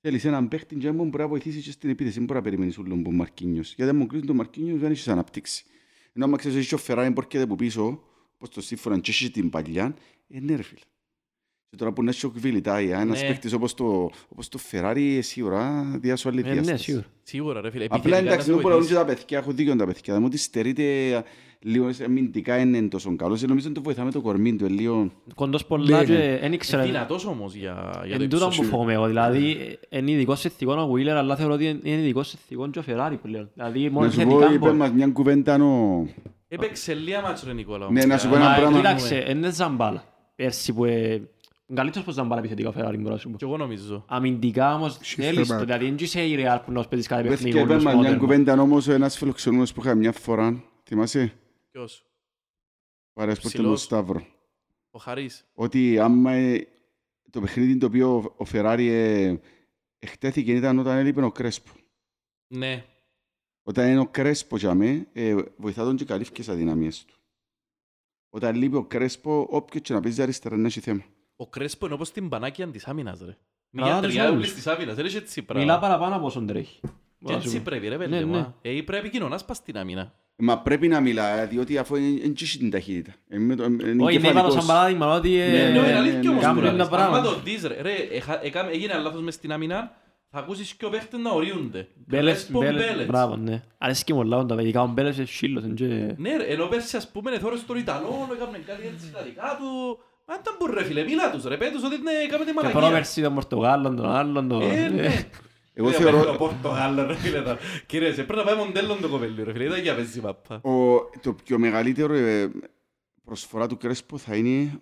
S4: Θέλεις έναν παίχτη τζάμι που μπορεί να βοηθήσει και στην επίθεση. Δεν μπορεί να περιμένεις όλο τον Μαρκίνιος. Γιατί αν μου κλείσουν τον Μαρκίνιος δεν έχεις αναπτύξει. Ενώ άμα ξέρεις ότι ο Φεράρι που έρχεται από πίσω, όπως το σύμφωνα και έχεις την παλιά, ε, ναι ρε φίλε. Και τώρα που είναι σοκβιλιτάει, ε, ένας
S1: Ναι.
S4: παίχτης όπως το, όπως το Ferrari ε, σίγουρα διάσου άλλη
S3: Ε, ναι,
S4: διάσταση.
S3: σίγουρα.
S1: Σίγουρα ρε φίλε,
S4: Απλά
S1: επιθετικά να
S4: εντάξει,
S1: σε
S4: δεν μπορούν και
S1: βοηθήσει.
S4: τα παιδιά, έχω δίκιο τα παιδιά. Δηλαδή ότι στερείται λίγο αμυντικά είναι τόσο καλός. Ε, Νομίζω ότι το βοηθάμε το κορμί του, ε, λίγο.
S3: Κοντός πολλά
S2: Ναι,
S3: και
S2: ναι.
S3: δεν
S1: Ε,
S3: ήξερα.
S1: Δυνατός όμως για για το
S3: Εν τούτο
S1: ύψος
S3: που
S1: σου.
S3: φοβούμαι εγώ, δηλαδή ε, είναι ειδικός σε θυγόν ο Wheeler, αλλά θεωρώ ότι είναι ειδικός σε θυγόν και ο Ferrari πλέον. Δηλαδή μόνο
S4: Να σου πω,
S3: θετικά
S4: είπε
S3: μπορεί.
S4: μας μια κουβέντα, νο...
S1: Έπαιξε λίγα μάτς ρε Νικόλα.
S4: Ναι, να σου πω ένα
S3: Ah,
S1: Αλλά,
S4: πράγμα.
S1: Κοίταξε.
S3: Κοίταξε, είναι ζαμπάλα. Πέρσι που... ε, είναι Καλύτερος πως ζαμπάλα επιθετικά ο Ferrari, μπορώ να σου πω.
S1: Κι εγώ νομίζω.
S3: Αμυντικά όμως
S2: Έχει
S3: θέλεις το,
S2: θέμα.
S3: δηλαδή δεν είσαι η Real που να σου παίζεις κάθε παιχνίδι.
S4: Βρέθηκε, είπε
S3: όλους
S4: μας μια
S3: modern.
S4: κουβέντα όμως ένας φιλοξενούμενος που είχα μια φορά. Θυμάσαι,
S1: Ποιος.
S4: παρέα που ήρθε με τον
S1: Ψηλός.
S4: Σταύρο.
S1: Ο Χαρίς.
S4: Ότι άμα ε, το παιχνίδι το οποίο ο Φεράρι ε, εκτέθηκε ήταν όταν έλειπε ο Κρέσπο.
S1: Ναι.
S4: Όταν είναι ο Κρέσπο για μέ, ε, βοηθά τον και καλύφθηκε τις αδυναμίες του. Όταν λείπει ο Κρέσπο, όποιος και να παίζει αριστερά να έχει θέμα.
S1: Ο Κρέσπο είναι όπως την πανάκια της άμυνας ρε.
S3: Καλά,
S1: Μια
S3: τους
S1: τριάβλης
S3: άλλους.
S1: της άμυνας. Δεν έχει τσίπρα.
S3: Μιλά παραπάνω από όσον τρέχει.
S1: Και
S3: Μπορώ να σου
S1: έτσι
S3: πω.
S1: πρέπει ρε
S3: Ναι,
S1: παιδί
S3: ναι.
S1: μου. ε. Ε, Πρέπει να πας στην άμυνα.
S4: Μα πρέπει να μιλά, ε, διότι αφού δεν έχει την ταχύτητα. Ε, με το- ε, Είναι
S3: Όχι, ναι, βάλω
S4: εγκεφαλικός.
S3: σαν παράδειγμα ότι... ε,
S4: Ναι,
S1: Ναι, είναι
S4: ναι,
S1: αλήθεια όμως
S4: ναι.
S1: που
S3: Κάνουν
S1: λαλείς.
S3: τα
S1: Άμα
S3: πράγματα.
S1: το δεις ρε, ρε, εχα- εκα- έγινε λάθος μες στην άμυνα, θα ακούσεις και ο παίχτες να ορίονται.
S3: Μπέλες,
S1: Κρέσπο,
S3: μπέλες,
S1: Μπέλετς.
S3: μπράβο, ναι. Αρέσκει μου λάβουν τα παιδικά, ο μπέλες είναι σύλλος, είναι και-
S1: Ναι ρε, ενώ πέρσι ας πούμε θόρες τον Ιταλό, έκαμε κάτι έτσι τα δικά του. Μα ήταν που ρε φίλε, μίλα τους ρε, πέ τους ότι είναι έκαμε τη
S3: Και
S1: μαλακία.
S3: πρόπερση τον Πορτογάλο, τον άλλον, τον...
S1: Ε, ναι.
S4: Εγώ
S1: Ε, Το
S4: θεωρώ,
S1: Πορτογάλο ρε φίλε ήταν. Κύριε, σε πρέπει να πάει μοντέλο το κοπέλι ρε φίλε, ήταν για παίζει μαπά.
S4: ο, το πιο μεγαλύτερο ε, προσφορά του Κρέσπο θα είναι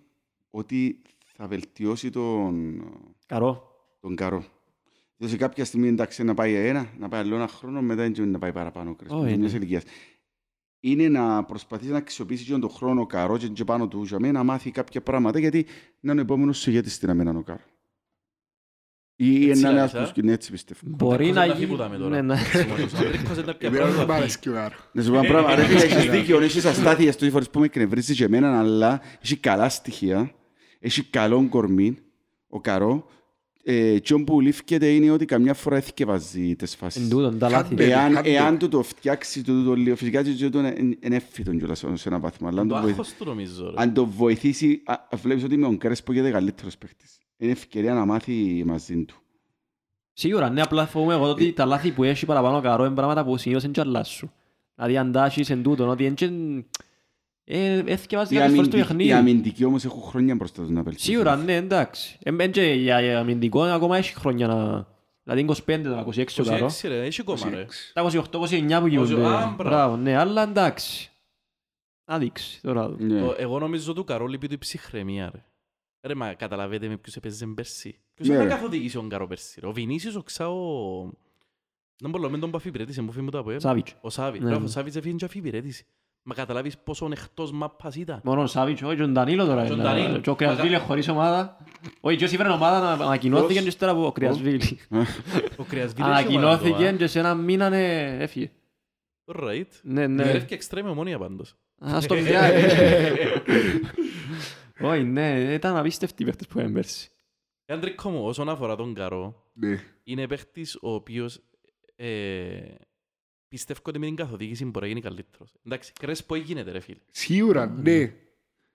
S4: ότι θα βελτιώσει τον,
S3: Καρό.
S4: τον καρό. Διότι κάποια στιγμή εντάξει να πάει ένα, να πάει άλλο ένα χρόνο, μετά είναι και να πάει παραπάνω. ο Κρέσπο,
S3: Όχι,
S4: oh,
S3: ναι.
S4: μιας ηλικίας. Είναι να προσπαθήσει να αξιοποιήσεις και τον χρόνο ο καρό και, και πάνω του για μένα, να μάθει κάποια πράγματα γιατί να είναι ο επόμενος ηγέτης στην αμένα ο καρό. Ή
S1: Έτσι
S4: να είναι
S1: λες,
S4: ένας
S1: α?
S4: που ναι, έτσι πιστεύω.
S3: Μπορεί να
S1: Κόζε τα
S3: γίνει...
S1: φίπουδα με τώρα.
S3: Ναι, ναι.
S1: Σωματός, να πια
S2: Εμένα δεν
S1: πράγματα.
S2: μ' αρέσει και ο Άρα.
S4: Να σου πω
S1: Ε,
S4: ένα πράγμα, ρε φίλε, έχεις δίκιο, έχεις αστάθειες τόσες φορές που με εκνευρίζεις και εμένα, αλλά έχει καλά στοιχεία, έχει καλό κορμί, ο καρό, ε, και όπου λήφκεται είναι ότι καμιά φορά έθηκε βαζί τις φάσεις.
S3: Εν τούτον, τα λάθη.
S2: Χάντε.
S4: Εάν,
S2: Άντε.
S4: εάν του το φτιάξει το τούτο λίγο, φυσικά και το είναι εύφυτον κιόλας σε έναν βαθμό, αλλά αν
S1: Το
S4: το, βοηθήσει,
S1: άγχος του νομίζω ρε.
S4: αν το βοηθήσει, α, βλέπεις ότι με τον Κρέσπο γίνεται καλύτερος παίχτης. Είναι ευκαιρία να μάθει μαζί του.
S3: Σίγουρα, ναι, απλά φοβούμαι εγώ ότι τα λάθη που έχει παραπάνω καρό είναι πράγματα που συνήθως δεν τσαρλάσσουν. Δηλαδή αν τα έχεις εν τούτον, ότι έτσι... Έθηκε βάζει
S4: Οι
S3: κάποιες φορές το
S4: αμυντικοί- Οι
S3: παιχνίδι.
S4: αμυντικοί όμως έχουν χρόνια μπροστά τους να βελτιωθούν.
S3: Σίγουρα, ναι, εντάξει. Εν και για αμυντικό ακόμα έχει χρόνια να... Δηλαδή 25 τώρα, 26 ο καρό.
S1: 26 ρε, έχει κόμμα ρε.
S3: Τα 28-29 που γίνονται.
S1: Α, μπράβο.
S3: Μπράβο, ναι, αλλά εντάξει. Να δείξεις τώρα.
S4: Ναι.
S1: Το- Εγώ νομίζω του Καρό λείπει του η ψυχραιμία ρε. Ε, Ρε μα καταλαβαίνετε με ποιους έπαιζε πέρσι. Ποιος
S4: Ναι,
S1: ήταν
S4: ρε.
S1: καθοδήγησε τον Καρό πέρσι. ρε. Ο Βινίσιος ο Ξάο... Δεν μπορώ με τον που αφιπηρέτησε, μου φύγει μου το από
S3: Σάβιτς.
S1: Ο Σάβιτς.
S3: Ναι,
S1: Ρε,
S3: ναι.
S1: Ο Σάβιτς έφυγε και αφιπηρέτησε. Μα καταλάβεις πόσο εκτός μάπας ήταν.
S3: Μόνο ο Σάβιτς, όχι, και ο Ντανίλο τώρα.
S1: Και ο
S3: είναι.
S1: Ντανίλο.
S3: Και ο Κρεασβίλη χωρίς ομάδα. Όχι, και όσοι φέρνουν ομάδα να- ανακοινώθηκε
S4: Ποιος?
S3: και ύστερα από ο Κρεασβίλη.
S1: Ο Κρεασβίλη
S3: *laughs*
S1: ε?
S3: Ανακοινώθηκε και σε ένα μήνα ναι, έφυγε.
S1: Right.
S3: Ναι, ναι.
S1: Γυρεύκε εξτρέμει ομόνια πάντως.
S3: Ας το πιάει. Όχι, ναι, ήταν απίστευτοι οι παίχτες που είχαν πέρσι.
S1: Άντρικο μου, Ε, όσον αφορά τον Καρό,
S2: Ναι.
S1: είναι παίχτης ο οποίος ε, πιστεύω ότι με την καθοδήγηση μπορεί να γίνει καλύτερος. Εντάξει, κρέσπο ή γίνεται ρε φίλε.
S2: Σίγουρα, ναι.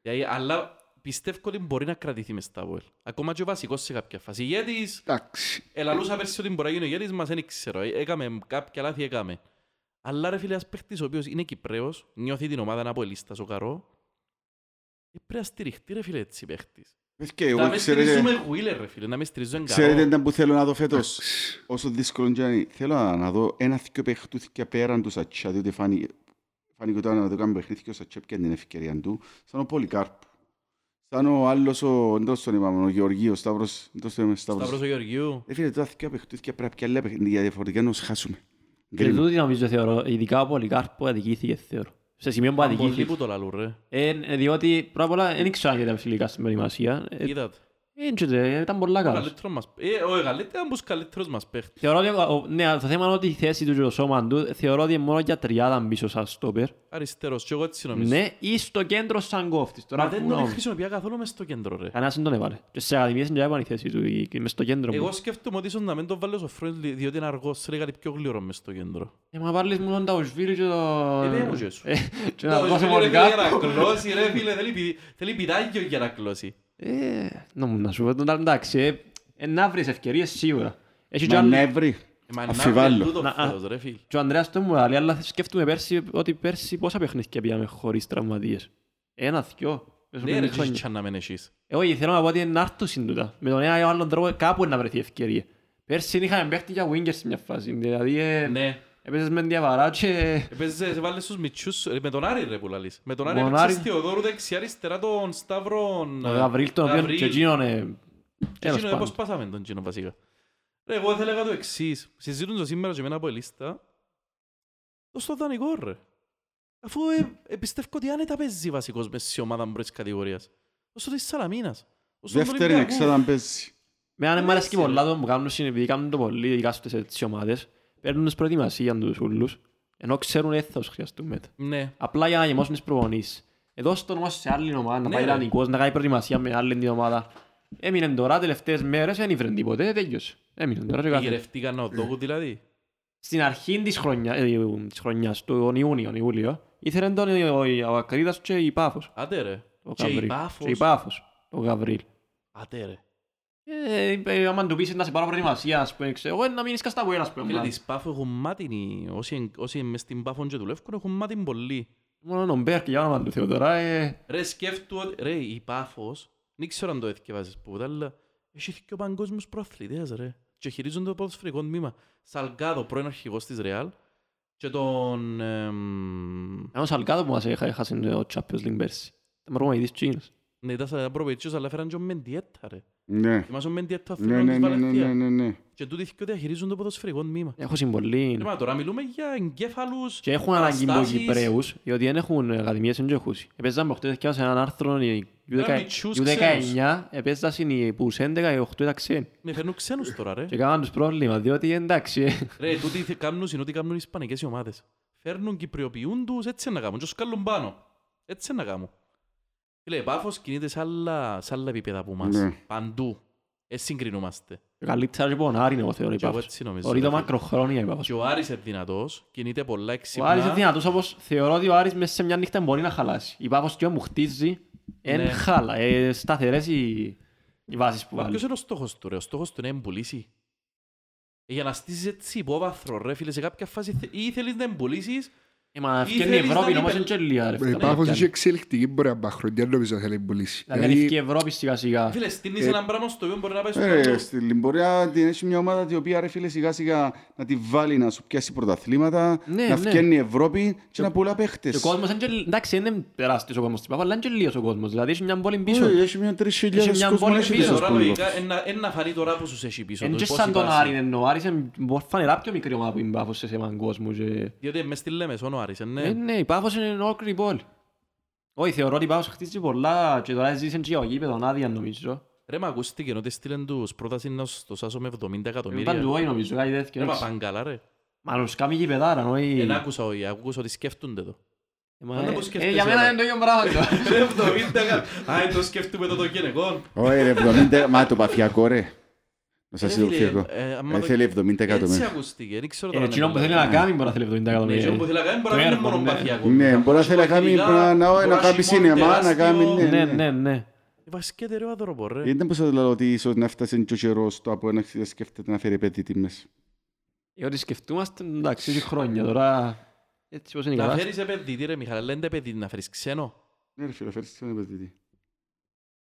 S1: Δηλαδή, αλλά πιστεύω ότι μπορεί να κρατηθεί μες στα ΑΠΟΕΛ. Ακόμα και ο βασικός σε κάποια φάση. Ηγέτης,
S2: Εντάξει.
S1: ελαλούσα πέρσι ότι μπορεί να γίνει ο ηγέτης μας, δεν ξέρω. Ε, Έκαμε κάποια λάθη, έκαμε. Αλλά ρε φίλε, ένας παίχτης ο οποίος είναι Κυπρέος, νιώθει την ομάδα να αποελίστα σοκαρό, ε, πρέπει να στηριχτεί ρε φίλε έτσι παίχτης.
S4: Πες Ε, και εγώ,
S1: Να μες στηρίζουμε
S4: ξέρετε,
S1: Wheeler ρε φίλε, να μες στηρίζουν
S4: ξέρετε
S1: καλό.
S4: τα που θέλω να δω φέτος.
S2: εντάξει.
S4: Όσο δύσκολο και να είναι, θέλω να να δω ένα θυκιο παιχνίδια πέραν του Σατσιά, διότι φάνηκε, φάνηκε ότι όταν το κάνουμε παιχνίδι και ο Σατσιά πιάνε την ευκαιρία του, σαν ο Πολυκάρπου. Σαν ο άλλος, ο, εντός τον είπαμε, ο Γεωργίου, Σταύρος, εντός τον είπαμε,
S1: Σταύρος
S4: Σταύρος.
S1: ο Γεωργιού.
S4: Ρε φίλε, τώρα θυκιο παιχνίδια πρέπει να πιάνε παιχνίδια, διαφορετικά να τους χάσουμε.
S3: Και
S4: Γκρίνο.
S3: τούτη νομίζω θεωρώ, ειδικά ο Πολυκάρπο αδικήθηκε θεωρώ. Σε σημείο που
S1: Πολύ
S3: αδικήθηκες.
S1: που το λαλούν ρε.
S3: Ε, ε, διότι πρώτα απ' όλα δεν ήξερα γιατί ήταν φιλικά στην προετοιμασία. Ε,
S1: Είδατε.
S3: ε, και ήταν πολλά
S1: Ο
S3: καλός.
S1: καλύτερος μας- ε, ο καλύτερος ήταν από τους καλύτερους μας παίχτες.
S3: Θεωρώ ότι, ο- ναι, το θέμα είναι ότι η θέση του και το σώμα του θεωρώ ότι είναι μόνο για τριάδα πίσω σαν στόπερ.
S1: Αριστερός, και εγώ έτσι νομίζω.
S3: Ναι, ή στο κέντρο σαν κόφτης. Τώρα
S1: Μα δεν
S3: που
S1: τον
S3: να-
S1: χρησιμοποιεί καθόλου μες στο κέντρο ρε.
S3: Κανένας δεν τον έβαλε. Και σε ακαδημίες είναι και έπανε η θέση του ή- και μες στο κέντρο.
S1: Εγώ
S3: μου.
S1: σκέφτομαι ότι ίσως να μην τον βάλω στο front, διότι είναι αργός, ρε κάτι πιο γλυόρο μες στο κέντρο.
S3: Ε, μα βάλεις μόνο τα οσβίλη και το...
S1: Ε, δεν μου και σου.
S3: Ε, Και να
S1: Τα
S3: δώσω
S1: οσβήνει, ρε, φίλε, για να
S3: Πολυκάρπο.
S1: κλώσει, ρε φίλε, θέλει πι- θέλει πιτάγιο για να κλώσει.
S3: Ε, νόμουν να σου πω, τώρα, εντάξει, ε, ε, να βρεις ευκαιρίες σίγουρα. Έχει και
S4: Μα
S3: άλλοι-
S4: νεύρη.
S1: Ε, μα να
S4: Αφιβάλλω.
S1: βρει τούτο
S3: Να, α.
S1: φέτος, ρε φίλε.
S3: και ο Ανδρέας το μου λέει, αλλά σκέφτομαι πέρσι ότι πέρσι πόσα παιχνίδια πήγαμε χωρίς τραυματίες. Ένα, δυο. μέσα
S1: Ναι
S3: σε
S1: ρε,
S3: πέντε
S1: τι
S3: χρόνια.
S1: είσαι να μεν εσείς.
S3: Ε, Όχι, θέλω να πω ότι είναι άρτωση τούτα. Με τον ένα ή τον άλλον τρόπο κάπου να βρεθεί ευκαιρία. Πέρσι είχαμε παίχτη για wingers σε μια φάση. Δηλαδή ε,
S1: Ναι.
S3: έπαιζες με διαβαρά και...
S1: Έπαιζες, σε βάλες στους μητσούς, ρε, με τον Άρη ρε που λαλείς. Με τον Άρη
S3: Τον
S1: έπαιξες
S3: Άρη.
S1: Θεοδόρου δεξιά αριστερά τον Σταύρον...
S3: Ο Γαβρίλ τον οποίο
S1: Γαβρίλ.
S3: και εκείνον... ε,
S1: Και
S3: τέλος
S1: Εκείνο
S3: πάντων.
S1: έπως πάσαμε τον Τζίνο βασικά. Ρε, εγώ θα έλεγα το εξής. Συζητούν το σήμερα και εμένα από η λίστα. Δώσ' το δανεικό ρε. Αφού ε, ε, πιστεύω ότι άνετα παίζει βασικός μέσα σε ομάδα πρώτης κατηγορίας. Δώσ' το της Σαλαμίνας. Δώσ' το του
S4: Δεύτερη
S1: Ολυμπιακού.
S4: εξάδα παίζει.
S3: Με αν μου αρέσει
S1: έτσι,
S3: πολλά το που κάνουν είναι επειδή κάνουν το πολύ, ειδικά στις έτσι ομάδες, παίρνουν τους προετοιμασία τους ούλους, ενώ ξέρουν έθος χρειαστούν μετά.
S1: Ναι.
S3: Απλά για να γεμώσουν τις προπονήσεις. Εδώ στον όμως σε άλλη ομάδα, να
S1: Ναι,
S3: πάει
S1: ρε.
S3: ιδανικός, να κάνει προετοιμασία με άλλη την ομάδα. Έμεινε τώρα τελευταίες μέρες, δεν ήβρε τίποτε, τέλειωσε. Έμεινε τώρα και κάθε.
S1: Γυρευτήκαν ο Ντόκου δηλαδή.
S3: Στην αρχή της, χρονιά, ε, της χρονιάς, τον Ιούνιο, τον Ιούλιο, ήθελε τον ε, ο, ο Ακρίδας και η Πάφος.
S1: Άντε ρε.
S3: Ο
S1: Και η
S3: Γαβρίλ.
S1: Πάφος.
S3: Και η Πάφος, ο Γαβρίλ.
S1: Άντε ρε.
S3: Ε, είπε, άμα του πεις να σε πάρω προετοιμασίας, ας πούμε, ξέρω, εγώ, να μείνεις κασταβουέλα, ας πούμε.
S1: Φίλε της Πάφου έχουν μάτιν οι- όσοι- Όσοι μες στην Πάφο και δουλεύουν έχουν μάτιν πολύ.
S3: Μόνο ο Μπέρκ για όνομα του Θεού τώρα. Ε...
S1: Ρε σκέφτου ότι... Ρε η Πάφος, δεν ξέρω αν το έθιεβαζες που αλλά έχει και ο παγκόσμιος προαθλητές ρε. Και χειρίζονται το ποδοσφαιρικό τμήμα. Σαλγκάδο, πρώην αρχηγός της Ρεάλ και τον... εμ,
S3: Ένα Σαλκάδο που μας έχα- έχασε ο Champions League πέρσι. Ήταν προπονητής Τσίνος.
S1: ναι, ήταν σαν προπετσίος, αλλά έφεραν και ο Μεντιέτα ρε.
S4: Ναι.
S1: Θυμάσαι ο Μεντιέτα
S4: Ναι,
S1: αθλητών
S4: ναι,
S1: της
S4: ναι, ναι, ναι,
S1: Βαλενθία.
S4: ναι, ναι.
S1: Και τούτοι και διαχειρίζουν το ποδοσφαιρικό τμήμα.
S3: Έχω συμβολή.
S1: Ε, μα, Τώρα μιλούμε για εγκέφαλους...
S3: Και έχουν ανάγκη από
S1: παραστάσεις.
S3: Κυπρέους, διότι δεν έχουν ε, ακαδημίες δεν χούσει. Επέζαν προχτές και έναν άρθρο η
S1: Ήταν
S3: U19,
S1: μητσούς
S3: U19, επέζαν στην η- που σε 11 οι 8 ήταν ξένοι.
S1: Ναι, φέρνουν ξένους τώρα ρε.
S3: Και κάναν τους πρόβλημα, διότι εντάξει. ε. *laughs*
S1: Ρε, τούτοι θε- κάμνουν είναι ότι κάμνουν οι ισπανικές οι ομάδες. Φέρνουν, κυπριοποιούν τους, έτσι να κάνουν. Και τους κάλουν πάνω. Έτσι να κάνουν. Φίλε, η πάφος κινείται σε άλλα, σε άλλα επίπεδα από εμάς.
S4: Ναι.
S1: Παντού. Ε, συγκρινούμαστε.
S3: Καλύτερα και πονάρι εγώ θεωρώ η
S1: Και εγώ
S3: Πάφος.
S1: έτσι νομίζω.
S3: Ορίδο
S1: ρε, φίλε.
S3: μακροχρόνια η Πάφος.
S1: Και ο Άρης είναι δυνατός, κινείται πολλά
S3: Ο Άρης είναι
S1: εξυπνά.
S3: δυνατός όπως θεωρώ ότι ο Άρης μέσα σε μια νύχτα μπορεί να χαλάσει. Η Πάφος και μου χτίζει, εν
S1: Ναι.
S3: χάλα. Ε, σταθερές οι, οι βάσεις που
S1: Μα
S3: βάλει.
S1: ποιος είναι ο στόχος του ρε, ο στόχος του είναι να εμπολίσει. Ε, Για να στήσεις έτσι υπόβαθρο ρε φίλε, σε κάποια φάση θε- ή θέλεις να εμπολίσεις
S3: Ε, μα
S1: Ή
S3: ευκαινεί η
S1: θέλεις να
S3: Ευρώπη
S1: μην
S3: όμως
S1: πε-
S3: είναι και λίγα ρε.
S2: Ε,
S3: αυτά,
S2: Πάφος
S3: ναι,
S2: είχε εξελικτική μπορεί να πάει χρονιά, νομίζω θέλει να πουλήσει.
S3: Δηλαδή
S2: Δηλαδή,
S3: ευκεί η Ευρώπη σιγά σιγά.
S1: Φίλες, στείνεις
S2: Ε,
S1: έναν πράγμα στο οποίο μπορεί να πάει στο
S3: ε,
S4: Ρε,
S1: άλλο.
S4: Ε, στη Λιμπορία την έχει μια ομάδα την οποία ρε φίλε σιγά σιγά να τη βάλει να σου πιάσει πρωταθλήματα,
S3: Ναι,
S4: να
S3: ναι.
S4: φτιάνει η Ευρώπη και να πουλά
S3: Και ο
S4: παίχτες.
S3: κόσμος είναι και- εντάξει είναι τεράστιος ο κόσμος στην Πάφο, αλλά είναι και λίγος ο κόσμος. Δηλαδή έχει μια πόλη πίσω.
S4: Όχι, Ε, Έχει μια τρεις χιλιάδες
S3: Έχει μια
S4: κόσμο,
S3: πόλη
S4: έχει
S3: πίσω,
S4: τόσους
S1: Τώρα
S4: κόσμος.
S1: λογικά, εν να- εν να φανεί τώρα που τους έχει πίσω.
S3: Είναι
S1: τους,
S3: και
S1: πώς
S3: σαν τον
S1: υπάρχει.
S3: Άρη, ενώ ο Άρης είναι φανερά πιο μικρή ομάδα που είναι η Πάφος σε έναν κόσμο. και-
S1: Διότι μες στη Λέμεσο είναι ο Άρης, ε,
S3: Ε,
S1: ναι.
S3: ναι, η Πάφος είναι ολόκληρη πόλη. Όχι, θεωρώ ότι η Πάφος χτίζει πολλά και τώρα ζήσαν και για το γήπεδο άδεια νομίζω.
S1: Ρε μα ακούστηκε ότι στείλεν τους πρόταση να στο Σάσο με 70
S3: Είπαν του
S1: εκατομμύρια.
S3: όχι νομίζω, κάτι τέτοιο.
S1: Ρε μα
S3: έτσι.
S1: πάνε καλά ρε.
S3: Μα τους κάνει γηπεδάρα, όχι.
S1: Εν άκουσα όχι, άκουσα ότι σκέφτονται το.
S3: Μα,
S1: πάντα
S3: ε,
S1: που
S3: ε,
S1: σκέφτεσαι,
S3: Για μένα
S1: αλλά.
S3: είναι το ίδιο πράγμα. Ε, το.
S1: Ρε *laughs* 70 Α, το σκέφτομαι το των γυναικών.
S4: Ωε ρε, 70, μα το παθιακό ρε. Να σας
S1: Ρε φίλε,
S4: ειδοποιώ.
S1: ε, ε, άμα
S4: Ε,
S1: το-
S4: Θέλει 70
S1: Έτσι
S4: εκατομμύρια.
S1: ακούστηκε, δεν ξέρω
S3: Ε,
S1: τώρα.
S3: Εκείνο
S1: αν
S3: που
S1: είναι
S3: θέλει να
S1: καλά.
S3: κάνει μπορεί να θέλει 70
S1: Ναι, εκείνο που
S3: εκατομμύρια.
S1: θέλει να κάνει μπορεί να είναι
S3: Το έργο,
S1: μονοπαθή
S3: ναι.
S1: ακόμη.
S4: Ναι, μπορεί να
S1: έχει
S4: θέλει να κάνει-
S1: μαχητικά,
S4: να- να-
S1: μπορεί
S4: να κάνει
S1: έχει μόνο
S4: σινεμά, να
S1: τεράστιο-
S4: κάνει, ναι.
S3: Ναι, ναι, ναι.
S1: Βασκέτε Ε, ρε ο άνθρωπος, ρε.
S4: Ήταν που σας λέω ότι ίσως να φτάσει και ο καιρός το από ένα να σκέφτεται να φέρει επέτειτη μέσα.
S3: Ε, Ό,τι σκεφτούμαστε, εντάξει, έχει χρόνια τώρα. Έτσι πως είναι η
S1: Να
S3: κατάσταση.
S1: φέρεις επενδυτή ρε Μιχάλη, λένε τα επενδυτή να φέρεις ξένο.
S4: Ναι, ρε φίλε, φέρεις τον επέτειτη.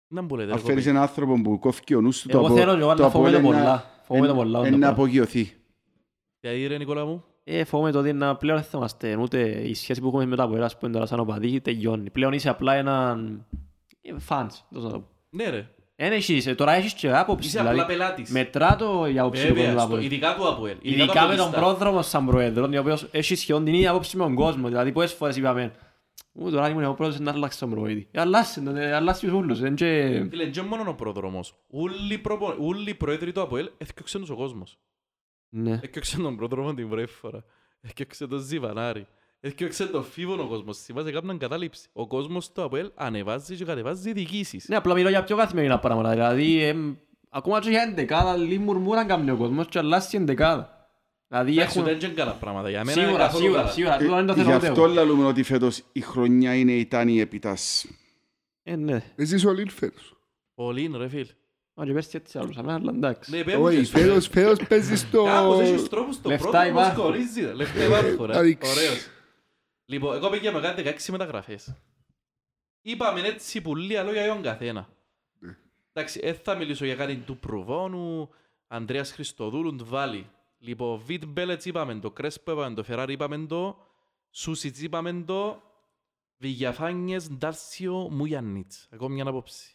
S1: Να μου λέτε,
S4: Αν
S1: ρε,
S4: φέρεις
S1: κοπέλα.
S4: έναν άνθρωπο που κόφηκε ο νους του, το
S3: Εγώ
S4: απο-
S3: θέλω και εγώ
S4: το
S3: να φοβούμαι
S4: απόλυνα-
S3: πολλά. Φοβούμαι
S4: εν-
S3: πολλά.
S4: εν-
S3: όντως
S4: να
S3: πολλά.
S4: απογειωθεί.
S1: Δηλαδή ρε Νικόλα μου,
S3: Ε, φοβούμαι το ότι να πλέον δεν θα είμαστε ούτε η σχέση που έχουμε μετά από ελάς που είναι τώρα σαν οπαδί τελειώνει. Πλέον είσαι απλά έναν ε, fans, πώς να το πω.
S1: ναι ρε,
S3: Εν έχεις, ε, τώρα έχεις και άποψη.
S1: είσαι
S3: δηλαδή,
S1: απλά πελάτης.
S3: μετρά το η άποψη που
S1: Βέβαια,
S3: έχουν
S1: στο-
S3: από
S1: ειδικά του ΑΠΟΕΛ.
S3: λοιπόν Ειδικά με τον
S1: πρώτο.
S3: πρόεδρο μας σαν πρόεδρο, ο οποίος έχει σχεδόν την ίδια άποψη με τον κόσμο. Δηλαδή, πολλές φορές είπαμε, «Ου, τώρα ήμουν εγώ πρόεδρος, να αλλάξει τον πρόεδρο». Ε, αλλάσσε τον, ε, αλλάσσε τους όλους. Εν και-
S1: Φίλε, και μόνο ο πρόδρομος. Όλοι, προπο... όλοι οι πρόεδροι του ΑΠΟΕΛ έθιωξαν τους ο κόσμος.
S3: Ναι.
S1: Έθιωξαν τον πρόδρομο την πρώτη φορά. Έθιωξαν τον Ζιβανάρη. Έθιωξαν τον Φίβον ο κόσμος. Θυμάσαι κάποιον κατάληψη. Ο κόσμος του ΑΠΟΕΛ ανεβάζει και κατεβάζει διοικήσεις.
S3: Ναι, απλά μιλώ για πιο καθημερινά πράγματα. Δηλαδή, εμ, ακόμα και για εντεκάδα, λίγοι μουρμούραν καμιά ο κόσμος και αλλάσει η εντεκάδα. Δηλαδή,
S1: Εντάξει,
S3: έχουν...
S1: δεν είναι καλά πράγματα. Για μένα είναι
S3: Σίγουρα,
S1: καθόλου
S3: σίγουρα,
S1: καλά.
S3: σίγουρα. τούτο δεν το
S4: Ε, Γι'
S3: θέλω ούτε
S4: αυτό
S3: εγώ.
S4: λέμε ότι φέτος η χρονιά είναι η Τάνη Επιτάς.
S3: Ε, ναι.
S2: Εσείς όλοι φέτος.
S1: Πολύ είναι ρε φίλ.
S3: Μα και πέρσι έτσι άλλωσαμε, αλλά εντάξει.
S1: Ναι,
S2: Όχι,
S1: πέμπτες.
S2: φέτος, φέτος παίζεις στο...
S1: Κάπως έχεις τρόπους το
S3: Λεφτά
S1: πρώτο όμως
S3: υπάρχουν.
S1: κορίζει. ρε. Λεφτά υπάρχουν. ρε.
S2: εντάξει.
S1: Ωραίος. Λοιπόν, εγώ πήγα με κάτι 16 μεταγραφές. Είπαμε έτσι πουλία λόγια για τον καθένα. Εντάξει, δεν θα μιλήσω για κάτι του Προβόνου, Ανδρέας Χριστοδούλου, Ντβάλι. Λοιπόν, Βιτ Μπέλετς είπαμε το, Κρέσπο είπαμε το, Φεράρι είπαμε το, Σούσιτς είπαμε το, Βηγιαφάνιες, Ντάρσιο, Μουγιάννιτς. Ακόμη μια άποψη.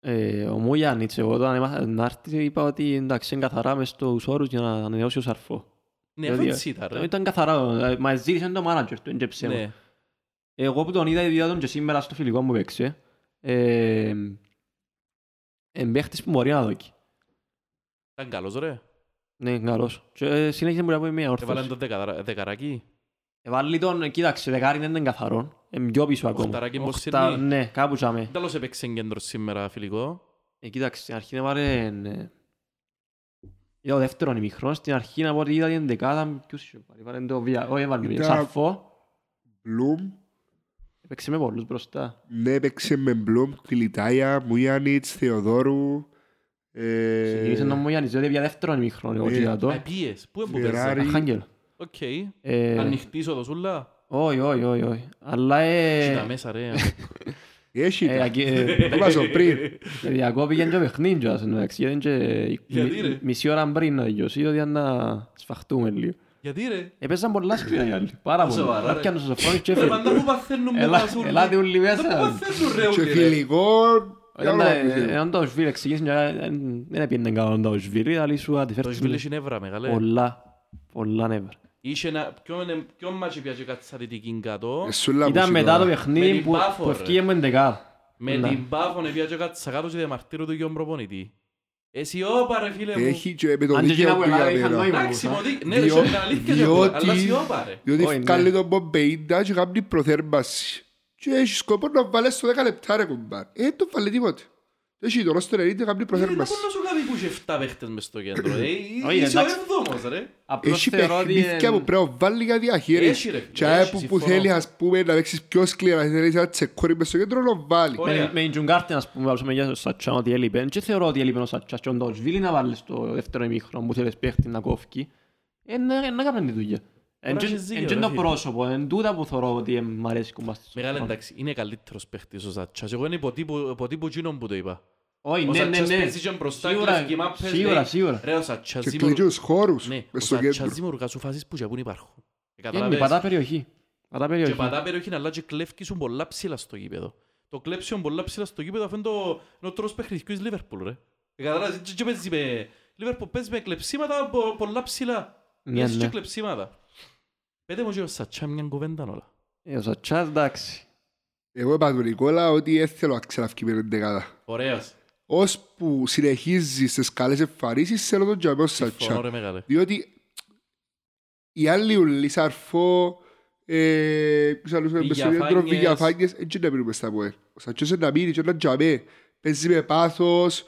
S3: Ε, ο Μουγιάννης, εγώ όταν έμαθα να έρθει, είπα ότι εντάξει, είναι καθαρά μες στους όρους για να ανανεώσει ο Σαρφό.
S1: Ναι,
S3: Δηλαδή,
S1: αυτό έτσι ήταν.
S3: ε,
S1: ρε.
S3: Ήταν καθαρά, ε, μα ζήτησε το μάνατζερ του, είναι και ψέμα.
S1: Ναι.
S3: Εγώ που τον είδα, είδα τον και σήμερα στο φιλικό μου παίξε. Ε, εμπαίχτης που μπορεί να δοκεί.
S1: Ήταν καλός ρε.
S3: Ναι, είναι καλός. Και ε, συνέχισε μπορεί να πει μια
S1: Έβαλαν
S3: όρθωση.
S1: το δεκαδρα- δεκαράκι.
S3: Εβάλλει τον, ε, κοίταξε, δεκάρι δεν είναι καθαρό. Είναι πιο πίσω ακόμα.
S1: Οχταράκι
S3: Οχτα-
S1: Μποσσερνί.
S3: Ναι, κάπου τσάμε.
S1: Τέλος έπαιξε κέντρο σήμερα φιλικό.
S3: Ε, κοίταξε, στην αρχή να πάρε... ε, Είδα ο δεύτερον ημιχρόν, στην αρχή να πω ότι είδα την δεκάδα, ποιος είχε πάρει, πάρε το βία, όχι έβαλε βία,
S2: Ήταν-
S3: σαρφό,
S2: Μπλουμ.
S3: έπαιξε με πολλούς μπροστά.
S2: Ναι, έπαιξε με Μπλουμ, Κλιτάια, Μουγιάννιτς, Θεοδόρου. ε,
S3: Ξεκίνησε να μου Γιάννης, δηλαδή για δεύτερον ημιχρόν, εγώ
S2: ε,
S3: είδα
S1: Α,
S3: το.
S1: Επίες, πού είναι που
S2: Φεράρι.
S1: παίζα.
S3: Αρχάγγελο.
S1: Οκ.
S3: Ε,
S1: Ανοιχτή οδοσούλα.
S3: Όχι, όχι, όχι, όχι. Αλλά ε...
S1: Κοίτα μέσα
S3: *laughs*
S1: ρε.
S2: Έχει
S3: ε,
S2: τα.
S3: ακι- ε,
S2: Το βάζω πριν.
S3: ε, Διακόπηκε και ο παιχνίδιος, εντάξει, γιατί είναι και
S1: Γιατί, ρε?
S3: μι- μισή ώρα πριν να δικαιώσει, είδα ότι ήταν να σφαχτούμε λίγο.
S1: Γιατί ρε.
S3: Έπαιζαν πολλά σκληρά οι άλλοι, πάρα
S1: Σοβαρά,
S3: πολλά.
S1: ρε.
S3: Έπιανε ο Σοφρόνης και
S1: Ρε
S3: έφερε.
S1: μαντά που παθαίνουν με
S3: Ελά-
S1: οδοσούλα.
S3: Ελάτε όλοι
S1: Δεν που
S3: μέσα.
S1: παθαίνουν ρε
S2: Και
S1: ούτε ρε.
S2: φιλικό...
S3: Ήταν,
S2: καλό
S3: ε,
S2: παιχνίδι.
S3: Εάν το Οσβίλ ξεκίνησε, μια- δεν- δεν έπαιρνε καλά το Οσβίλ, αλλά σου
S1: Το
S3: αντιφέρθηκε
S1: Σβίλ έχει νεύρα μεγάλε.
S3: πολλά, πολλά νεύρα.
S1: Είχε ένα... ποιον- Ποιον μάτσι πιάσε κάτι στα δυτική κάτω.
S2: Ε, σούλα μου
S3: Ήταν μετά
S2: σίγουρα.
S3: το
S1: Με
S3: παιχνίδι
S1: την
S3: που
S1: Πάφο,
S3: που
S1: ρε.
S3: ευκήγε μου εντεκάδα.
S1: Με
S3: Ναι.
S1: την πάφωνε πιάσε κάτι στα κάτω και διαμαρτύρω του γιον προπονητή. Εσύ όπα ρε φίλε μου.
S2: Έχει και με το
S3: Αν
S2: δίκαιο
S3: και εκείνα που
S2: που
S3: Ελλάδα είχαν
S2: πήγαμε.
S3: νόημα.
S1: Εντάξει, μωδί. Ναι, ρε,
S2: Διό-
S1: ήταν αλήθεια. ρε,
S2: διότι-
S1: Αλλά σιώπα ρε.
S2: Διότι
S3: Όχι, ναι.
S2: βγάλει τον Μπομπεϊντά και κάνει προθέρμαση. Και έχει σκοπό να βάλεις στο 10 λεπτά ρε κουμπάρ. Ε, το βάλε τίποτα. Έχει το ρόστο 90 κάνει
S1: Δεν μπορεί Ε, να
S2: προθέρμαση.
S1: σου κάνει που είχε 7 παίχτες μες στο κέντρο. ε.
S3: Όχι,
S1: Είσαι ο
S3: εντάξει.
S1: εβδόμος ρε.
S3: Απλώς
S2: Έχει
S3: θεωρώ ότι...
S2: παιχνίδια που
S3: εν-
S2: πρέπει να βάλει για
S1: Έχει, ρε,
S2: διαχείριση. Και αέ
S1: έχει,
S2: που- που
S1: συμφωνώ.
S2: θέλει ας πούμε να παίξεις πιο σκληρά, θέλεις να τσεκόρει μες στο κέντρο, να βάλει.
S1: Ωραία.
S3: Με, με την Τζουγκάρτεν, ας πούμε, βάζουμε για τον Σατσάν ότι έλειπε. Και θεωρώ ότι έλειπε ο Σατσάν και ο Ντοτσβίλη να βάλεις στο δεύτερο ημίχρονο που θέλεις παίχτη να κόφει. Ε, να να κάνει τη δουλειά. Εν
S1: Τώρα
S3: τζεν-
S1: έχεις δίκιο,
S3: εν τζεν
S1: ρε,
S3: το
S1: φίλε.
S3: πρόσωπο, εν τούτα που θεωρώ ότι ε, μ' αρέσει κουμπάς.
S1: Μεγάλα εντάξει, είναι καλύτερος παίχτης ο Σατσάς. Εγώ είναι υποτύπου υποτύπου εκείνον που το είπα.
S3: Όχι,
S1: Ο
S3: ναι, ναι,
S1: Σατσάς
S3: ναι.
S1: παίζει και μπροστά και
S3: Σίγουρα,
S1: λευκή μάπες,
S3: Σίγουρα,
S1: λέει,
S3: σίγουρα.
S1: Ναι. Ρε ο Σατσάς
S2: Και
S1: δημιουργ-
S2: κλείνει τους χώρους
S1: Ναι, ο
S2: μες στο κέντρο.
S1: Σατσάς δημιουργά σου φάσεις που και που υπάρχουν. Ε,
S3: Είναι ναι.
S1: καταλάβες.
S3: πατά περιοχή. Πατά
S1: Και
S3: περιοχή.
S1: πατά περιοχή αλλά και κλέφκεις σου πολλά ψηλά στο γήπεδο. Το κλέψιον πολλά ψηλά στο γήπεδο αυτό είναι το- είναι ο τρόπος παιχνιδιού της Λίβερπουλ ρε. Ε, καταλάβες, και- και παίζει με- Λίβερπουλ παίζει με κλεψίματα πο- πολλά ψηλά.
S3: Ναι,
S1: Παίζει και
S3: ναι.
S1: κλεψίματα. Πέτε μου και ο Σατσά μια κουβέντα όλα.
S3: Ε, Ο Σατσάς, εντάξει.
S2: Εγώ είπα του Νικόλα ότι δεν θέλω να ξαναυκεί με την δεκάδα.
S1: Ωραίος.
S2: Ως που συνεχίζει στις καλές εμφανίσεις, θέλω τον Τζαμπέο
S1: Συμφωνώ
S2: Σατσά.
S1: ρε μεγάλε.
S2: Διότι οι άλλοι ουλοί, Σαρφό, ε, ποιος άλλος είναι μες στο κέντρο,
S1: Βηγιαφάνιες.
S2: Βηγιαφάνιες, δεν είναι να μείνουν μες στα ΠΟΕ. Ο Σατσός είναι να μείνει και να τζαμέ. Παίζει με πάθος,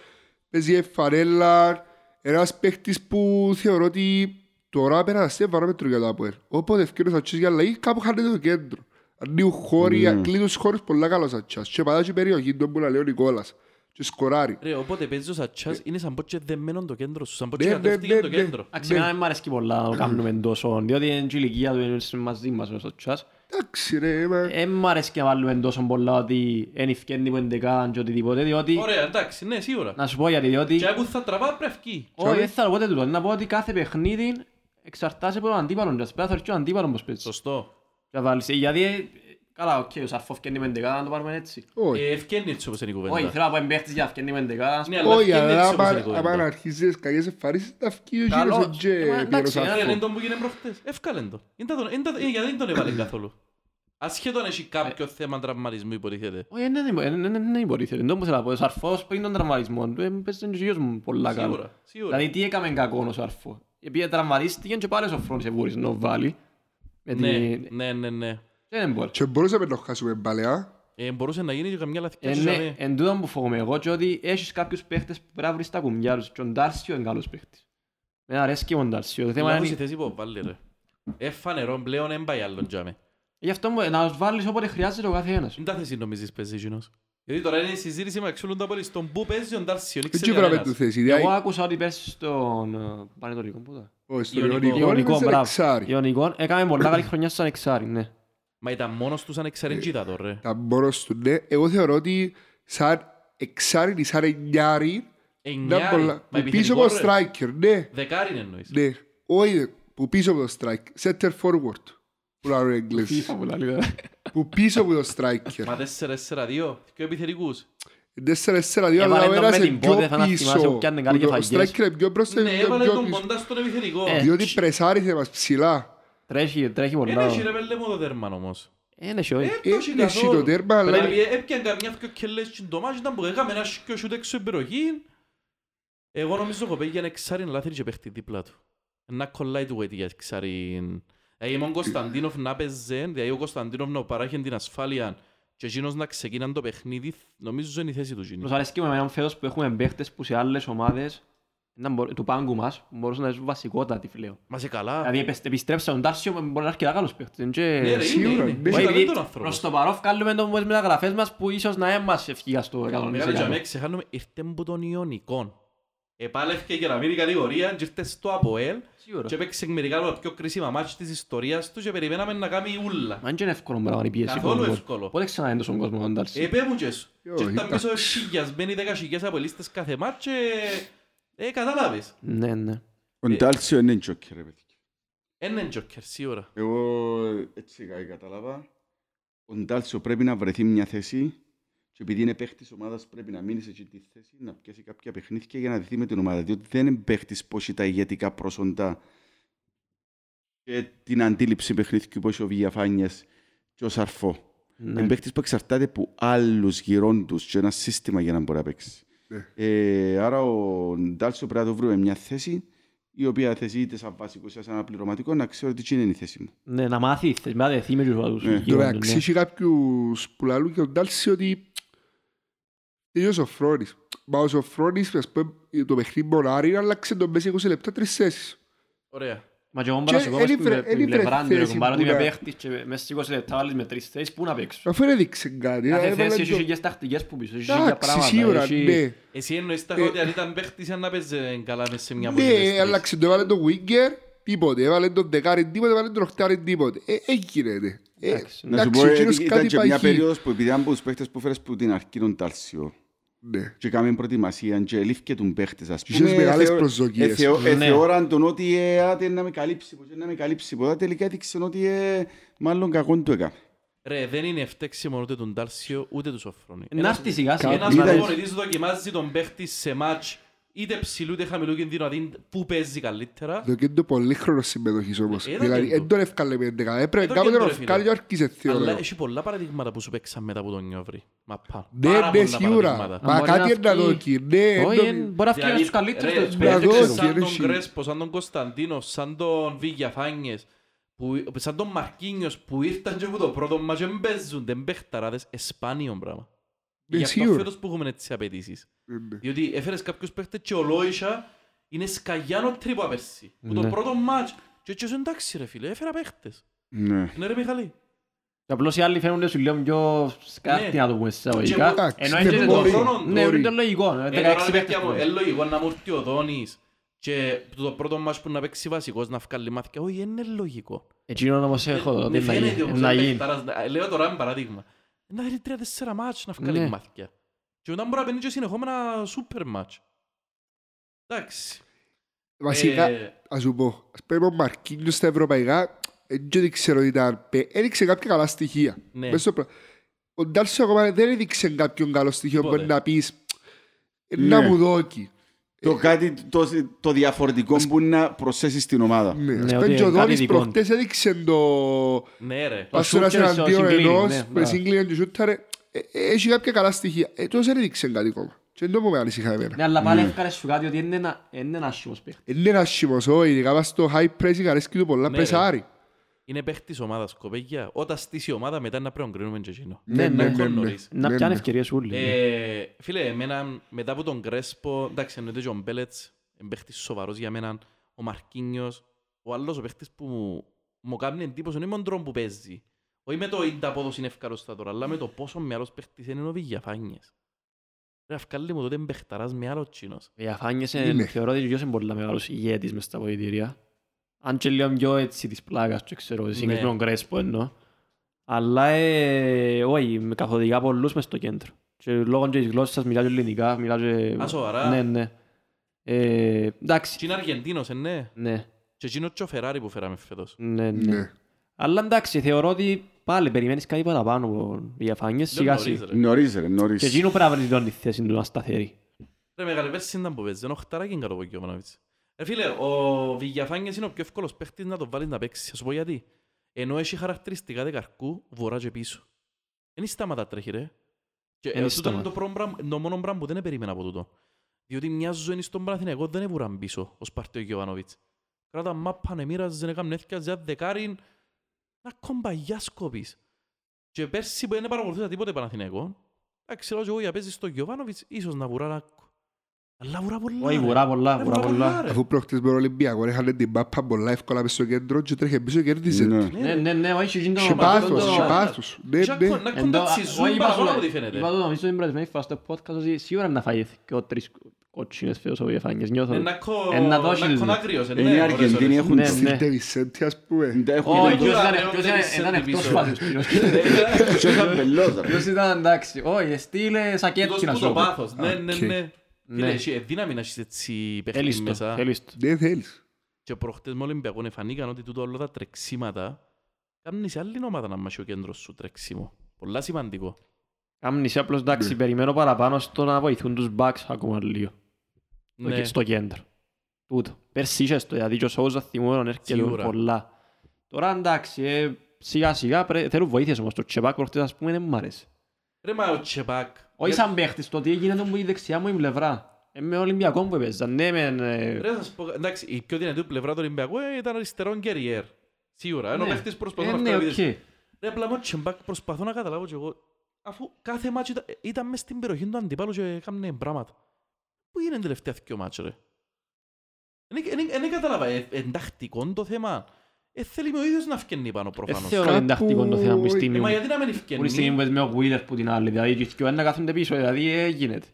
S2: παίζει με φανέλα, ένας παίχτης που θεωρώ ότι τώρα πέρασε σε βαρόμετρο για το Αποέλ. Όποτε ευκαιρία ο για αλλαγή, κάπου χάνεται το κέντρο. Ανοίγουν χώροι, κλείνουν τους χώρους πολλά καλά ο Σατσάς. Και πατάει και η περιοχή, τον που να λέει ο Νικόλας. Και σκοράρει.
S1: Ρε, όποτε παίζει ο
S3: Ε.
S1: Σατσάς, είναι σαν πότσο δεμένο το κέντρο σου. Σαν
S2: Ναι,
S1: πότσο
S2: ναι, ναι,
S1: κατεύτηκε το
S2: ναι.
S1: κέντρο.
S3: Εντάξει, εμένα δεν μ' αρέσει πολλά να το κάνουμε τόσο, διότι είναι και η ηλικία του, είναι μαζί μας ο Σατσάς.
S2: Εντάξει ρε, μα-
S3: Δεν μ' αρέσει και να βάλουμε τόσο πολλά ότι δεν ευκένει που εντεκάν και οτιδήποτε, διότι...
S1: Ωραία, εντάξει, ναι, σίγουρα.
S3: Να σου πω γιατί, διότι...
S1: Και άκου θα τραβά πρέπει να βγει.
S3: Όχι, δεν θα το πω ούτε τούτο. Να πω ότι κάθε παιχνίδι εξαρτάται από τον αντίπαλο. Και ας πρέπει να θεωρείς και τον αντίπαλο πώς παίζεις.
S1: Σωστό.
S3: Να βάλεις, ε, γιατί... ε, Καλά, οκ, ο Σαρφό φκένει με εντεκά, να το πάρουμε έτσι.
S2: Όχι.
S1: Ε, Ευκένει έτσι όπως είναι η
S3: Όχι,
S1: κουβέντα.
S3: θέλω να πω εμπέχτης για να φκένει με εντεκά.
S1: Ναι, αλλά
S2: Όχι,
S1: ευκένει
S2: αλλά
S1: έτσι όπως
S2: άμα-
S1: είναι η κουβέντα.
S2: άμα αρχίζεις τις κακές εμφανίσεις, τα φκεί ο
S3: Καλό.
S2: γύρος ο Τζε,
S3: Ε, μα,
S2: Πιέρο
S3: εντάξει,
S2: Σαφό.
S1: Άρα είναι τον που γίνε προχτές. Εύκαλεν το. Είναι τα τον- είναι τα- ε, Γιατί δεν τον έβαλε καθόλου. Ασχέτον
S3: Ε.
S1: έχει κάποιο θέμα τραυματισμού υποτίθεται.
S3: Όχι, δεν είναι- δεν είναι- δεν είναι υποτίθεται. Δεν μπορούσα να πω. Ο Σαρφός πριν τον τραυματισμό του, ε, παίζει και ο γιος μου πολλά καλά.
S1: Σίγουρα, σίγουρα.
S3: Δηλαδή τι έκαμε κακό ο Σαρφό. Επειδή τραυματίστηκε και πάλι ο Σοφρόνης εβούρης να βάλει. Με
S1: Ναι,
S3: την-
S1: ναι, ναι, ναι.
S3: Δεν μπορεί.
S2: Και μπορούσαμε να χάσουμε μπάλε, α.
S1: Ε, μπορούσε να γίνει και καμιά λαθιά
S3: Ε,
S1: στη
S3: ναι,
S1: ζωή.
S3: Εν τούτο που φοβούμαι εγώ και ότι έχεις κάποιους παίχτες που πρέπει να βρεις τα κουμιά τους. Και ο Ντάρσιο είναι καλός παίχτης. Με αρέσει και ο Ντάρσιο. Το θέμα
S1: Λάθος η
S3: είναι...
S1: θέση που βάλει ρε. Ε, φανερό πλέον δεν πάει άλλον τζάμε.
S3: Γι' αυτό μου- να τους βάλεις όποτε χρειάζεται ο κάθε ένας.
S1: Είναι τα θέση νομίζεις παίζει εκείνος. Γιατί τώρα είναι η συζήτηση μεταξύ όλων τα πόλη στον που παίζει ο Ντάρσιο. Δεν
S2: Δεν
S1: ξέρει
S2: ξέρω βράμε του
S1: κανένας.
S2: θέση.
S3: Εγώ
S2: Δηλαδή,
S3: άκουσα ότι πέρσι στον ε, Πανετολικό που ήταν.
S2: όχι, στο
S1: Ιωνικό.
S2: Ιωνικό
S3: Ιωνικό,
S2: είναι σε
S3: μπράβο.
S2: δεξάρι.
S3: Ιωνικών, έκαμε πολλά καλή χρονιά σαν εξάρι, ναι.
S1: Μα ήταν μόνος τους σαν εξαρεντζίτα τώρα ρε.
S2: Τα μπόρος τους, ναι. Εγώ θεωρώ ότι σαν εξάρι ή σαν εννιάρι,
S1: Εννιάρι.
S2: ήταν πολλά.
S1: Μα
S2: Που πίσω
S1: επιθετικό
S2: από το
S1: ρε.
S2: striker, ναι.
S1: Δεκάριν εννοείς.
S2: Ναι. Όχι, που πίσω από το strike. Center forward. Που λένε οι Εγγλές.
S3: ε.
S2: Που πίσω από το
S1: Μα
S2: striker.
S1: 4-4-2. Πιο επιθετικούς.
S2: 4-4-2, αλλά ο
S3: Έβαλε τον
S2: ένας
S3: με
S2: είναι
S3: την πόδα, θα
S2: πιο
S3: να θυμάσαι
S2: πίσω.
S3: όπου πιάνε κάτι
S2: Που το
S3: κεφαγιές.
S2: striker είναι πιο μπροστά
S1: Ναι,
S2: είναι πιο
S1: έβαλε τον
S2: πίσω.
S1: κοντά στον επιθετικό.
S3: Ε,
S2: Διότι πρεσάρισε μας ψηλά.
S3: Τρέχει, τρέχει
S1: Είναι
S3: πολλά.
S1: εσύ ρε πέλε μου το δέρμα όμως.
S3: Ε, ναι, όχι.
S1: Ε, το έχει
S2: Είναι εσύ το
S1: καθόλου.
S2: τέρμα, αλλά είναι-
S1: Δηλαδή έπιαν καμιά δυο κελές στην ντομάζ, ήταν που έκαμε ένα σκιο σούτ έξω στην περιοχή. Εγώ νομίζω το κοπέγι είναι εξάρι να λάθει και παίχτη δίπλα του. Να κολλάει του για εξάρι. Δηλαδή μόνο ο Κωνσταντίνοφ να παίζει, δηλαδή ο Κωνσταντίνοφ να παράχει την ασφάλεια και εκείνος να ξεκινά το παιχνίδι, νομίζω είναι η θέση του εκείνη.
S3: Μας αρέσει και με έναν φέτος που έχουμε παίχτες που σε άλλες ομάδες να μπο- του πάγκου μας μπορούσαν να είναι βασικότατοι πλέον.
S1: Μα σε καλά.
S3: Δηλαδή ε, επεσ- επιστρέψα τον Τάρσιο μπορεί να είναι αρκετά καλός παίχτης. είναι και-
S1: Ναι ρε, είναι,
S2: σίγουρα,
S1: είναι.
S2: ναι.
S1: Έχει
S3: Όχι,
S1: ταλέντο
S3: επειδή
S1: ο άνθρωπος.
S3: Προς το παρόν βγάλουμε το με μεταγραφές μας που ίσως να δεν μας ευχήγα στο
S1: Μεγάλε
S3: 100%.
S1: τζαμέ, ξεχάνουμε, ήρθε από τον Ιωνικών. Επάλευκε για να μείνει η κατηγορία και ήρθε στο ΑΠΟΕΛ
S3: Σίγουρα.
S1: και έπαιξε μερικά από τα πιο κρίσιμα μάτς της ιστορίας του και περιμέναμε να κάνει ούλα.
S3: Μα δεν είναι εύκολο πράγμα η πίεση.
S1: Καθόλου
S3: που έχουμε.
S1: εύκολο. Ε,
S3: Πότε ξανά είναι τόσο κόσμο τον Τάρσιο.
S1: Επέμουν και σου.
S2: Ω,
S1: Και ήρθαν
S2: ήταν.
S1: πίσω χιλιασμένοι δέκα χιλιάς από λίστες κάθε μάτς και... Ε, καταλάβεις.
S3: Ναι, ναι.
S4: Ο Ντάλσιο είναι τζόκερ, ρε παιδιά.
S1: Είναι τζόκερ σίγουρα.
S4: Εγώ έτσι κα- κατάλαβα. Ο Ντάλσιο πρέπει να βρεθεί μια θέση και επειδή είναι παίχτης ομάδας πρέπει να μείνεις σε εκείνη τη θέση να πιάσει κάποια παιχνίδια για να δει με την ομάδα. Διότι δεν είναι παίχτης που έχει τα ηγετικά προσόντα και την αντίληψη παιχνίδιου που έχει ο Βιαφάνιας και ο Σαρφό.
S3: ναι.
S4: Είναι παίχτης που εξαρτάται από άλλους γυρών τους και ένα σύστημα για να μπορεί να παίξει.
S2: Ναι.
S4: Ε, άρα ο Ντάλσιο πρέπει να το βρούμε μια θέση η οποία θέση είτε σαν βασικός είτε σαν αναπληρωματικό να ξέρω τι είναι η θέση μου.
S3: Ναι, να μάθεις, θες να δεθεί με τους άλλους.
S4: Ναι.
S2: Τώρα
S3: γύρω τους, ναι.
S2: αξίζει κάποιους που λαλούν και τον Τάλση ότι τελείωσε ο Φρόνης. Μα ο Σοφρόνης, ας πούμε, το παιχνίδι Μονάρι άλλαξε το μέσα σε 20 λεπτά τρεις θέσεις.
S1: Ωραία.
S3: Μα και εγώ
S2: Και
S3: μπορώ να σου πω
S2: εν
S3: μες
S2: ήβρε-
S3: που-
S2: εν
S3: που η
S2: ήβρε
S3: πλευρά του, ρε
S2: θέση
S3: κουμπάρο,
S2: που
S3: ότι είμαι
S2: να-
S3: παίχτης και μέσα στις 20 λεπτά βάλεις με τρεις θέσεις, πού να παίξω.
S2: Αφού δεν έδειξε κάτι.
S3: Κάθε
S2: έβαλε
S3: θέση
S2: το-
S3: έχει χίλιες τακτικές που πίσω, έχει χίλια
S2: ε, Εντάξει,
S3: πράγματα.
S2: σίγουρα,
S3: έχει-
S2: ναι.
S1: Εσύ εννοείς τα
S2: Ε,
S1: ότι αν ήταν παίχτης αν να παίζει καλά μες σε μια από τις
S2: Ναι,
S1: τρεις.
S2: άλλαξε το, έβαλε το Winger, τίποτε. Έβαλε το δεκάρι τίποτε, έβαλε το ροχτάρι τίποτε. Ε, έγινε, ναι. Ε,
S3: Εντάξει,
S4: Να σου πω,
S2: ο κύριος
S4: ε, ήταν
S2: κάτι
S4: και μια
S2: παγεί.
S4: περίοδος που επειδή ήταν από τους παίχτες που φέρες που την αρχή τον Τάλσιο
S2: Ναι.
S4: και κάμεν προετοιμασία και ελήφθηκε τον παίχτες ας
S2: Και
S4: πούμε.
S2: είχες μεγάλες
S4: θεω-
S2: προσδοκίες.
S4: ε, θεω- ε,
S3: Ναι.
S4: Θεώραν τον ότι ε, άντε να με καλύψει, ποτέ να με καλύψει, ποτέ τελικά έδειξαν ότι ε, μάλλον κακόν του έκαμε.
S1: Ρε, δεν είναι φταίξιμο ούτε τον Τάρσιο ούτε τους Σοφρόνη.
S2: ναι.
S3: Να έρθει σιγά σιγά.
S1: Ένας
S4: Ήταν-
S1: προπονητής δοκιμάζει τον παίχτη σε μάτς είτε ψηλού είτε χαμηλού κινδύνου, να δει πού παίζει καλύτερα.
S2: Το κέντρο πολύ χρόνο συμμετοχής όμως.
S1: Ε, εδώ
S2: Δηλαδή,
S1: κέντρο.
S2: δεν τον έφκαλε με 11. Έπρεπε
S1: Εδώ
S2: κάποτε
S1: κέντρο,
S2: να
S1: ρε φίλε.
S2: φκάλει και άρχισε, θεωρώ.
S1: Αλλά έχει πολλά παραδείγματα που σου παίξαν μετά από τον Νιόβρη. Μα πά.
S2: Ναι,
S1: πάρα
S2: ναι,
S1: πολλά
S2: σίγουρα.
S1: παραδείγματα.
S2: Μα
S3: Αν μπορεί
S2: κάτι
S3: να
S2: είναι να
S3: βγει-
S2: δοκι. Ναι,
S3: Όχι,
S2: δεν
S3: εν-
S2: το-
S3: μπορεί να βγει ένας
S1: Δηλαδή,
S3: στους καλύτερους
S1: ρε,
S3: τους
S2: να
S3: παίκτες.
S1: παίχτες
S2: δω,
S1: σαν
S2: κύριε
S1: τον
S2: Σι.
S1: Κρέσπο, σαν τον Κωνσταντίνο, σαν τον Βίγια Φάνιες, που, σαν τον Μαρκίνιος που ήρθαν και από το πρώτο μας και παίζουν, δεν παίχταράδες, εσπάνιο πράγμα.
S2: Ναι,
S1: Γι' αυτό
S2: σίγουρα.
S1: φέτος που έχουμε έτσι απαιτήσεις.
S2: Ναι, ναι.
S1: Διότι έφερες κάποιους παίχτες και ολόησα είναι σκαγιάνο τρίπο απέρσι. Που το
S3: Ναι.
S1: πρώτο μάτς. Και έτσι εντάξει ρε φίλε, έφερα παίχτες.
S4: Ναι.
S1: Ναι ρε Μιχαλή.
S3: Και απλώς οι άλλοι φαίνονται σου λίγο πιο σκάρτη
S1: Ναι.
S3: να το πούμε σε
S1: Και
S3: εισαγωγικά.
S2: εντάξει,
S3: Ενώ
S2: δεν
S3: έγινε το
S1: μπορεί.
S3: χρόνο. Ναι,
S2: Μπορεί.
S3: είναι λογικό. ναι,
S1: Ε,
S3: 16
S1: τώρα ρε
S3: παίκτες
S1: παιδιά μου,
S3: μπορεί.
S1: ε, λογικό να μου έρθει ο Δόνης και το πρώτο μάτς που να παίξει βασικός να βγάλει μάθηκα. Όχι, είναι λογικό.
S3: Εκείνο Ε, όμως έχω το,
S1: Ναι,
S3: τι να
S1: φαίνεται
S3: γίνει,
S1: όμως,
S3: να
S1: δεν
S3: γίνει.
S1: παιχταράς, να- Λέω τώρα ένα παράδειγμα. Να δει τρία-τέσσερα μάτς να βγάλει
S3: Ναι.
S1: μάθηκα. Και μετά μπορεί να παίρνει και συνεχόμενα σούπερ μάτς. Εντάξει.
S2: Βασικά,
S1: Ε,
S2: ας σου πω, ας πούμε ο Μαρκίνιος στα ευρωπαϊκά, δεν και ξέρω τι ήταν, παι- έδειξε κάποια καλά στοιχεία.
S1: Ναι.
S2: Μες στο προ- Ο Ντάλσος ακόμα δεν έδειξε κάποιον καλό στοιχείο που
S1: Τίποτε.
S2: να πεις «Ε,
S4: Ναι.
S2: να μου δώκει.
S4: Το κάτι το, το διαφορετικό που είναι να προσθέσεις στην ομάδα.
S2: Ναι, ας
S3: Ναι,
S2: πούμε
S3: ότι
S2: και ο
S3: κάτι
S2: Δόνης
S3: ειδικό.
S2: προχτές έδειξε το...
S1: Ναι ρε.
S3: Το
S2: Ας ένας
S3: shooter στο
S2: εναντίον
S3: συγκλίνι,
S2: ενός,
S3: ναι,
S2: με
S3: μπράβο.
S2: συγκλίνει και σούταρε. Ε, ε, Έχει κάποια καλά στοιχεία. Ε, Τόσο δεν έδειξε κάτι ακόμα. Και δεν το πούμε ανησυχά εμένα. Ε,
S3: Ναι, αλλά πάλι έφκαρες σου κάτι ότι είναι ένα- είναι ένα άσχημος παίκτης.
S2: Είναι ένα χυμός, όχι, ειδικά πας στο high pressing αρέσκει του
S1: Ναι,
S2: πολλά
S1: ρε.
S2: πρεσάρι.
S1: Είναι παίχτης ομάδας, κοπέγια. Όταν στήσει η ομάδα, μετά να πρέπει να κρίνουμε και εκείνο.
S3: Ναι, ναι,
S1: ναι, νωρίς.
S3: Να
S2: Ναι,
S3: πιάνε
S2: ναι.
S3: ευκαιρίες όλοι.
S1: Ε, φίλε, εμένα, μετά από τον Κρέσπο, εντάξει, εννοείται και ο Μπέλετς, είναι παίχτης σοβαρός για μένα, ο Μαρκίνιος, ο άλλος ο παίχτης που μου κάνει εντύπωση είναι με τον που παίζει. Όχι με το ίντα πόδος είναι ευκαρός στα τώρα, αλλά με το πόσο μυαλός παίχτης είναι ο Βηγιαφάνιες. Ρε, αυκάλλη μου τότε μπαιχταράς με άλλος τσίνος.
S3: Οι αφάνειες
S2: Είναι.
S3: είναι, θεωρώ ότι είναι πολύ μεγάλος ηγέτης μες στα βοηθήρια. Αν και λίγο πιο έτσι της πλάκας του, ξέρω, σε σύγκριση
S1: Ναι.
S3: με τον Κρέσπο εννοώ. Αλλά ε, όχι, με καθοδηγά πολλούς μες στο κέντρο. Και λόγω και της γλώσσας μιλάω και ελληνικά, μιλάω και...
S1: Α, σοβαρά.
S3: Ναι, ναι. Ε,
S1: Και
S3: εντάξει.
S1: είναι Αργεντίνος, ε, ναι.
S3: Ναι,
S1: Και εκείνο και ο Φεράρι που φέραμε φέτος.
S3: ναι, ναι.
S2: Ναι.
S3: Αλλά εντάξει, θεωρώ ότι πάλι περιμένεις κάτι παραπάνω από οι αφάνειες,
S1: Λέω
S3: σιγά
S1: νωρίς,
S3: σιγά.
S1: ρε.
S4: Νωρίς ρε, νωρίς.
S3: Και εκείνο πρέπει να βρεις τη θέση του να σταθερεί.
S1: Ρε μεγάλε, πέρσι ήταν που παίζει, ενώ χταράκι είναι κάτω από εκεί ο Μαναβίτς. Ρε Ε, φίλε, ο Βηγιαφάνιες είναι ο πιο εύκολος παίχτης να τον βάλεις να παίξεις. Θα σου πω γιατί. Ενώ έχει χαρακτηριστικά δεκαρκού, βορρά και πίσω. Εν σταματά τρέχει ρε. Και ε, τούτο
S3: Εν
S1: είναι
S3: σταματά.
S1: το, πρώτο πράγμα- το μόνο πράγμα που δεν περίμενα από τούτο. Διότι μια ζωή στον Παναθηναϊκό δεν έβουραν πίσω ο Σπαρτιό Γιωβανόβιτς. Κράτα μάπα ναι, νεμίραζε, έκαμε έφτιαζε ένα δεκάριν. Να κομπαγιά σκοπής. Και πέρσι που δεν παρακολουθούσα τίποτε Παναθηναϊκό, εντάξει, λέω και εγώ για παίζεις στο Γιωβάνοβιτς, ίσως να βουρά να... Αλλά βουρά πολλά.
S3: Όχι,
S1: ρε.
S3: βουρά πολλά,
S1: Ρε,
S3: βουρά πολλά.
S1: ρε.
S2: Αφού προχτές με τον Ολυμπιακό έχανε την μπάπα πολλά εύκολα μες στο κέντρο και τρέχε πίσω και κέρδιζε.
S4: Ναι.
S2: Ναι.
S3: Ναι, Ε, ναι, ναι, όχι, εκείνο
S2: Σε
S3: το-
S2: πάθος,
S3: το-
S2: σε πάθος. Ναι,
S1: Και
S2: ναι.
S1: ακόμα να κοντατσιζούν παραπάνω από ό,τι φαίνεται.
S3: σίγουρα να φάει και τρεις κότσινες φέτος ο Βιεφάνιες, νιώθω.
S1: Ε, Να κο-
S3: Ε, να
S1: να
S3: δώσεις,
S1: κον
S3: ναι.
S1: άγριος, ε,
S4: Ε,
S1: ναι,
S4: Είναι οι
S1: ωραίες,
S4: Αργεντίνοι,
S1: ωραίες.
S4: έχουν
S3: Ναι,
S4: τους-
S2: Στην
S3: ναι.
S2: Τεβισέντη, ας πούμε.
S4: τα έχουν
S3: Ο,
S4: δει.
S1: Γιώργος
S3: ποιος ήταν-
S1: Ρέων
S3: ποιος
S1: δεν
S3: ήταν-
S1: είσαι
S3: ήταν εκτός
S1: πίσω.
S3: φάσης, ποιος- *laughs*
S1: ε,
S4: Ποιος ήταν πελός, ρε.
S3: Ποιος ήταν, εντάξει, όχι, ε, στείλε
S1: Τούτος
S3: σακέτη να
S1: που
S3: σου
S1: ε, το
S3: πω.
S1: πάθος, ναι, ναι,
S2: Οκ.
S1: ναι. Φίλε,
S3: Ναι.
S1: εσύ, ε, δύναμη να έχεις έτσι παίχτη
S3: Θέλεις το,
S1: μέσα.
S3: θέλεις το.
S2: Ναι, θέλεις.
S1: Και προχτές με Ολυμπιακόν εφανήκαν ότι τούτο όλα τα τρεξίματα κάνουν σε άλλη ομάδα να μάχει ο κέντρος σου τρεξίμο. Πολλά σημαντικό.
S3: Κάμνησε απλώς, εντάξει, περιμένω παραπάνω στο να βοηθούν τους backs ακόμα λίγο, στο-
S1: Ναι.
S3: στο κέντρο. Τούτο. Πέρσι είχες το, δηλαδή και ο Σόουζα θυμούμενον έρχεται
S1: Σίγουρα.
S3: πολλά. Τώρα εντάξει, ε, σιγά σιγά πρέ- θέλουν βοήθειες όμως. Το Τσεπάκ προχτές, ας πούμε, δεν μ' αρέσει.
S1: Ρε μα ο Τσεπάκ.
S3: Όχι
S1: Για-
S3: σαν παίχτης, το ότι έγινε το μου η δεξιά μου η πλευρά. Ε, με Ολυμπιακό που έπαιζα, ναι μεν... ε,
S1: Ρε, να σας πω, εντάξει, η πιο δυνατή πλευρά του Ολυμπιακού ε, ήταν αριστερόν κεριέρ. Σίγουρα, ενώ ο
S3: ναι.
S1: παίχτης προσπαθούν
S3: Ε,
S1: να
S3: ναι,
S1: βγάλει
S3: οκ.
S1: βίδες. Ρε, απλά με ο Τσεμπάκ προσπαθώ να καταλάβω κι εγώ, αφού κάθε μάτσο ήταν, ήταν μες στην περιοχή του αντιπάλου και έκανε πράγματα. Πού γίνεται τελευταία δυο μάτσο, ρε. Δεν κατάλαβα, ε, εντακτικό το θέμα. Ε, θέλει με ο ίδιος να φκαινεί πάνω
S3: Ε,
S1: προφανώς.
S3: θεωρώ
S2: Κάπου-
S3: εντακτικό το θέμα μου στη
S1: Ε,
S3: στιγμή.
S1: μα γιατί να μην
S3: Που στη στιγμή
S1: φκαινεί.
S3: που είσαι με ο Guider που την άλλη, δηλαδή και οι δυο ένα κάθονται πίσω, δηλαδή ε, γίνεται.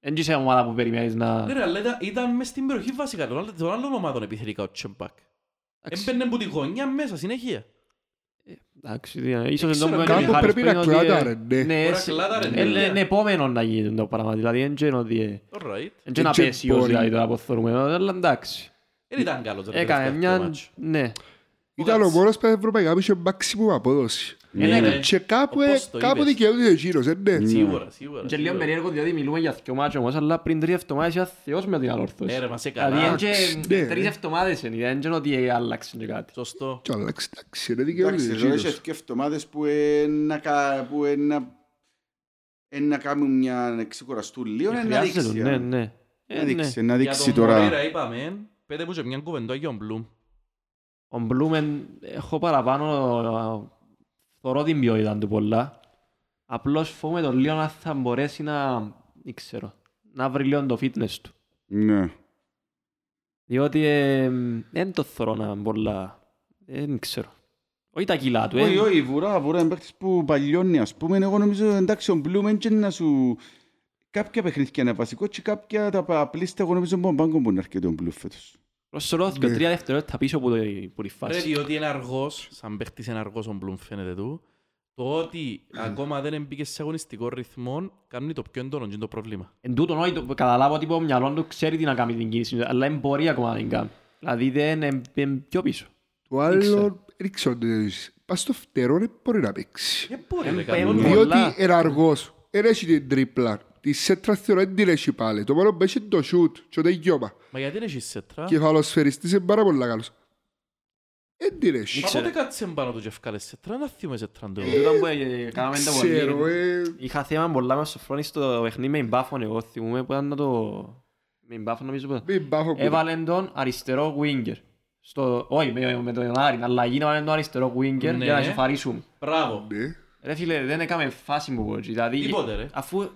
S3: Εν είσαι ομάδα που περιμένεις να...
S1: Ναι, ρε, αλλά ήταν- ήταν μες στην περιοχή βασικά των άλλων- των άλλων ομάδων επιθετικά ο Τσεμπάκ. Έμπαινε από τη γωνιά μέσα συνέχεια.
S3: Εντάξει, τι να- ίσως
S1: ξέρω,
S3: εντός
S1: κάπου
S2: πρέπει να κλάταρε, ναι.
S3: Ναι,
S1: Μπορεί να
S3: εσύ-
S1: κλάταρε,
S3: ε,
S1: ναι.
S3: είναι επόμενο να γίνει το πράγμα, δηλαδή εν και ότι... ε,
S1: All right.
S3: εν και να
S2: και
S3: πέσει ως
S2: μπορεί.
S3: δηλαδή τώρα που θεωρούμε, αλλά εντάξει.
S1: Δεν ήταν καλός. ρε,
S3: Ε, Έκανε
S1: τελευταία
S3: μια...
S1: μάτς.
S3: Ναι.
S2: Ήταν ο μόνος που ευρωπαϊκά που είχε maximum απόδοση.
S1: Ναι,
S3: ναι.
S1: ρε.
S2: Και κάπου,
S1: Όπως
S2: ε,
S1: το
S2: κάπου
S1: είπες.
S2: δικαιούνται εκείνος, ε, ναι.
S1: Σίγουρα, σίγουρα.
S3: Και λίγο
S1: σίγουρα.
S3: περίεργο διότι μιλούμε για δυο μάτσο όμως, αλλά πριν τρεις εβδομάδες είσαι θεός με την ανόρθωση.
S1: Ναι, ρε, μας
S3: Δηλαδή
S1: έκανα.
S3: εν και
S2: ναι,
S3: τρεις
S2: ναι.
S3: εβδομάδες είναι, δεν είναι ότι άλλαξε και κάτι.
S1: Σωστό.
S2: Κι άλλα, εντάξει, είναι
S4: Εντάξει,
S2: δικαιούνται
S4: ρε,
S2: εκείνος.
S4: έχεις και εβδομάδες που ε, να κα- που ε, να- ε, να κάνουν μια να ξεκουραστούν λίγο, ε, να
S3: Χρειάζεται,
S4: δείξει.
S3: ναι,
S4: ε.
S3: ναι. Ε,
S4: Να
S3: ναι.
S4: δείξει, να
S1: Για
S4: δείξει
S1: τον
S4: τώρα.
S1: Μωρέρα είπαμε, πέτε μου και μια κουβεντά για τον Μπλουμ.
S3: Ο Μπλούμεν έχω παραπάνω θεωρώ την ποιότητα του πολλά. Απλώς φοβούμαι τον λίγο να θα μπορέσει να, δεν ξέρω, να βρει λίγο το fitness του.
S4: Ναι.
S3: Διότι ε, δεν το θωρώ να πολλά... Δεν ξέρω. Όχι τα κιλά του, ε.
S4: Όχι, όχι, βουρά, βουρά, είναι παίχτης που παλιώνει, ας πούμε. Εγώ νομίζω, εντάξει, ο Μπλουμ είναι να σου... Κάποια παιχνίδια είναι βασικό και κάποια τα απλίστα, εγώ νομίζω, μόνο πάγκο μπορεί να αρκετεί ο Μπλουμ φέτος.
S3: Προσωρώθηκε
S2: Ναι.
S3: τρία δευτερόλεπτα πίσω από, το, από τη
S1: Ρε,
S3: φάση.
S1: διότι είναι αργός, σαν παίχτης είναι αργός ο Μπλουμ φαίνεται του, το ότι ακόμα δεν μπήκε σε αγωνιστικό ρυθμό κάνει το πιο έντονο και είναι το πρόβλημα.
S3: Εν τούτον, όχι, το- καταλάβω ότι το μυαλό του ξέρει τι να κάνει την κίνηση, αλλά δεν μπορεί ακόμα να την κάνει. Δηλαδή δεν ε, ε, πιο πίσω.
S2: Το άλλο, δεν ξέρω τι είναι. Πας στο φτερό, δεν μπορεί να παίξει.
S1: Δεν μπορεί, ρε,
S3: Εν-
S1: κανόνι.
S3: πολλά. εν-
S2: Διότι είναι αργός. Δεν έχει την τρίπλα. Τη σέτρα θεωρώ δεν την έχει πάλι. Το μόνο που έχει είναι το σούτ και το γιώμα.
S1: Μα γιατί δεν έχεις σέτρα.
S2: Κεφαλοσφαιριστής είναι πάρα πολύ καλός. Δεν την έχει.
S1: Μα
S3: Ξέρω.
S1: πότε κάτσε πάνω του και ευκάλε σέτρα, να θυμούμε σέτρα του.
S3: Εν τούτον που ε, κάναμε τα
S2: Ξέρω,
S3: πολύ.
S2: ε,
S3: Είχα θέμα πολλά με σοφρόνη στο παιχνίδι με μπάφον εγώ, θυμούμαι που ήταν να το... Με μπάφον νομίζω που...
S2: μην πάω που-
S3: Έβαλε τον αριστερό winger. Στο... Όχι, με, με τον Άρη, αλλαγή έβαλε τον αριστερό winger
S1: Ναι.
S3: για να σοφαρίσουμε.
S1: Μπράβο.
S2: Ναι.
S3: Ρε φίλε, δεν έκαμε φάση μου Μπορτζή. Δηλαδή,
S1: Τίποτε, ρε.
S3: Αφού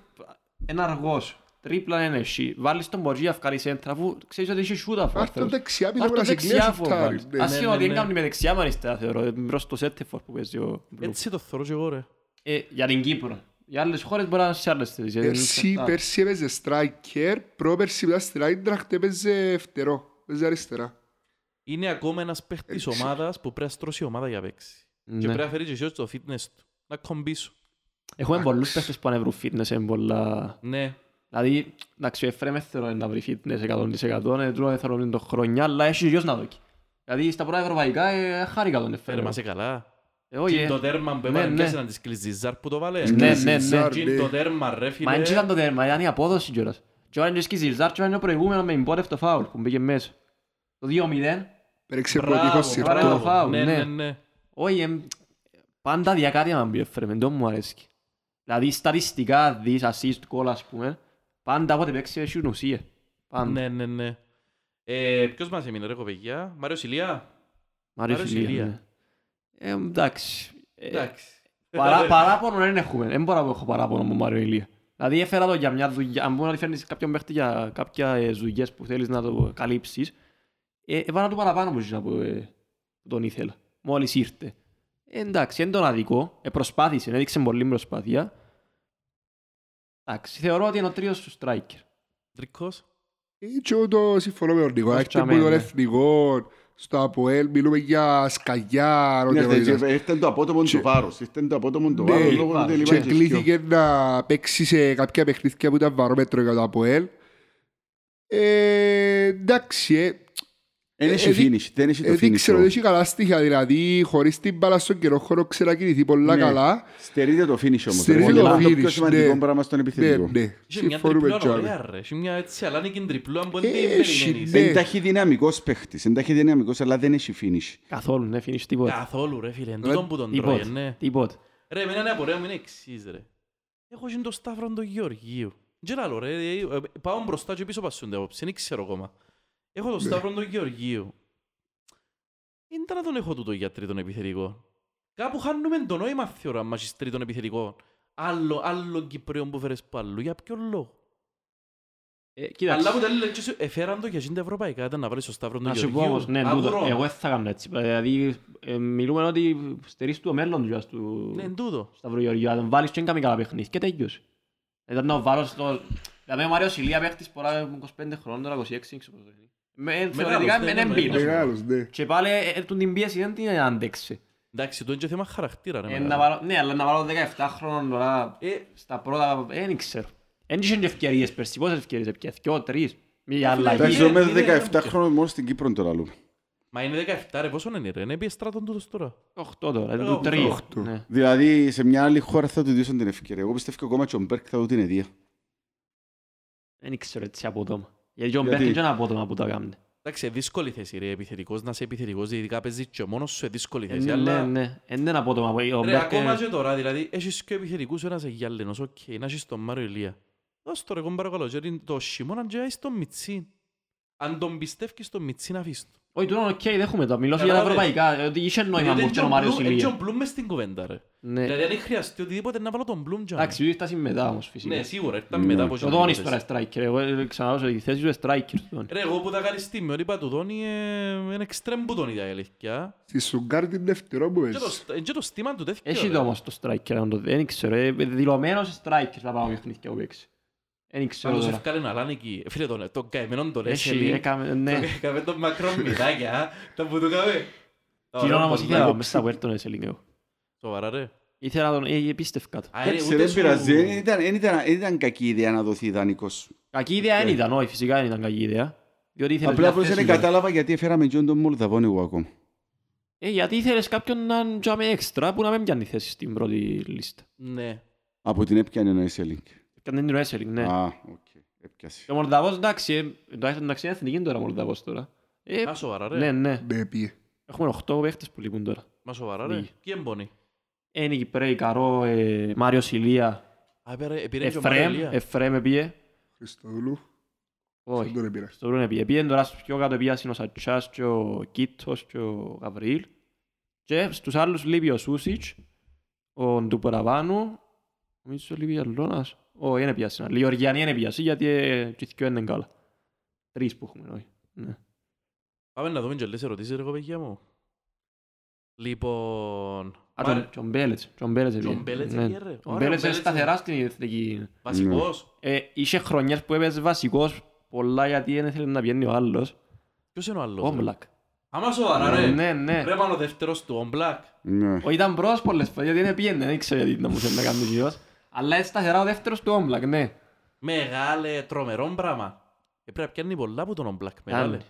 S3: είναι αργός, τρίπλα είναι εσύ, βάλεις τον Μπορτζή να βγάλει σέντρα, αφού ξέρεις ότι έχει σούτα
S2: Ας τον δεξιά, μην
S3: Πάρ'
S2: μπορεί
S3: το
S2: να σε
S3: δεξιά
S2: κλείσει
S3: φορ,
S2: φτάρι.
S3: βάλεις.
S2: Ναι.
S3: Ας είναι ότι
S1: ναι, ναι.
S3: δεν κάνει με δεξιά με αριστερά θεωρώ, ε, μπρος στο σέντεφορ που παίζει ο Μπλουμ.
S1: Έτσι το θωρώ και εγώ ρε.
S3: Ε, Για την Κύπρο. Για άλλες χώρες μπορεί να είναι σε άλλες θέσεις. γιατί είναι
S2: Πέρσι,
S3: αυτά.
S2: πέρσι έπαιζε striker, πρόπερσι μετά στην Άιντραχτ έπαιζε φτερό, έπαιζε αριστερά.
S1: Είναι ακόμα ένας
S4: Ε,
S1: παίχτης
S2: Έτσι.
S1: ομάδας που πρέπει να στρώσει η ομάδα για παίξει. Και
S3: Ναι.
S1: πρέπει να φέρει και εσύ το fitness του. Να κομπήσω.
S3: Έχουμε πολλούς παίχτες που ανέβρουν fitness εν πολλά...
S1: Ναι.
S3: Δηλαδή, εντάξει, ο Εφραίμ δεν θέλω να βρει fitness 100%, ε, τρώω, δεν θέλω να το χρονιά, αλλά έχει γιος να δοκι. Δηλαδή, στα πρώτα ευρωπαϊκά, ε, χάρηκα τον
S1: Φέρε
S3: Εφραίμ.
S1: μας καλά.
S3: Ε, όχι,
S1: Και
S3: ε.
S1: το τέρμα που
S3: Ναι,
S1: έβαλε,
S3: ναι.
S1: πιάσε να της κλειζιζάρ που το βάλε.
S3: Ναι, ναι, ναι.
S2: Ζιζάρ,
S1: Και το τέρμα ρε
S3: Μα δεν
S1: φίλε.
S3: ήταν το τέρμα, ήταν η απόδοση κιόλας. Και ο Άντζες Κιζιρζάρ και ήταν το προηγούμενος με υπόρευτο φάουλ που μπήκε μέσα. Το 2-0,
S2: Παίρεξε πρωτικό
S1: Μπράβο,
S2: σιρτό.
S3: μπράβο.
S1: μπράβο.
S3: φάουλ,
S1: Ναι,
S3: ναι.
S1: ναι, ναι.
S3: όχι, εμ, πάντα διακάτη να μπει ο Εφραίμ, δεν μου αρέσει. Δηλαδή, στατιστικά δεις assist goal, ας πούμε, πάντα όποτε παίξει έχει ουσία. Πάντα.
S1: Ναι, ναι, ναι. Ε, ποιος μας έμεινε ρε κοπεγιά, Μάριος Ηλία.
S3: Μάριος
S1: Μάριος
S3: Ηλία.
S1: Ηλία.
S3: ναι. Ε, εντάξει. Ε,
S1: Εντάξει. Ναι. Ε,
S3: Παρά, παράπονο δεν έχουμε. Δεν μπορώ να έχω παράπονο με Μάριο Ηλία. Δηλαδή έφερα το για μια δουλειά. Αν μπορεί να φέρνεις κάποιον παίχτη για κάποια ε, δουλειές που θέλεις να το καλύψεις, ε, έβαλα το παραπάνω που ζήνα που ε, που τον ήθελα. Μόλις ήρθε. Ε, εντάξει, δεν τον αδικό. Ε, προσπάθησε, έδειξε πολύ προσπάθεια. Εντάξει, θεωρώ ότι είναι ο τρίτος του striker.
S1: Τρικός.
S2: Και το συμφωνώ με τον Νικό.
S3: Ως
S2: Έχετε που
S3: τσαμέ,
S2: τον
S3: ναι.
S2: εθνικό, στο ΑΠΟΕΛ, μιλούμε για σκαγιά,
S4: Ναι,
S2: ρωτεύω,
S4: ήρθε-
S2: ήταν.
S4: Ήρθε το απότομο
S2: Και-
S4: του βάρος. Ήρθε το απότομο του
S2: Ναι,
S4: βάρος. λόγω του
S3: και
S4: τελείωμα
S2: Και
S4: και σκιό.
S2: κλείθηκε να παίξει σε κάποια παιχνίδια που ήταν βαρόμετρο για το ΑΠΟΕΛ. Ε, εντάξει, ε,
S4: Δεν
S2: Ε,
S4: έχει
S2: ε,
S4: finish, δεν έχει το
S2: ε, δεν ξέρω,
S4: finish.
S2: δεν
S4: του.
S2: έχει καλά στοιχεία, δηλαδή χωρίς την μπάλα στον καιρό χώρο ξέρει να κινηθεί πολλά
S4: Ναι.
S2: καλά.
S4: Στερείται το finish όμως.
S2: Στερείται
S4: Είναι
S2: το
S4: το πιο
S2: finish,
S4: σημαντικό
S2: ναι.
S4: πράγμα στον
S2: Ναι,
S4: επιθετικό.
S2: ναι,
S1: Είχε μια
S2: συμφωνούμε
S1: τριπλούα
S2: τζάμε.
S1: ωραία ρε. Είχε μια έτσι αλάνικη τριπλούα που δεν
S2: Ε,
S1: την
S2: έχει,
S1: περιμένεις.
S2: ναι.
S4: Είναι ταχυδυναμικός παίχτης, είναι ταχυδυναμικός, αλλά δεν έχει finish.
S3: Καθόλου, ναι, finish τίποτα.
S1: Καθόλου ρε φίλε, εν τούτον που τον τρώει, ναι.
S3: Τίποτα, τίποτα.
S1: Ρε, εμένα είναι απορία μου, είναι εξής ρε. Έχω γίνει το Σταύρο του Γεωργίου. Τι άλλο ρε, ε, ε, πάω μπροστά και πίσω πασούνται απόψε, δεν ξέρω ακόμα. Έχω
S3: Ναι.
S1: το Σταύρο του Γεωργίου. Δεν ήταν να τον έχω τούτο για τρίτον επιθετικό. Κάπου χάνουμε το νόημα θεωρώ αν μάχεις τρίτον επιθετικό. Άλλο, άλλο Κυπρέο που φέρες που αλλού, για ποιο λόγο.
S3: Ε, κοίταξε.
S1: Αλλά που τα λέει, «Τσου, εφέραν το για γίντα ευρωπαϊκά, ήταν να βάλεις το Σταύρο του
S3: Να σου
S1: Γεωργίου.
S3: πω όμως, ναι, τούτο.
S1: Αγρό.
S3: εγώ δεν θα κάνω έτσι. Δηλαδή, ε, μιλούμε ότι στερείς το μέλλον του ας, του
S1: Ναι, εν τούτο.
S3: Σταύρου Γεωργιού, να τον βάλεις και δεν κάνει καλά παιχνίδι. Και τέλειωσε. Ήταν να τον βάλω στο... Δηλαδή, ο Μάριος Ηλία παίχτης πολλά 25 χρόνων, τώρα 26, ξέρω πώς το λέει. Με- ε, Θεωρητικά,
S1: ναι,
S3: με
S1: ναι,
S3: έναν
S1: ναι.
S3: πίνος.
S2: Μεγάλος, ναι.
S3: Και πάλι, ε, ε, του την πίεση δεν την άντεξε.
S1: Εντάξει, το είναι και θέμα χαρακτήρα ρε.
S3: Ε,
S1: μεγάλε.
S3: να βάλω- Ναι, αλλά να βάλω 17 χρόνων τώρα
S1: Ε,
S3: στα πρώτα, ε, δεν ξέρω. Δεν είχαν ευκαιρίες πέρσι, πόσες ευκαιρίες έπιασε, δυο, τρεις. Μια
S1: φίλε,
S3: αλλαγή.
S1: εντάξει,
S4: Εντάξει,
S1: είναι-
S4: με
S1: είναι-
S4: 17 χρόνια μόνο στην Κύπρο τώρα λέω.
S1: Μα είναι 17 ρε, πόσο είναι ρε, είναι πιεστράτον τούτος τώρα.
S3: 8 τώρα,
S1: Ε,
S3: του Ναι.
S1: οκτώ.
S3: 3.
S2: Οκτώ.
S4: Δηλαδή σε μια άλλη χώρα θα του δώσουν την ευκαιρία. Εγώ πιστεύω ακόμα και ο Μπέρκ θα του την αιτία.
S3: Δεν ξέρω έτσι απότομα. Γιατί ο
S4: Γιατί?
S3: Μπέρκιν είναι απότομα που τα κάνουν.
S1: Εντάξει, δύσκολη θέση ρε, επιθετικός, να είσαι επιθετικός, ειδικά παίζεις και μόνος σου, ε, δύσκολη θέση,
S3: Ναι, ναι, ε.
S1: αλλά...
S3: ναι. Ε, Δεν είναι απότομα. Ο
S1: Ρε,
S3: Μπέρκιν
S1: ακόμα και τώρα, δηλαδή, έχεις και επιθετικούς, ένας Αγιάλενος, οκ, να έχεις τον Μάριο Ηλία. Δώσ' το ρε, κόμπαρο καλοκαίρι, το χειμώνα και έχεις τον Μιτσί. Αν τον πιστεύεις τον Μιτσί να αφήσεις του.
S3: Όχι, τούτο οκ, δέχομαι το. Μιλώ για τα
S1: Κατάλαβες.
S3: ευρωπαϊκά. ε, Ότι είχε νόημα
S1: ναι. Γιατί
S3: μου
S1: έτσι
S3: και ο Μάριος
S1: Bloom- έτσι
S3: Ηλία.
S1: ε, ο Bloom μες στην κουβέντα, ρε.
S3: Ναι.
S1: Δηλαδή, αν έχει χρειαστεί οτιδήποτε, να βάλω τον Bloom τζάμπα.
S3: Εντάξει, τούτοι φτάσει μετά όμως φυσικά.
S1: Ναι, σίγουρα, ήταν
S4: Ναι.
S1: μετά από
S3: Ο
S1: χιλιάδες.
S3: Δόνης τώρα striker. Εγώ ε, ξαναλέω σε τη θέση του striker. του Δόνη.
S1: Ε, Ρε, εγώ που τα καλυστήμαι, ότι είπα του Δόνι, ε, είναι extreme που τον είδα η αλήθεια.
S2: Στη Σουγκάρ είναι φτερό που
S1: Και το
S2: παίζει.
S1: στ- και το στήμα του τέτοιο.
S3: Έχει
S1: ρε.
S3: το όμως το striker. αν το- Δεν ξέρω. ε, Δηλωμένος striker θα πάω παιχνίδια που παίξει. Δεν ξέρω
S1: Πάντως
S3: τώρα.
S1: ευκάλε ένα λάνικι. Ε, Φίλε, τον- τον καημένον τον
S3: Έχει,
S1: Έσελη.
S3: έκαμε,
S1: Το
S3: ναι.
S1: έκαμε τον μακρό μηδάκια, τα που του καμε.
S3: Κοινό όμως ήθελα να τον μέσα από τον Εσελίν εγώ.
S1: Σοβαρά ρε.
S3: Ήθελα να τον, ε, πίστευκα το.
S1: Α, ρε,
S4: Εντάξει,
S1: ούτε
S4: δεν
S1: σου-
S4: πειράζει. ε, Δεν ήταν- δεν ήταν- δεν ήταν κακή ιδέα να δοθεί ιδανικός.
S3: Κακή ιδέα δεν
S1: Ναι.
S4: Οκ.
S3: ήταν, όχι, φυσικά δεν ήταν κακή ιδέα. Διότι ήθελες
S4: Απλά
S3: μια
S4: απλώς
S3: θέση
S4: δεν
S3: τώρα.
S4: κατάλαβα γιατί έφεραμε και τον Μολδαβόν εγώ ακόμα.
S3: Ε, γιατί ήθελες κάποιον να είναι τζάμε έξτρα που να μην πιάνει θέση στην πρώτη λίστα.
S1: Ναι.
S4: Από την έπιανε ο Εσελίνκ.
S3: Έκανε την wrestling, ναι.
S4: Α, οκ. Έπιασε.
S3: Και ο Μολδαβός, εντάξει, ε, εντάξει, εντάξει, είναι εθνική τώρα ο Μολδαβός τώρα. Ε,
S1: Μα σοβαρά ρε.
S3: ναι, ναι.
S2: Ναι, πήγε.
S3: Έχουμε 8 παίχτες που λείπουν τώρα.
S1: Μα σοβαρά ρε.
S3: Ναι.
S1: Ποιοι εμπονεί.
S3: Ε, Είναι Κυπρέη, Καρό, ε, Μάριος Ηλία,
S1: Α, πήρε-
S3: Ε,
S1: πήρε και ο
S3: Εφρέμ,
S1: Μαρελία.
S3: Εφρέμ επίε.
S2: Χριστοδούλου. Δεν
S3: Όχι,
S2: τον επήρα.
S3: στο Ρούνε επίε. Πήγαινε τώρα στους πιο κάτω επίε είναι ο Σατσάς και ο Κίτος και ο Γαβριήλ. Και στους άλλους λείπει ο Σούσιτς, ο Ντουπραβάνου, νομίζω λείπει άλλο ένας. Όχι, δεν πιάσει. Η Γεωργιανή δεν πιάσει γιατί ε, και οι δυο είναι καλά. Τρεις που έχουμε, όχι. Ναι.
S1: Πάμε να δούμε και λες ερωτήσεις ρε παιδιά μου. Λοιπόν...
S3: Α,
S1: Μάρε-
S3: τον- τον Μπέλετς. Τον Μπέλετς
S1: Τζον
S3: επήγε.
S1: Μπέλετς
S3: Ναι.
S1: επήγε, ρε.
S3: Ο
S1: Ωραία,
S3: Μπέλετς
S1: ο Μπέλετς
S3: είναι σταθερά στην εθνική.
S4: Ναι.
S1: Βασικός.
S3: Ε, Είχε χρονιές που έπαιζε βασικός πολλά γιατί δεν ήθελε να βγαίνει ο άλλος.
S1: Ποιος είναι ο άλλος.
S3: Ο
S1: ρε?
S3: Μπλακ.
S1: Άμα σοβαρά ρε.
S3: Ναι, ναι.
S1: Ρε πάνω δεύτερος του, ο Μπλακ.
S4: Ναι.
S3: Ο ήταν μπρος πολλές φορές γιατί δεν πήγαινε, δεν ξέρω γιατί να μου θέλει να κάνει γιος. Αλλά είναι σταθερά ο δεύτερος του Όμπλακ, ναι.
S1: Μεγάλε, τρομερό πράγμα. Πρέπει να πιάνει πολλά από τον ο Μπλακ, μεγάλε.
S3: Κάνει.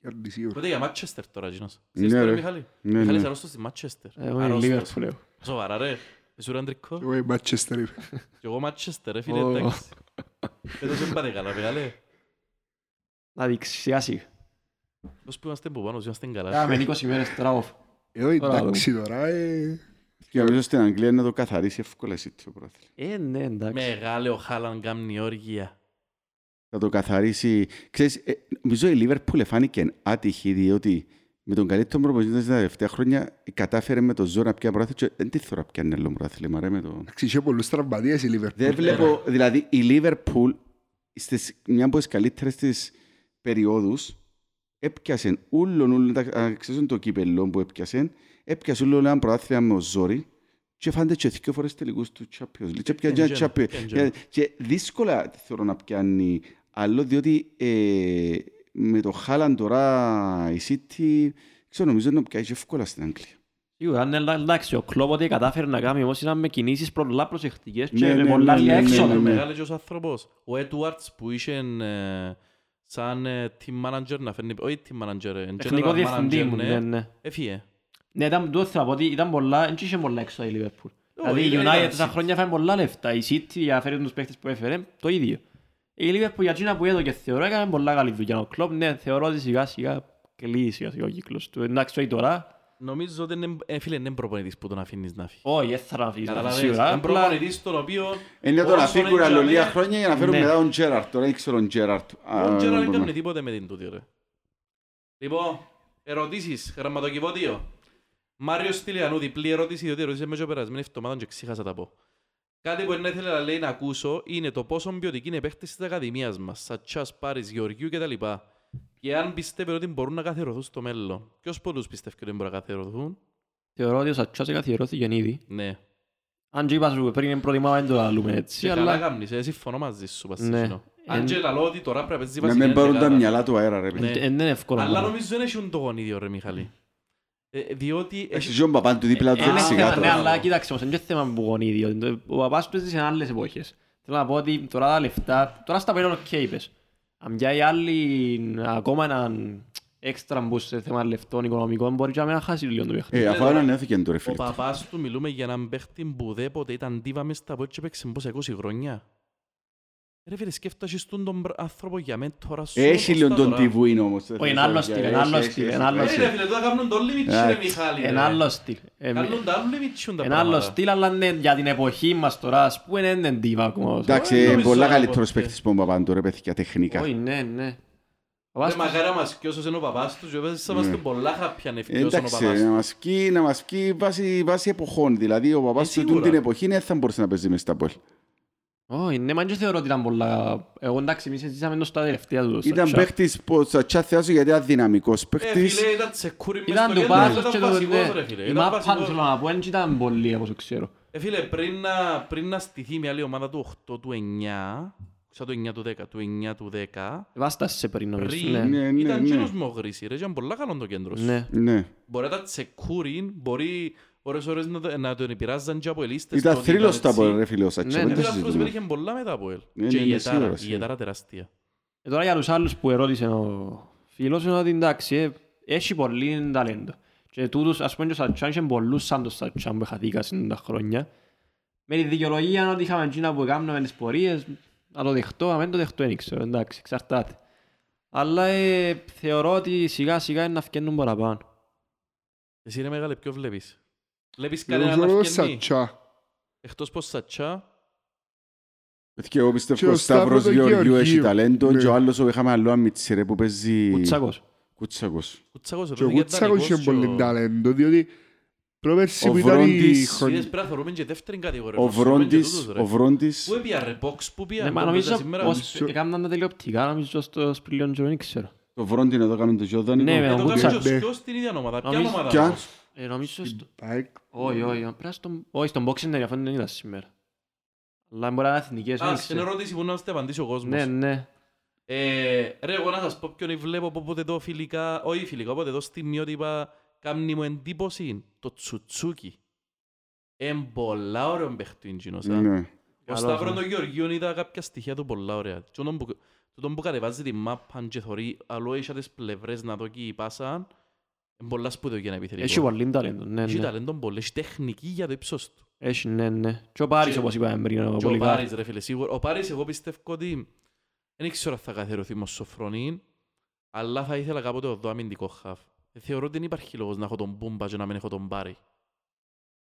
S2: Κέρνει σίγουρα.
S1: Τότε για Μάτσεστερ τώρα, Γίνος.
S4: Ναι,
S1: Ξέρεις τώρα,
S4: ρε.
S1: Μιχάλη.
S4: Ναι,
S1: Μιχάλης
S4: ναι.
S1: αρρώστος στη Μάτσεστερ.
S3: Εγώ είμαι
S1: Αρρώστος.
S3: Λίβερπουλ. εγώ.
S1: Σοβαρά, ρε. Εσύ ρε αντρικό.
S2: Εγώ είμαι Manchester, είμαι.
S1: Κι εγώ Μάτσεστερ, ρε φίλε,
S3: Ω.
S1: εντάξει. Φέτος δεν πάτε καλά, μεγάλε.
S3: Να δείξεις σιγά σιγά.
S1: Πώς που είμαστε που πάνω, είμαστε καλά.
S3: Κάμε 20 ημέρες τώρα off.
S2: Εγώ
S3: Τώρα
S2: εντάξει τώρα. ε.
S4: Και νομίζω στην Αγγλία να το καθαρίσει εύκολα εσύ το πρόθυμα.
S3: Ε, ναι, εντάξει.
S1: Μεγάλε ο Χάλαν κάνει όργια.
S4: Θα το καθαρίσει... Ξέρεις, ε, νομίζω η Λίβερπουλ εφάνηκε άτυχη διότι με τον καλύτερο προπονητή της τα τελευταία χρόνια κατάφερε με το ζώο να πιάνει πρόθυμα και δεν τη θέλω να πιάνει άλλο πρόθυμα. Ρε, με το...
S2: Εντάξει, είχε πολλούς τραυματίες η Liverpool.
S4: Δεν βλέπω, δηλαδή η Λίβερπουλ στις μια από τις καλύτερες της περιόδους έπιασε ούλον ούλον, αξίζουν το κύπελλο που έπιασε, έπιασε ούλον ένα πρωτάθλημα με ο Ζόρι και φάνεται και δύο φορές τελικούς του Champions League. Και πιάνει ένα
S1: Εντζένα,
S4: Champions-
S1: εντζένα.
S4: Και δύσκολα θέλω να πιάνει άλλο διότι ε, με το Χάλαν τώρα η City ξέρω νομίζω να πιάνει εύκολα στην Αγγλία.
S3: Σίγουρα, αν ελα- εντάξει, ο Κλόπ ό,τι κατάφερε να κάνει όμως ήταν με κινήσεις πολλά προσεκτικές
S4: Ναι,
S3: και με
S4: ναι,
S3: πολλά
S4: ναι, ναι,
S3: διέξοδα.
S4: ναι, ναι.
S1: Μεγάλε και ως άνθρωπος. Ο Έτουαρτς που είχε ε, σαν ε, team manager να φέρνει... Όχι team manager, ε,
S3: Τεχνικό
S1: general
S3: διευθυντή
S1: manager, Ε,
S3: μου, ναι, ναι.
S1: Έφυγε.
S3: Ναι, ήταν το θέλω να πω ότι ήταν πολλά, δεν είχε πολλά έξοδα η Λίβερπουλ. Δηλαδή η
S1: ήταν-
S3: United
S1: ήταν
S3: τα
S1: City.
S3: χρόνια φάει πολλά λεφτά, η City για να φέρει τους παίχτες που έφερε, το ίδιο. Η Λίβερπουλ για εκείνα που έδωκε θεωρώ έκανε πολλά καλή δουλειά. Ο Κλόπ, ναι, θεωρώ ότι σιγά σιγά κλείει σιγά σιγά ο κύκλος του. Εντάξει, όχι τώρα,
S1: Νομίζω ότι είναι, ε, φίλε, είναι προπονητής που τον αφήνεις να φύγει.
S3: όχι, δεν θα αφήσει να
S1: Καταλαβαίνεις,
S3: φύγει σίγουρα.
S1: Είναι
S3: Απλά
S1: προπονητής τον οποίο...
S4: Είναι το να
S1: όσο
S4: φύγουν άλλο
S1: τζάμε,
S4: λίγα χρόνια για να φέρουν
S3: Ναι.
S4: μετά τον Τζέραρτ. Τώρα δεν ξέρω τον Τζέραρτ.
S1: Ο
S4: Α, ναι,
S1: Τζέραν
S4: μπορούμε.
S1: δεν κάνει τίποτε με την τούτη, ρε. Λοιπόν, ερωτήσεις, γραμματοκιβώτιο. Μάριο Στυλιανού, διπλή ερώτηση, διότι ερώτησε με και περασμένη εβδομάδα και ξέχασα τα πω. Κάτι που δεν ήθελα να λέει να ακούσω είναι το πόσο ποιοτική είναι η παίχτες της Ακαδημίας μας, Σατσάς, Πάρης, Γεωργιού κτλ. Και αν πιστεύετε ότι μπορούν να καθιερωθούν στο μέλλον. Ποιος πολλούς πιστεύει ότι μπορούν να καθιερωθούν.
S3: θεωρώ ότι ο Σατσάς καθιερώθηκε ήδη.
S1: Ναι.
S3: Αν και είπα σου πριν προτιμάμε να το λαλούμε έτσι,
S1: Και καλά
S3: αλλά
S1: κάμνεις, ε, συμφωνώ μαζί σου,
S3: Ναι.
S1: Πασίσινο. Αν
S3: Εν-
S1: και λαλώ ότι τώρα πρέπει να παίζει
S4: Να
S1: βασική
S4: μην πάρουν τα
S1: ενδεκάδα.
S4: μυαλά του αέρα ρε
S1: Ναι.
S4: παιδί.
S3: εν- εν- είναι εύκολο.
S1: Αλλά
S3: να-
S1: νομίζω δεν έχουν το γονίδιο ρε Μιχαλή. Ε, διότι
S4: Έχει τον παπάν του δίπλα του
S3: Είναι
S1: Α,
S4: σιγά
S3: θέμα, ναι,
S1: τώρα.
S4: τώρα.
S3: αλλά κοίταξε όμως, είναι και θέμα που γονίδιο. Ο παπάς του έζησε σε άλλες εποχές. Θέλω να πω ότι τώρα τα λεφτά, τώρα στα παίρνουν οκ είπες. Αν πιάει άλλη ακόμα έναν έξτρα μπούς σε θέμα λεφτών οικονομικών, μπορεί και να μην χάσει λίγο το παιχνίδι.
S4: Ε, αφού
S1: τώρα.
S4: ανανέθηκε το ρε
S1: ο
S4: φίλε.
S1: παπάς του μιλούμε για έναν παίχτη που ουδέποτε ήταν τίβα μες στα πόδια και παίξε πόσα 20 χρόνια. Ρε φίλε σκέφτασαι στον τον πρα- άνθρωπο για μένα τώρα σου.
S4: Ε, Έχει
S1: όπως
S4: λίγο
S1: τα
S4: τον
S1: τώρα.
S4: τιβούιν όμως.
S3: Όχι, ένα άλλο στυλ, ένα άλλο στυλ, ένα άλλο
S1: Ε,
S3: στυλ.
S1: Ρε φίλε τώρα κάνουν το limit ρε
S4: Εντάξει.
S1: Μιχάλη. ρε.
S3: Ένα άλλο στυλ. Ε,
S1: Κάνουν τα limit τα
S3: Ένα άλλο
S1: πράγματα.
S3: στυλ, αλλά ναι, για την εποχή μας τώρα, ας πούμε, δεν είναι ντίβα ακόμα.
S4: Εντάξει,
S1: νομίζω
S4: πολλά
S1: να
S4: καλύτερος
S1: πω,
S4: παίκτης που ο παπάν του ρε παιδιά τεχνικά.
S3: Όχι, ναι, ναι.
S1: Ρε
S3: παπάς τους-
S1: μακάρα μας κοιόσος είναι ο παπάς τους και έπαιζε να είμαστε πολλά χάπια αν ευκοιώσαν ο
S4: Ναι. Ε, Εντάξει,
S1: παπάς
S4: να
S1: τους.
S4: μας βγει, να μας βγει βάση, βάση εποχών. Δηλαδή, ο παπάς
S1: Ε,
S4: του
S1: σίγουρα.
S4: τούτη την εποχή δεν θα μπορούσε να παίζει μες στα πόλη.
S3: Όχι, ναι, μα και θεωρώ ότι ήταν πολλά... Εγώ εντάξει, εμείς ζήσαμε το στα τελευταία τους. στο
S4: Ήταν
S3: chat.
S4: παίχτης, πως θα τσάθεα σου γιατί ήταν δυναμικός
S1: Ε,
S4: παίχτης.
S1: φίλε, ήταν τσεκούρι μες
S3: Ήταν
S1: στο κέντρο, αλλά
S3: του Πάλος και
S1: ήταν
S3: το...
S1: βασικός,
S3: ναι.
S1: ρε φίλε.
S3: Η
S1: Ήταν
S3: μάπα,
S1: βασικός.
S3: θέλω να πω, δεν ήταν πολύ, όπως ξέρω.
S1: Ε, φίλε, πριν να, πριν να στηθεί μια άλλη ομάδα του 8, του 9, σαν το 9 του 10, του 9 του 10,
S3: Βάστασε σε πριν, νομίζω.
S1: πριν
S3: ναι.
S4: Ναι, ναι,
S1: ήταν
S4: ναι.
S1: κοινός μογρύση, ρε, ήταν πολλά καλό το κέντρο σου.
S3: Ναι.
S4: Ναι.
S1: Μπορεί να ήταν τσεκούρι, μπορεί ώρες ώρες να, το- να τον επηρεάζαν και Ε, από ελίστες.
S4: Ήταν
S1: το ότι
S4: θρύλος
S1: έτσι.
S4: στα πόλη, ρε φίλε, ο Σάτσο.
S3: Ναι,
S4: δεν
S3: ναι.
S4: το
S1: Ήταν θρύλος,
S4: συζητούμε.
S1: πέτυχε πολλά μετά από ελ.
S4: Ναι,
S1: Και
S4: ναι,
S1: η
S4: ναι,
S1: Ετάρα,
S4: σίγουρα,
S1: η
S4: σίγουρα.
S1: Ετάρα τεράστια.
S3: Ε, τώρα για τους άλλους που ερώτησε ο φίλος είναι ότι εντάξει, ε, έχει πολύ ταλέντο. Και τούτους, ας πούμε, και ο Σατσάν είχε πολλούς σαν το Σατσάν που χαθήκασαν τα χρόνια. Με τη δικαιολογία ότι είχαμε εκείνα που έκαναμε τις πορείες, να το δεχτώ, αν δεν το δεχτώ, δεν ξέρω, εντάξει, εξαρτάται. Αλλά ε, θεωρώ ότι σιγά σιγά είναι να φκαίνουν παραπάνω.
S1: Εσύ είναι μεγάλε, ποιο βλέπεις. Βλέπεις
S2: Εγώ
S1: κανέναν
S2: θεωρώ
S1: να φκαινεί.
S2: Σατσά.
S1: Εκτός πως σατσά,
S4: Και εγώ πιστεύω
S2: Και ο
S4: ο Σταύρος
S2: Σταύρος
S4: Γεωργιού έχει
S2: Γεωργίου.
S4: ταλέντο
S2: Ναι.
S4: και ο άλλος ο είχαμε άλλο αμυτσί ρε που παίζει...
S3: Κουτσάκος.
S4: Κουτσάκος.
S1: κουτσάκος
S2: Και ο
S1: ρωτήθηκε
S2: Κούτσακος είχε πολύ ταλέντο, διότι πρόπερση
S4: Ο
S2: που ήταν η
S4: Βρόντις.
S2: χρονιά...
S1: Είδες πρέπει να θεωρούμε και δεύτερη κατηγορία.
S4: Ο
S1: να θεωρούμε και
S4: Βρόντις,
S1: τούτους, ρε.
S4: ο Βρόντις...
S1: Πού έπια ρε, box, πού έπια.
S3: Ναι, μα
S1: το
S3: νομίζω
S1: πέτσα σήμερα.
S3: πως έκαναν τα τελειοπτικά, νομίζω στο σπηλιόν και δεν ξέρω.
S4: Το Βρόντι να το κάνουν το Γιώδανικο.
S3: Ναι,
S1: Ε,
S3: με
S1: το
S3: τον
S1: κάνουμε
S3: Κούτσα.
S1: και ως ποιος την ίδια ομάδα. Ποια
S3: Νομίζω-
S1: ομάδα
S4: Ποια?
S1: όμως.
S3: Ε, νομίζω στο...
S2: Πάκ,
S3: Όχι, όχι, πρέπει να στον- όχι, στον boxing είναι αφού δεν ήταν σήμερα. Αλλά μπορεί να είναι εθνικές,
S1: Α,
S3: δεν
S1: είναι
S3: ξέρω.
S1: ερώτηση που να είστε απαντήσει ο κόσμος.
S3: Ναι, ναι.
S1: Ε, ρε, εγώ να σας πω ποιον βλέπω από πότε εδώ φιλικά, όχι φιλικά, από πότε εδώ στιγμιότυπα, κάνει μου εντύπωση το Τσουτσούκι. Εν πολλά ωραίο παίχτη είναι εκείνος, α.
S4: Ναι.
S1: Ο
S3: Καλός,
S1: Σταύρον
S3: ναι.
S1: το Γεωργίων είδα κάποια στοιχεία του πολλά ωραία. Τι Τον που, τον που κατεβάζει τη μάπα και θωρεί, αλλού έχει τις πλευρές να δω και η πάσα, εν πολλά σπουδαίο για να επιθετικό.
S3: Έχει πολύ ταλέντο, ναι,
S1: Έχει
S3: ναι.
S1: ταλέντο πολύ, έχει τεχνική για το ύψος του.
S3: Έχει, ναι, ναι. Και ο Πάρης,
S1: Και-
S3: όπως είπαμε πριν, ο
S1: Και ο
S3: Πολυκάρης.
S1: Πάρης ρε φίλε, σίγουρα. Ο Πάρης εγώ πιστεύω ότι δεν ξέρω αν θα καθιερωθεί με σοφρονή, αλλά θα ήθελα κάποτε να δω αμυντικό χαφ. Θεωρώ ότι δεν υπάρχει λόγος να έχω τον Μπούμπα και να μην έχω τον Πάρη.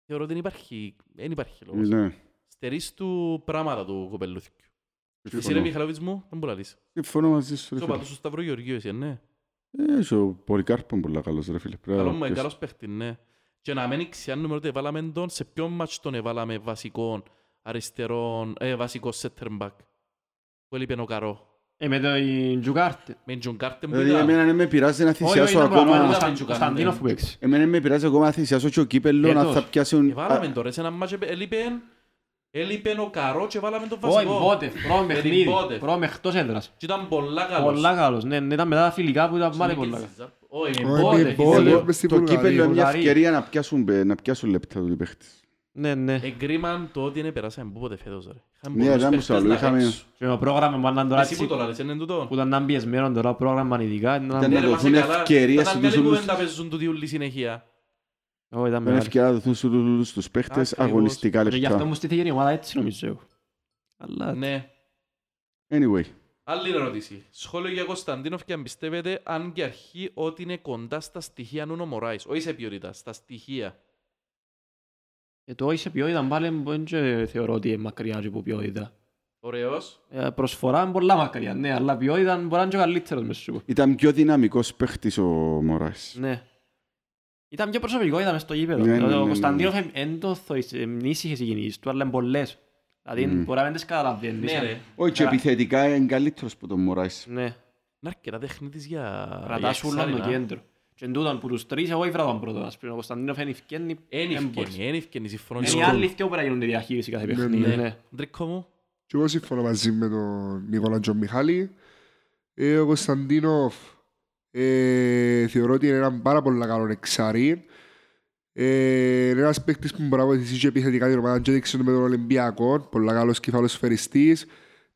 S1: Θεωρώ ότι δεν υπάρχει, δεν υπάρχει λόγος.
S4: Ναι.
S1: Στερείς του πράγματα του κοπελούθηκου. Εσύ ρε
S4: Συμφωνώ.
S1: Μιχαλόβιτς μου, δεν μπορείς.
S4: ναι. Συμφωνώ μαζί σου. ρε
S1: Είσαι ο
S4: φίλε.
S1: πατός του Σταυρού Γεωργίου εσύ, ναι.
S4: Ε, Έχει ο Πολυκάρπον πολλά καλός ρε φίλε. Πρέπει να
S1: Καλό
S4: το
S1: μου,
S4: πιάσεις.
S1: καλός παίχτης, ναι. Και να μην ξέρουμε ότι έβαλαμε τον, σε ποιον μάτς τον έβαλαμε βασικό αριστερόν, ε, βασικός center back. Που έλειπε ο Καρό.
S3: Ε, με το η Τζουκάρτε.
S1: Με τον Κάρτεν που
S4: Δηλαδή
S1: ήταν.
S4: εμένα δεν με πειράζει να
S3: Όχι, όχι,
S4: θυσιάσω
S3: ήταν
S4: ακόμα...
S1: να-
S3: πραγματικά ο Κωνσταντίνοφ που παίξει.
S4: Εμένα δεν με πειράζει ακόμα να θυσιάσω και ο κύπελλο να
S3: Εντός.
S4: θα πιάσουν...
S1: Βάλαμε τώρα σε ένα μάτς, επε- έλειπε- έλειπε ο Καρό και βάλαμε τον
S3: Όχι,
S1: βασικό.
S3: πότε, πρώην
S1: Με την
S3: παιχνίδι,
S1: Πότεφ.
S3: πρώην εκτός έδρας.
S1: Και ήταν πολλά καλός.
S3: Πολλά καλός, ναι, ναι, ήταν μετά τα φιλικά που ήταν πάλι
S1: Σαν
S3: πολλά
S1: και
S3: καλός.
S1: στη Ζα- Όχι,
S2: Ο
S1: Μπότεφ,
S3: Μπότεφ,
S1: ήταν
S2: Μπότεφ,
S1: λίγο-
S2: μες Ε, στη
S4: Το
S2: Βουλγαρία.
S4: κύπελλο είναι μια
S3: Βουλγαρία.
S4: ευκαιρία να πιάσουν, παι- να πιάσουν λεπτά του παίχτες.
S3: Ναι, ναι.
S1: Ε, Εγκρίμαν το ότι είναι περάσαμε πού φέτος ρε. Είχαμε
S4: Ναι,
S1: πολλούς
S4: ήταν
S1: παίχτες
S4: μισό,
S1: να
S4: είχαμε-
S1: παίξουν.
S3: Και το πρόγραμμα που ήταν τώρα
S1: Εσύ που
S3: έτσι,
S1: το λάλλεις, είναι τούτο.
S3: που ήταν πιεσμένο τώρα, πρόγραμμα ειδικά, ήταν-
S4: Ήταν
S1: Ναι,
S4: να
S1: ρε,
S4: δοθούν
S1: μα σε καλά.
S4: ευκαιρίες
S1: Ήταν
S4: στους
S1: καλή
S4: όλους.
S1: κουβέντα παίζουν τούτοι όλοι συνεχεία.
S3: Όχι, ήταν
S4: Είναι
S3: μεγάλη.
S4: ευκαιρία να δοθούν στους όλους τους παίχτες
S1: Ακριβώς.
S4: αγωνιστικά
S3: Και Ε, γι' αυτό
S4: λεπτά.
S3: μου στήθηκε η ομάδα έτσι νομίζω εγώ. Αλλά
S1: Ναι.
S4: Anyway.
S1: Άλλη ερώτηση. Σχόλιο για Κωνσταντίνοφ και αν πιστεύετε αν και αρχή ότι είναι κοντά στα στοιχεία Νούνο Μωράης. Όχι σε ποιότητα, στα στοιχεία.
S3: ε, το όχι σε ποιότητα πάλι δεν και θεωρώ ότι είναι μακριά και από ποιότητα.
S1: Ωραίος.
S3: Ε, προσφορά είναι πολλά μακριά, ναι, αλλά ποιότητα μπορεί να είναι και ο καλύτερος μέσα σου.
S4: Ήταν πιο δυναμικός παίχτης ο Μωράς.
S3: Ναι. Ήταν πιο προσωπικό, ήταν μες στο γήπεδο.
S4: Ναι, ναι, ναι, ναι,
S3: Ο
S4: ναι.
S3: Κωνσταντίνοφ δεν το θωρείς, εν ήσυχες οι κινήσεις του, αλλά είναι πολλές. Δηλαδή
S4: Μμμ.
S3: μπορεί να μην τις καταλαβαίνεις.
S1: Ναι ρε.
S4: Όχι, και
S3: Καλά.
S4: επιθετικά είναι καλύτερος που τον Μωράς.
S3: Ναι,
S1: Είναι αρκετά τεχνίτης για... για
S3: κρατάς ούλα το
S1: εξάρινα.
S3: κέντρο. Και εν τούτον που τους τρεις, εγώ ήβρα τον πρώτο. ας πούμε. Ο Κωνσταντίνοφ εν ευκαινεί,
S1: Εν
S3: εν
S1: ευκαινή,
S3: μπορείς.
S1: εν ευκαινή, συμφωνώ.
S3: Είναι οι
S1: Συμφωνώ.
S3: άλλοι δυο που να γίνουν τη διαχείριση κάθε
S2: Ναι,
S3: παιχνίδι.
S1: ναι.
S3: ναι.
S1: Ντρίκο μου.
S2: Και εγώ συμφωνώ μαζί με τον Νικόλα Τζον Μιχάλη. Ε, ο Κωνσταντίνοφ ε, θεωρώ ότι είναι έναν πάρα πολύ καλό εξάρι. Ε, είναι ένας παίκτης που μπορεί να βοηθήσει και επιθετικά την ομάδα και έδειξε το με τον Ολυμπιακό. Πολλά καλός κεφάλαιος φεριστής,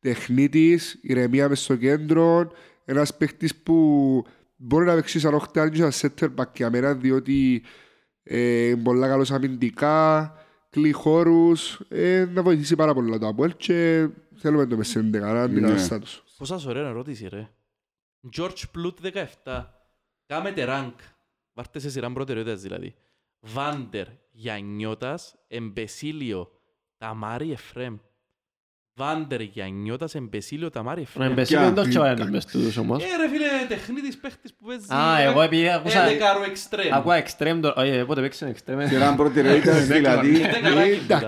S2: τεχνίτης, ηρεμία μες στο κέντρο. Ένας παίκτης που μπορεί να παίξει σαν οχτάρι και σαν σέτερ μπακ για μένα διότι ε, είναι πολλά καλός αμυντικά, κλεί χώρους, ε, να βοηθήσει πάρα πολύ το Αποέλ και θέλουμε το μες στην δεκαρά, την
S4: Ναι.
S2: καταστά τους.
S1: Πόσα ωραία ερώτηση ρε. George Plut 17. Κάμετε rank. Βάρτε σε σειρά προτεραιότητας δηλαδή. Βάντερ, Γιαννιώτας, Εμπεσίλιο, Ταμάρι Εφρέμ. Βάντερ, Γιαννιώτας, Εμπεσίλιο, Ταμάρη,
S3: Ο
S4: Ναι,
S1: Εφραίμ.
S3: Εμπεσίλιο δεν το
S2: Ποια-
S3: ξέρω
S2: εντάξει.
S3: μες τούτους όμως.
S1: Ε, ρε φίλε, τεχνίτης παίχτης που παίζει...
S3: Α, εγώ επειδή ακούσα...
S1: Δεκάρο εξτρέμ.
S3: Ακούω extreme τώρα. Όχι, πότε παίξαν extreme.
S1: Ναι.
S4: Σειρά προτεραιότητας, δηλαδή,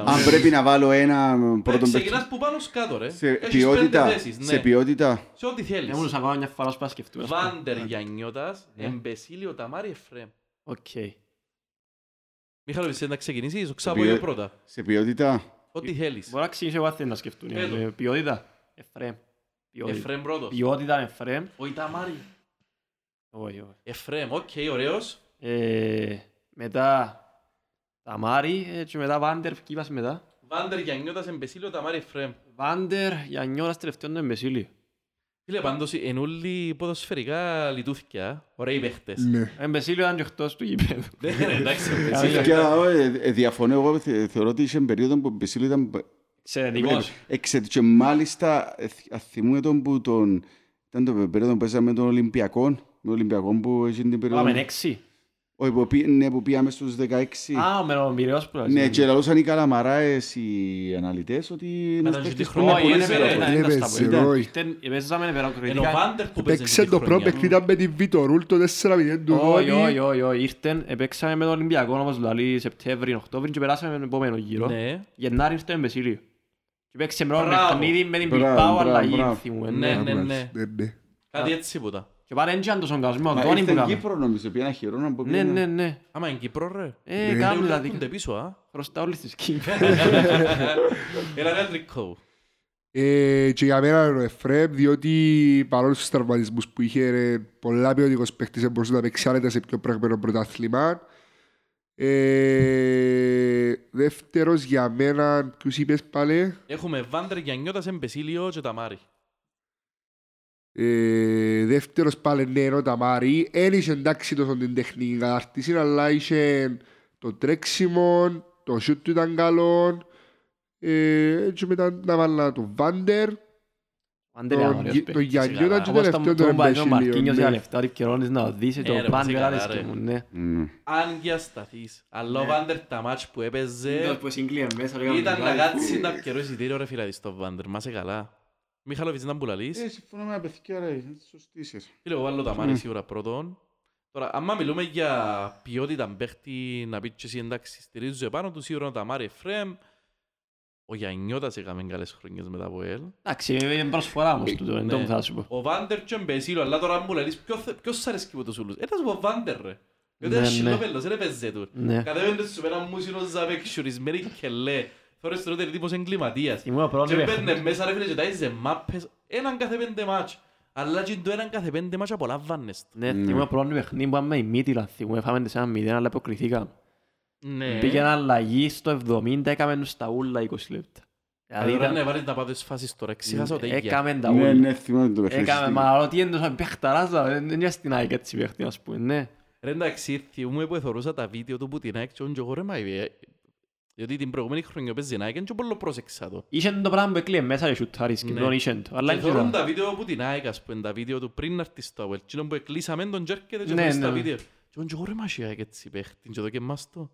S4: αν πρέπει να βάλω ένα πρώτο
S1: Ξεκινάς που πάνω ως κάτω, ρε.
S4: σε
S1: Έχεις πέντε
S4: ποιότητα,
S1: θέσεις,
S4: σε
S1: ναι.
S4: ποιότητα,
S1: Σε ό,τι
S3: Ε, μου
S1: θέλεις.
S3: να πάω μια φορά ώσπου να σκεφτούμε.
S1: Βάντερ, Γιαννιώτας,
S3: Ναι.
S1: Εμπεσίλιο, Ταμάρη, Εφραίμ.
S3: Οκ.
S1: Μιχάλο, εσύ να ξεκινήσεις, ο Ξάπο
S4: Επειδή-
S1: είναι πρώτα.
S4: σε ποιότητα,
S1: Ό,τι θέλεις.
S3: Μπορώ να ξεκινήσω εγώ αν θέλει να σκεφτούν.
S1: Έλα.
S3: Ε, Ποιότητα. Εφρέμ. Ποιότητα.
S1: Εφραίμ πρώτος.
S3: Ποιότητα εφρέμ.
S1: Ο Ταμάρη.
S3: Όχι, όχι.
S1: Εφραίμ, οκ, ωραίος.
S3: Ε, Μετά Ταμάρι ε, και μετά Βάντερ. Ποιοι είπες μετά.
S1: Βάντερ, Γιαννιώτας, Εμπεσίλιο, Ταμάρη, Εφραίμ.
S3: Βάντερ, Γιαννιώρας τελευταίον τον ναι, Εμπεσίλη.
S1: Φίλε, πάντως, εν όλοι ποδοσφαιρικά λιτούθηκια, ωραίοι παίχτες.
S2: Ναι.
S3: Ο Εμπεσίλη ήταν και εκτός του γήπεδου.
S1: Ναι, ρε, εντάξει, Εμπεσίλιο.
S4: και ε, ε, διαφωνώ εγώ, θε- θεωρώ ότι είχε περίοδο που ο Μπεσίλη ήταν
S3: Εξαιρετικός.
S4: Εξαιρετικός. Και μάλιστα ε, θυ- α, θυμούμαι τον που τον... Ήταν το περίοδο που παίζαμε τον Ολυμπιακό. Με τον Ολυμπιακό που έγινε την περίοδο...
S3: Πάμε έξι.
S4: Όχι, που, πή- ναι, που πήγαμε στους 16.
S3: Α, ο Μερομυραιός που
S4: ναι, και λαλούσαν οι καλαμαράες οι αναλυτές ότι... είναι
S1: Ήταν και τη
S4: παίκτης
S1: χρονιά
S4: που είναι
S1: που
S4: πολύ
S1: έπαιζε,
S4: καλό.
S2: ναι.
S3: Παίζαμε
S1: Ενώ ο
S3: επεροκριτικά.
S1: Βάντερ που παίζει
S2: Παίξε
S1: την
S2: το πρώτο
S1: χρονιά.
S2: παιχνίδι ήταν με τη Βιτορούλ το 4-0 του
S3: Όχι, όχι,
S2: Δόνι.
S3: όχι, όχι. Ήρθεν, επέξαμε με τον Ολυμπιακό όπως δηλαδή Σεπτέμβρη, Οκτώβρη και περάσαμε τον επόμενο γύρο.
S1: Ναι.
S3: Γενάρη ήρθε με Βασίλειο. Και παίξε με τον
S1: Μπράβο.
S3: παιχνίδι με την
S4: Μπράβο,
S3: Bilbao
S4: μπράβο,
S3: αλλαγή
S4: μπράβο.
S3: θυμούμε.
S1: Ναι,
S3: ναι.
S1: ναι, ναι.
S2: Ναι, ναι.
S1: Κάτι έτσι τίποτα.
S3: Και πάρε έτσι αν το στον κασμό,
S4: Μα
S3: τον Τόνι που
S4: Ήρθε
S3: κάμε.
S4: Κύπρο νομίζω, πήγαν χειρό να πω
S3: Ναι, ναι, ναι.
S1: Άμα είναι Κύπρο, ρε.
S3: Ε,
S2: Ναι.
S3: κάνουν
S1: Λέω,
S3: τα
S1: έρχονται
S3: δικά.
S1: πίσω, α.
S3: Χρωστά
S1: *laughs*
S3: όλες τις κύπες.
S1: Ναι. Ένα γαλλικό.
S2: Ε, και για μένα είναι ο Εφραίμ, διότι παρόλο στους τραυματισμούς που είχε ρε, πολλά ποιοτικός παίχτης δεν μπορούσε να παίξει άνετα σε πιο πράγμενο πρωτάθλημα. Ε, δεύτερος για μένα, ποιους είπες πάλι,
S1: Έχουμε Βάντερ, Γιαννιώτας, Εμπεσίλιο και Ταμάρη.
S2: ε, δεύτερος πάλι ναι ενώ τα Μάρη, δεν είχε εντάξει τόσο την τεχνική κατάρτιση, αλλά είχε το τρέξιμο, το σιούτ του ήταν καλό, ε, και μετά να βάλω το Βάντερ,
S3: Πάντα είναι
S2: Τον
S3: αγόριος
S2: Γι-
S3: παίκτης,
S2: τον Γιαννιώτα
S3: καλά.
S2: και τον
S3: Όπως
S2: τελευταίο
S3: τον-
S2: τον
S3: τον Παϊτό
S2: Εμπεσίλιο,
S3: Μαρκίνιος για
S2: ναι.
S3: λεφτά, ρικερώνεις να οδύσει,
S1: Ε,
S3: το
S1: ρε,
S3: Βάντερ,
S1: καλά,
S3: άρεσε
S1: ρε.
S3: και μου, ναι.
S4: Ε,
S1: Αν διασταθείς,
S2: Ναι.
S1: αλλά ο Βάντερ τα μάτς που έπαιζε ήταν να κάτσει να καιρό εισιτήριο ρε φιλαδί στο Βάντερ, μα σε καλά. Μιχαλοβιτς να μπουλαλείς.
S4: Ε, συμφωνώ με ένα παιδιά, ρε, σωστή είσαι.
S1: Φίλε, εγώ βάλω Ταμάρη σίγουρα πρώτον. Τώρα, άμα μιλούμε για ποιότητα παίχτη, να πει και εσύ εντάξει, στηρίζω επάνω του, σίγουρα ο Ταμάρη Εφραίμ. Ο Γιαννιώτας έκαμε καλές χρονιές μετά από ελ.
S3: Εντάξει, είναι προσφορά όμως τούτο, εν τω
S1: ναι.
S3: που θα σου πω.
S1: Ο Βάντερ και ο Μπεσίλο, αλλά τώρα μου λαλείς ποιος θε- ποιος σ' αρέσκει από τους ούλους. Ε, θα σου πω ο Βάντερ ρε. Διότι είναι
S3: Ναι, ναι.
S1: σιλόπελος, δεν έπαιζε του.
S3: Ναι.
S1: Κατέβαινε σου με ένα μουσίνο ζαβέκ, σιουρισμένη κελέ. Θόρες τον ότι τύπος εγκληματίας.
S3: Θυμούμαι ο
S1: Και
S3: πρώτος, ρε.
S1: μπαίνε μέσα ρε φίλε και τάιζε μάπες, έναν κάθε πέντε μάτς. Αλλά και το έναν κάθε πέντε μάτς απολαμβάνες το.
S3: Ναι, θυμούμαι πρώτο παιχνίδι που είχαμε η Μίτιλα, θυμούμαι, φάμε τις ένα μηδέν, αλλά υποκριθήκαμε.
S1: Ναι.
S3: Πήγε ένα αλλαγή στο 70, έκαμε τους τα ούλα 20 λεπτά. Δηλαδή
S1: Τώρα
S3: ήταν...
S1: να βάλεις ναι, να πάω τις φάσεις τώρα, ξέχασα ότι έγινε.
S3: Έκαμε τα
S4: Ναι,
S3: ούλα.
S4: ναι, θυμάμαι το παιχνίδι.
S3: Έκαμε μαλαρό, τι έντοσα, παιχταράς, δηλαδή, δεν είναι στην ΑΕΚ έτσι παιχτή, ας πούμε, ναι.
S1: Ρε εντάξει, θυμούμαι που εθωρούσα τα βίντεο του που την έκτσον και εγώ ρε μα είπε, διότι την προηγούμενη χρονιά παίζει να έκεν και πολύ πρόσεξα το.
S3: Είχε το πράγμα που έκλειε μέσα και σουτάρεις,
S1: Ναι.
S3: σχεδόν είχε το, αλλά
S1: Και
S3: είχε
S1: θεωρούν
S3: το.
S1: τα βίντεο που την ΑΕΚ, ας πούμε, τα βίντεο του πριν να έρθει στο ΑΟΕΛ. Κοινό που εκλείσαμε τον και έρχεται και
S3: Ναι,
S1: χωρίς τα
S3: ναι.
S1: βίντεο. Και τον και εγώ ρε μάση ΑΕΚ έτσι παίχτη και εδώ και μας το.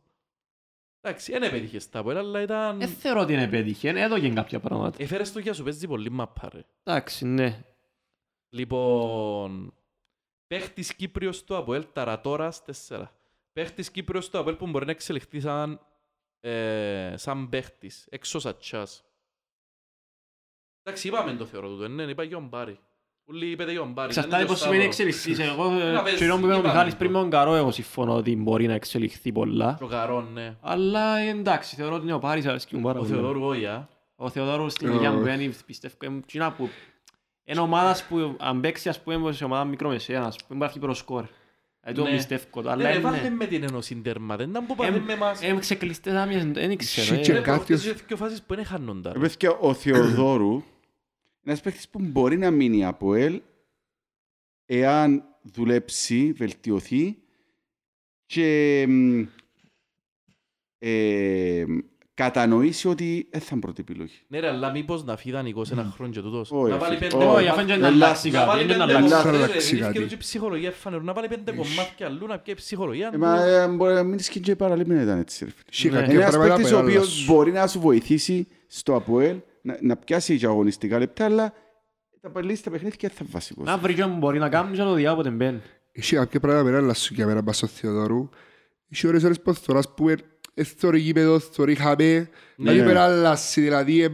S1: Εντάξει, δεν επέτυχες τα ΑΟΕΛ, αλλά ήταν...
S3: Δεν Ε, θεωρώ ότι είναι πέτυχε, έδωγε κάποια πράγματα.
S1: Έφερες το για σου, παίζει πολύ μαπά ρε.
S3: Εντάξει, ναι.
S1: Λοιπόν, παίχτης Κύπριος στο ΑΠΟΕΛ, Ταρατόρας 4. Παίχτης Κύπριος στο ΑΠΟΕΛ που μπορεί να εξελιχθεί σαν, ε, σαν παίχτης, έξω σατσάς. Εντάξει, είπαμε το θεωρώ τούτο, ναι, είπα Γιον Μπάρι. Ούλοι είπετε Γιον Μπάρι.
S3: Ξαρτάται πώς σημαίνει εξελιχθείς. Εγώ, ε,
S1: Να πες,
S3: ξέρω που είπε ο
S1: είπαμε
S3: Μιχάλης
S1: το.
S3: πριν με τον Καρό, εγώ συμφωνώ ότι μπορεί να εξελιχθεί πολλά.
S1: Προκαρών, ναι.
S3: Αλλά ε, εντάξει, θεωρώ ότι είναι ο Πάρης αρέσκει μου πάρα
S1: Ο
S3: πολύ.
S1: Θεοδόρου Βόια.
S3: Ο Θεοδόρου στην
S2: Ε,
S3: ηλικία μου μπαίνει, πιστεύω, είναι κοινά που είναι ομάδα ας που αν παίξει ας πούμε σε ομάδα μικρομεσαίας, ας πούμε μπορεί να φύγει προσκόρ. Δηλαδή το
S1: Ναι.
S3: πιστεύω, το, αλλά
S1: Ναι, ρε, βάλτε
S3: είναι...
S1: με την ενώση τέρμα, δεν ήταν που πάτε με εμάς. Ε,
S3: Έμ ξεκλειστές άμυες, δεν ε.
S2: Shit,
S3: ξέρω.
S2: και
S1: Ρε, προχτές
S2: κάποιος-
S1: είχε δύο φάσεις που είναι χανόντα. ρε.
S4: Επέθηκε Ε, ο Θεοδόρου, ένας παίκτης που μπορεί να μείνει από ελ, εάν δουλέψει, βελτιωθεί και μ, ε, κατανοήσει ότι δεν θα είναι πρώτη επιλογή.
S1: Ναι ρε, αλλά μήπως να φύγει δανεικός ένα χρόνο και τούτος.
S4: Όχι,
S1: Να βάλει
S4: όχι.
S1: πέντε
S4: Όχι,
S1: μάτς.
S3: Όχι, αφού
S2: Ε,
S3: είναι να
S4: Ελά,
S3: αλλάξει
S1: Να
S3: κάτι,
S1: βάλει
S3: είναι να
S1: πέντε
S3: αλλάξει.
S2: αλλάξει
S1: κομμάτια, ρε, δίνεις και
S2: κάτι.
S1: του ψυχολογία φανερού. Να βάλει πέντε κομμάτια αλλού, να πιάει ψυχολογία
S4: Ε,
S1: του.
S4: μα ε, μπορεί να μείνει και και παραλείπει να ήταν έτσι. ρε φίλε.
S2: Είχε
S3: Ναι.
S2: κάποια
S4: Ένας
S2: πράγματα
S4: παίκτης ο
S2: που έλαβες.
S4: οποίος μπορεί να σου βοηθήσει στο ΑΠΟΕΛ να, να πιάσει και αγωνιστικά λεπτά, αλλά τα παλιά στα παιχνίδια θα
S2: Ε,
S4: βασικός.
S3: Να βρει και αν μπορεί να κάνει και να το διάποτε μπαίνει.
S2: Είχε κάποια πράγματα μέρα λασσού για μέρα πας στο Θεοδωρού. Είχε ώρες ώρες που θωράς που εθωρεί γήπεδο, θωρεί χαμέ. Δηλαδή
S4: Ναι.
S2: πέρα λασσί, δηλαδή ε,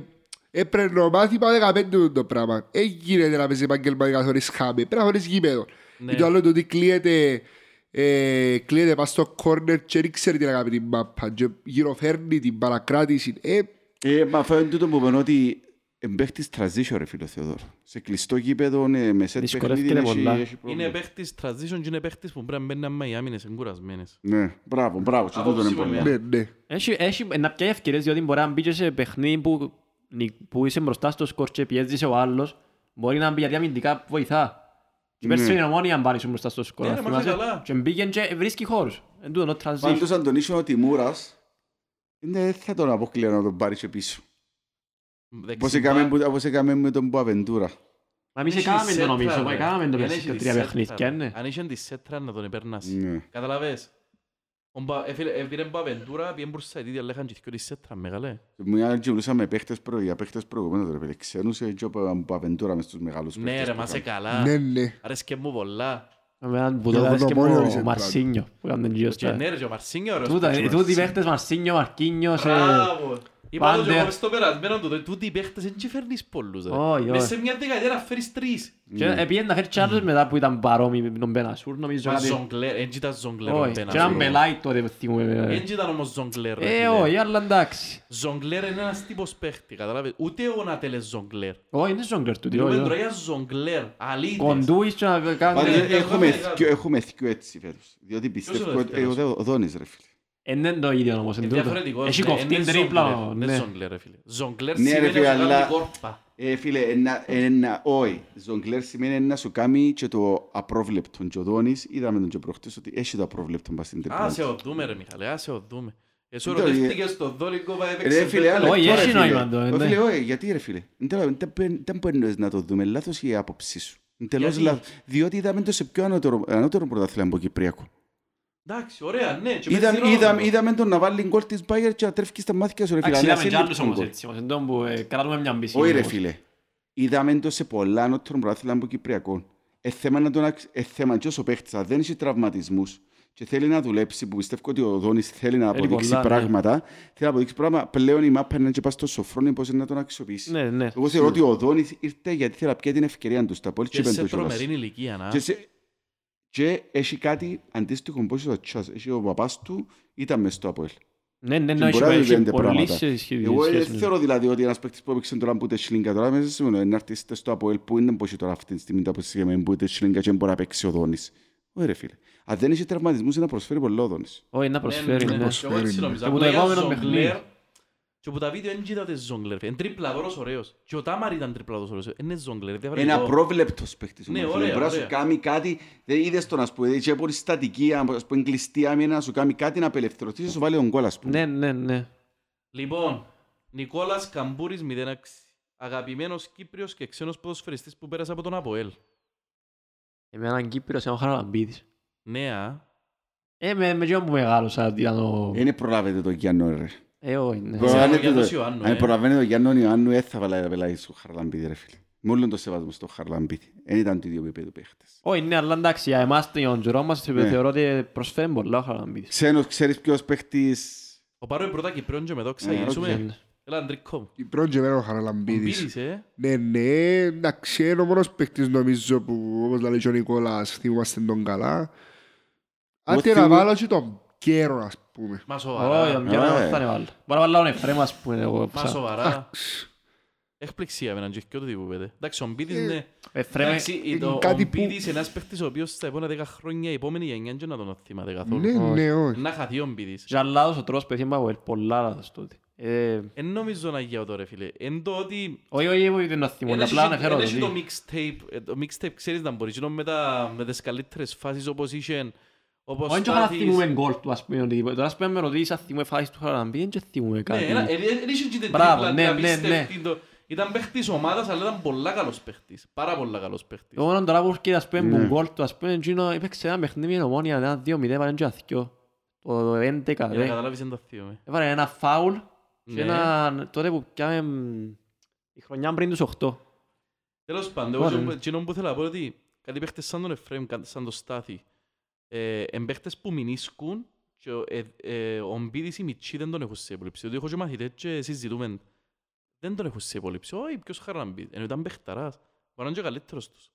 S2: έπρεπε να μάθει πάνω 15 τούτο το πράγμα. Ε, γίνεται να παίζει επαγγελματικά θωρείς χαμέ, πρέπει να θωρείς γήπεδο.
S1: Ναι.
S2: Ή το άλλο το ότι κλείεται, ε, κλείεται πας στο κόρνερ και δεν ξέρει τι να κάνει την μάπα και γυροφέρνει την παρακράτηση. Ε,
S4: Ε, μα αυτό είναι τούτο που είπαν ότι εμπέχτης transition ρε φίλο Θεοδόρο. Σε κλειστό γήπεδο, ε, με σετ
S3: Δυσκολεύτηκε
S4: παιχνίδι, έχει,
S3: πολλά.
S4: έχει πρόβλημα.
S1: Είναι παίχτης transition και είναι παίχτης που πρέπει να μπαίνει άμα οι άμυνες είναι κουρασμένες.
S4: Ναι, μπράβο, μπράβο, σε τούτο είναι
S1: Απόψη
S4: πολύ.
S1: μου,
S2: ναι, ναι.
S3: Έχει, έχει ε, να πιάει ευκαιρίες διότι μπορεί να μπει και σε παιχνίδι που, νι- που είσαι μπροστά στο σκορ και πιέζεις ο άλλος. Μπορεί να μπει γιατί αμυντικά βοηθά. Και
S4: Ναι.
S3: πέρσι είναι μόνοι αν πάρεις μπροστά στο σκορ.
S1: Ναι,
S3: να
S1: ρε, μάλιστα
S3: θυμάσαι.
S1: καλά.
S3: Και μπήκε και βρίσκει χώρους. Εν τούτο, no transition.
S4: Πάντως αν τον είσαι ο Τιμούρας, ναι, δεν θα τον αποκλείω να τον πάρει και πίσω. Πώς
S1: Δεξιμπάκ.
S4: έκαμε που- όπως έκαμε με τον Πουαβεντούρα.
S3: Μα εμείς
S1: Έχει
S3: έκαναμε
S1: σέντρα,
S3: το νομίζω.
S1: ρε.
S3: Έκαναμε το
S1: Αν
S3: πέρσι
S1: έχει
S3: τα
S1: τη
S3: τρία
S1: σέντρα,
S3: παιχνίδια. ναι.
S1: Αν είχε τη σέντρα να τον επέρνασε.
S4: Ναι.
S1: Καταλαβες. Ο Μπα- ε, έφερε- Έπειρε Μπαβεντούρα, πήγε Μπουρσαετίδη, αλλά είχαν και δυο της σέντρας, μεγάλε.
S4: Μια και μιλούσαμε παίχτες προ- για παίχτες προηγουμένως, ρε φίλε. Ξένους ε, και ο Πα- Πουαβεντούρα μες τους μεγάλους
S1: Ναι
S4: παίχτες
S1: ρε,
S4: που
S1: μα σε
S4: είχαμε.
S1: καλά.
S2: Ναι, ναι.
S1: Αρέσκε μου πολλά.
S3: Με έναν
S2: Για
S3: βουτόδα και
S2: Βοντομόνιο
S3: ο
S2: είσαι
S3: Μαρσίνιο που έκανε τον γύρο
S1: Και
S3: στα...
S1: ναι ρε, και ο Μαρσίνιο ρε.
S3: Τούτα,
S1: ο
S3: ε, Τούτοι οι παίχτες Μαρσίνιο, Μαρκίνιος... ε,
S1: Μπράβο. Είπα το και
S3: Πάντερ.
S1: εγώ μες στο περασμένο του, τούτοι οι παίχτες δεν και φέρνεις πολλούς ρε.
S3: Όχι, όχι.
S1: Μες σε μια δεκαετία να φέρεις τρεις.
S3: Και επήγαινε να φέρεις κι άλλους μετά που ήταν παρόμοιοι με τον Μπενασούρ νομίζω
S1: Μα
S3: κάτι.
S1: ζογκλέρ, έτσι ήταν ζογκλέρ ο
S3: Όχι, και έναν
S1: Μπενασούρ.
S3: πελάτη τότε που θυμούμε.
S1: Έτσι ήταν όμως ζογκλέρ ρε.
S3: Ε,
S1: φίλε.
S3: όχι, αλλά εντάξει.
S1: Ζογκλέρ είναι ένας τύπος παίχτη, καταλάβες. Ούτε ο Νατέλες ζογκλέρ.
S3: Όχι, είναι ζόγκλερ του.
S1: Μιλούμε τώρα για ζογκλέρ, αλήτες.
S3: Κοντούεις και να
S4: Πάντως,
S1: Ναι, ναι,
S3: κάνουν...
S4: έχουμε
S1: εγώ
S4: θκιο- Έχουμε θκιο έτσι φέτος. Διότι πιστεύω
S1: είναι ο
S4: ότι ε, ο Δε- ο Δόνης ρε φίλε.
S3: Ε, ναι, Είναι το ίδιο όμως,
S1: Είναι
S3: εν τούτο.
S1: διαφορετικός,
S3: Έχει
S1: ναι,
S3: κοφτεί
S1: είναι
S3: τρίπλα.
S1: ζογκλέρ,
S3: ναι.
S1: Είναι ζογκλέρ ρε φίλε. Ζογκλέρ
S4: Ναι, ρε,
S1: σημαίνει
S4: φίλε,
S1: να σου
S4: αλλά-
S1: κάνει κόρπα.
S4: Ε, φίλε, ένα, ένα, όχι. Ζογκλέρ σημαίνει να σου κάνει και το απρόβλεπτο. Και ο Δόνης, είδαμε τον και προχτές ότι έχει το απρόβλεπτο μπας στην τριπλάντη.
S1: Άσε οδούμε ρε Μιχαλέ, άσε οδούμε. Εσύ
S4: Εντάξει,
S1: ρωτήστηκες στο δόλικο μα
S4: Ρε
S1: έπαιξε
S4: φίλε,
S1: πέντε
S4: άλλο.
S1: λεπτά.
S3: Όχι, έχει νόημα
S4: τώρα, φίλε.
S3: το,
S4: Ρε,
S3: ναι.
S4: Φίλε, όχι, γιατί ρε φίλε. Εν τέλει, δεν μπορεί- Δεν μπορεί να το δούμε. Λάθος η άποψή σου. Εν Τελώς
S1: Γιατί?
S4: λάθος. Διότι είδαμε το σε πιο ανώτερο, ανώτερο πρωτάθλημα από Κυπριακό.
S1: Εντάξει, ωραία, ναι. και
S4: Είδαμε-
S1: παίζει ρόλο.
S4: είδαμε- Είδαμε τον να βάλει γκολ της Bayern και να τρέφει στα μάτια σου. ρε φίλε.
S3: Εντάξει,
S4: Αλλά
S3: είδαμε κι
S4: ασύλληπτο
S3: άλλους όμως
S4: γκολ.
S3: έτσι. όμως, εν τω που ε, κρατούμε μια μπισή.
S4: Όχι ρε φίλε. Είδαμε το σε πολλά ανώτερων πρωτάθλημα από Κυπριακών. Ε, θέμα να τον αξι- ε, θέμα και όσο παίχτης, αν δεν έχει τραυματισμούς και θέλει να δουλέψει, που πιστεύω ότι ο Δόνης θέλει
S1: Ε,
S4: να
S1: λοιπόν,
S3: Θέλει
S4: αποδείξει
S3: πολλά, ναι.
S4: πράγματα, θέλει να αποδείξει πράγματα, πλέον η μάπα είναι και πας στο σοφρόνι πώς είναι να τον αξιοποιήσει.
S3: Ναι, ναι.
S4: Εγώ θεωρώ ότι ο Δόνης ήρθε γιατί θέλει να πιάει την ευκαιρία του στα πόλη
S1: Και
S4: και
S1: σε
S4: πέντο
S1: τρομερή
S4: κιόλας.
S1: ηλικία, να.
S4: Και σε- Και έχει κάτι αντίστοιχο που έχει ο Τσάς. Έχει ο παπάς του, ήταν μες στο Αποέλ.
S3: Ναι, ναι,
S4: Και
S3: ναι,
S4: μπορεί να
S3: έχει- έχει
S4: λύνεται
S3: πολύ
S4: πράγματα.
S3: σε σχέση
S4: Εγώ δεν
S3: σχέση με το.
S4: θεωρώ δηλαδή ότι ένας παίκτης που έπαιξε τώρα που ούτε σιλίγκα τώρα μέσα σε μόνο να έρθει είτε στο Αποέλ που είναι πως τώρα αυτή τη στιγμή το αποσυγεμένο που ούτε σιλίγκα και δεν μπορεί να παίξει ο Δόνης. Ωε ρε φίλε. Αν δεν έχει τραυματισμούς είναι να προσφέρει πολλά ο Δόνης.
S3: Όχι, να προσφέρει,
S1: Ναι, ναι,
S3: ναι.
S1: και εγώ έτσι νομίζω.
S3: Και που το
S1: Απλά
S3: επόμενο
S1: για
S3: παιχνίδι.
S1: ζογκλέρ, Και που τα βίντεο δεν κοίτατε ζόγκλερ. Είναι τριπλαδόρος ωραίος. Και ο Τάμαρ ήταν τριπλαδόρος ωραίος. Είναι ζόγκλερ.
S4: Είναι
S1: διαφορετικό.
S4: απρόβλεπτος παίκτης.
S1: Ναι,
S4: Ναι,
S1: ωραία,
S4: Μπορεί να σου
S1: ωραία.
S4: κάνει κάτι, δεν είδες τον ας πούμε, είχε πολύ στατική, ας πούμε, κλειστή άμυνα, να σου κάνει κάτι να απελευθερωθεί, να σου βάλει τον γκολ ας πούμε.
S3: Ναι, ναι, ναι.
S1: Λοιπόν, Νικόλας Καμπούρης 06. Αγαπημένος Κύπριος και ξένος ποδοσφαιριστής που πέρασε από τον Αποέλ.
S3: Εμένα Κύπρος είναι ο Χαραλαμπίδης.
S1: Ναι, α.
S3: Ε, με, με εκείνον που μεγάλωσα, ήταν ο...
S4: Δεν προλάβετε τον Γιάννο ρε.
S3: Ε, όχι, ναι.
S1: Μπορεί.
S4: Προλάβετε
S1: Ναι. Γιάννος
S4: τον-
S1: Ιωάννου, ε.
S4: Αν προλαβαίνετε τον Γιάννος Ιωάννου, δεν θα βάλει πελάτη στο Χαρλαμπίδη ρε φίλε. Με όλον το σεβασμό στο Χαρλαμπίδη. Δεν ήταν το ίδιο επίπεδο παίχτες.
S3: Όχι, ναι, αλλά εντάξει, για εμάς τον Τζουρό μας
S4: Ναι.
S3: θεωρώ ότι προσφέρει πολλά ο Χαραλαμπίδης.
S4: Ξένος, ξέρεις ποιος παίχτης.
S1: Ο Πάρο είναι πρώτα Κυπρέων και με εδώ
S4: Ναι,
S1: ξαγυρίσουμε. Έλα, Αντρικό μου.
S2: Η πρώτη μέρα ο Χαραλαμπίδης.
S1: Μπίδης, ε.
S2: Ναι, ναι, εντάξει, είναι ο μόνος παίκτης νομίζω που όπως λέει και ο Νικόλας θυμούμαστε τον καλά. Άντε να
S4: θυμού-
S2: βάλω και τον κέρο ας πούμε.
S1: Μα
S3: Όχι,
S1: σοβαρά.
S3: για να
S4: Ε.
S3: μην φτάνει βάλω. Μπορώ να βάλω τον Εφραίμ, ας πούμε, εγώ
S1: Μα
S3: ψάχνω.
S1: σοβαρά. Εκπληξία με έναν και το τύπο πέτε. Εντάξει, ο Μπίδης
S3: Ε,
S1: είναι...
S3: Εφραίμ,
S1: Εντάξει, η- ο- ο
S2: κάτι που-
S1: Μπίδης είναι ένας παίχτης ο οποίος στα επόμενα δέκα χρόνια η επόμενη γενιά και να τον θυμάται
S2: Ναι,
S1: καθόλου.
S2: ναι, όχι.
S1: Να χαθεί ο Μπίδης.
S3: για λάθος ο τρόπος παιδιά μου, πολλά λάθος τότε. Ε,
S1: Εν νομίζω να γιάω το ρε φίλε. Εν το ότι...
S3: Όχι, όχι, όχι, δεν το θυμώ,
S1: Εν έχει-
S3: απλά αναφέρω δηλαδή-
S1: εν
S3: το
S1: έχει
S3: τι.
S1: το mixtape, ε, το mixtape ξέρεις να μπορείς, με, τα, με τις καλύτερες φάσεις όπως είχε, όπως Ναι,
S3: Όχι και να
S1: στάθεις.
S3: θυμούμε γκολ του, ας πούμε, οτιδήποτε. Τώρα, ας πούμε, με ρωτήσεις αν θυμούμε φάσεις του Χαραλαμπίδη, δεν θυμούμε
S1: Ναι,
S3: κάτι.
S1: ένα- εν- εν- εν είχε και την
S3: Μπράβο,
S1: τρίπλα, την
S3: ναι, ναι, ναι.
S1: απίστευτη, το- Ήταν παίχτης ομάδας, αλλά ήταν πολλά καλός παίχτης. Πάρα πολλά καλός παίχτης.
S3: Το μόνο τώρα που έρχεται, ας πούμε, που γκολ του, ας πούμε, εκείνο έπαιξε ένα παιχνίδι με την Ομόνια, ένα 2-0, έβαλε και ένα θκυο. Το 11,
S1: Για να
S3: ρε.
S1: ε. καταλάβεις εν τα θυμούμε.
S3: Έβαλε ένα φάουλ και
S1: Ναι.
S3: ένα- τότε που πιάμε, Η χρονιά πριν τους 8.
S1: Τέλος πάντων,
S3: Ωραία,
S1: εγώ
S3: ναι.
S1: εκείνο που θέλω να πω ότι κάτι παίχτες σαν τον Εφραίμ, κάτι σαν τον Στάθη, ε, εν παίχτες που μηνίσκουν και ο- ε, ε, ο Μπίδης οι Μιτσί δεν τον έχουν σε υπόλοιψη. Ότι έχω και μαθητές και συζητούμε, δεν τον έχουν σε υπόλοιψη. Όχι, ποιος χαραμπή. Ενώ ήταν παίχταρας, μπορεί να είναι και ο καλύτερος τους.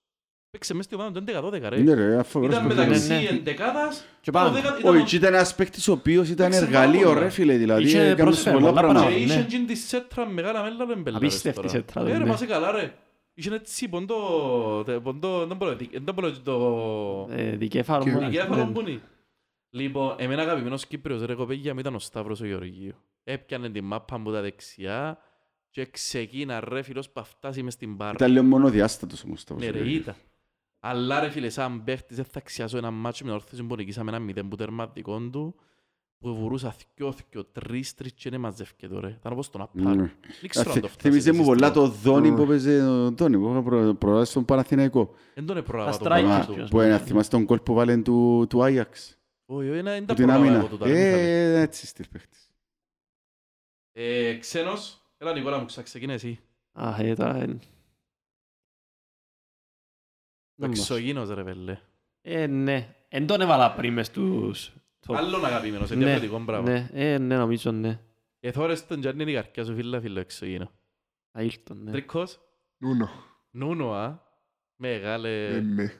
S1: Παίξε μέσα στην ομάδα του 11-12 ρε.
S4: Ναι, ρε, αφοβερός
S1: Ε, Ήταν
S4: που ήταν.
S3: Ναι,
S1: μεταξύ
S3: ναι.
S1: εντεκάδας,
S3: Και πάμε.
S1: ο δέκα-
S4: Ο
S1: ήταν ο-
S4: Ιτσί ήταν ένας παίκτης ο οποίος ήταν
S1: Εντάξει,
S4: εργαλείο,
S1: μπράβο,
S4: ρε
S1: ρε.
S4: φίλε. Δηλαδή,
S3: Είχε
S4: έκανες
S3: πρόσφερε
S4: πολλά
S3: πολλά
S4: πράγματα.
S3: πράγματα.
S1: και είχε
S3: ναι.
S1: τζιν τη σέτρα μεγάλα μέλα λεμπελάρες τώρα.
S3: Απίστευτη σέτρα,
S1: Ε,
S3: ναι.
S1: ρε, μα σε καλά ρε. Είχε έτσι ποντό, τε- ποντό, δεν μπορώ να δει- δεν μπορώ να το...
S3: Ε, δικέφαλο
S2: Και-
S3: μου.
S1: Η κυρία
S3: ναι.
S1: Φαλαμπούνη. Λοιπόν, εμένα αγαπημένος Κύπριος ρε κοπέγια μου ήταν ο Σταύρος ο Γεωργίου. Έπιανε την μάπα μου τα δεξιά και ξεκίνα ρε φίλος που φτάσει μες στην μπάρα.
S4: Ήταν λίγο μονοδιάστατος όμως. τα
S1: Ναι ρε
S4: βασικά.
S1: ήταν. Αλλά ρε φίλε, σαν παίχτης δεν θα ξιάσω ένα μάτσο με την όρθωση που νικήσαμε ένα μηδέν που τερματικών του που βουρούσα δυο, δυο, τρεις, τρεις και δεν μαζεύκε τώρα. Ήταν όπως τον Απάρ.
S4: Ναι.
S1: Δεν ξέρω αν το φτάσει.
S4: Θυμίζει μου πολλά το Δόνι
S2: Ναι.
S4: που έπαιζε ο Δόνι που είχα προ- προλάβει στον Παναθηναϊκό.
S1: Δεν τον
S3: Τα
S1: επρόλαβα τον
S3: strikers
S1: παπά
S4: Μα,
S1: του.
S3: ποιος.
S4: Που ένα θυμάστε τον κόλ που βάλε του του Άγιαξ.
S1: Όχι, όχι, δεν
S4: Που
S1: τα
S4: την
S1: πρόλαβα
S4: άμυνα.
S1: εγώ του Ταρμίχαλη.
S4: Ε, έτσι στυλ παίχτης.
S1: Ε, Ξένος, έλα Νικόλα μου, ξα- ξεκινά εσύ.
S3: Α, ε, τώρα... ε, δεν μπορώ.
S1: Εξωγήινος ρε βέλε.
S3: Ε, ναι. Εν τον έβαλα πριν μες τους... top.
S1: Άλλον αγαπημένος, ε,
S3: Ναι,
S1: διαφορετικό πράγμα.
S3: Ναι, ε, ναι, νομίζω ναι.
S1: Εθώρες τον Τζαρνίνη καρκιά σου φίλα φίλο εξωγήινο.
S3: Θα ήλθον, ναι.
S1: Τρίκος,
S2: Νούνο.
S1: Νούνο, α. Μεγάλε.
S4: Ε,
S2: Ναι.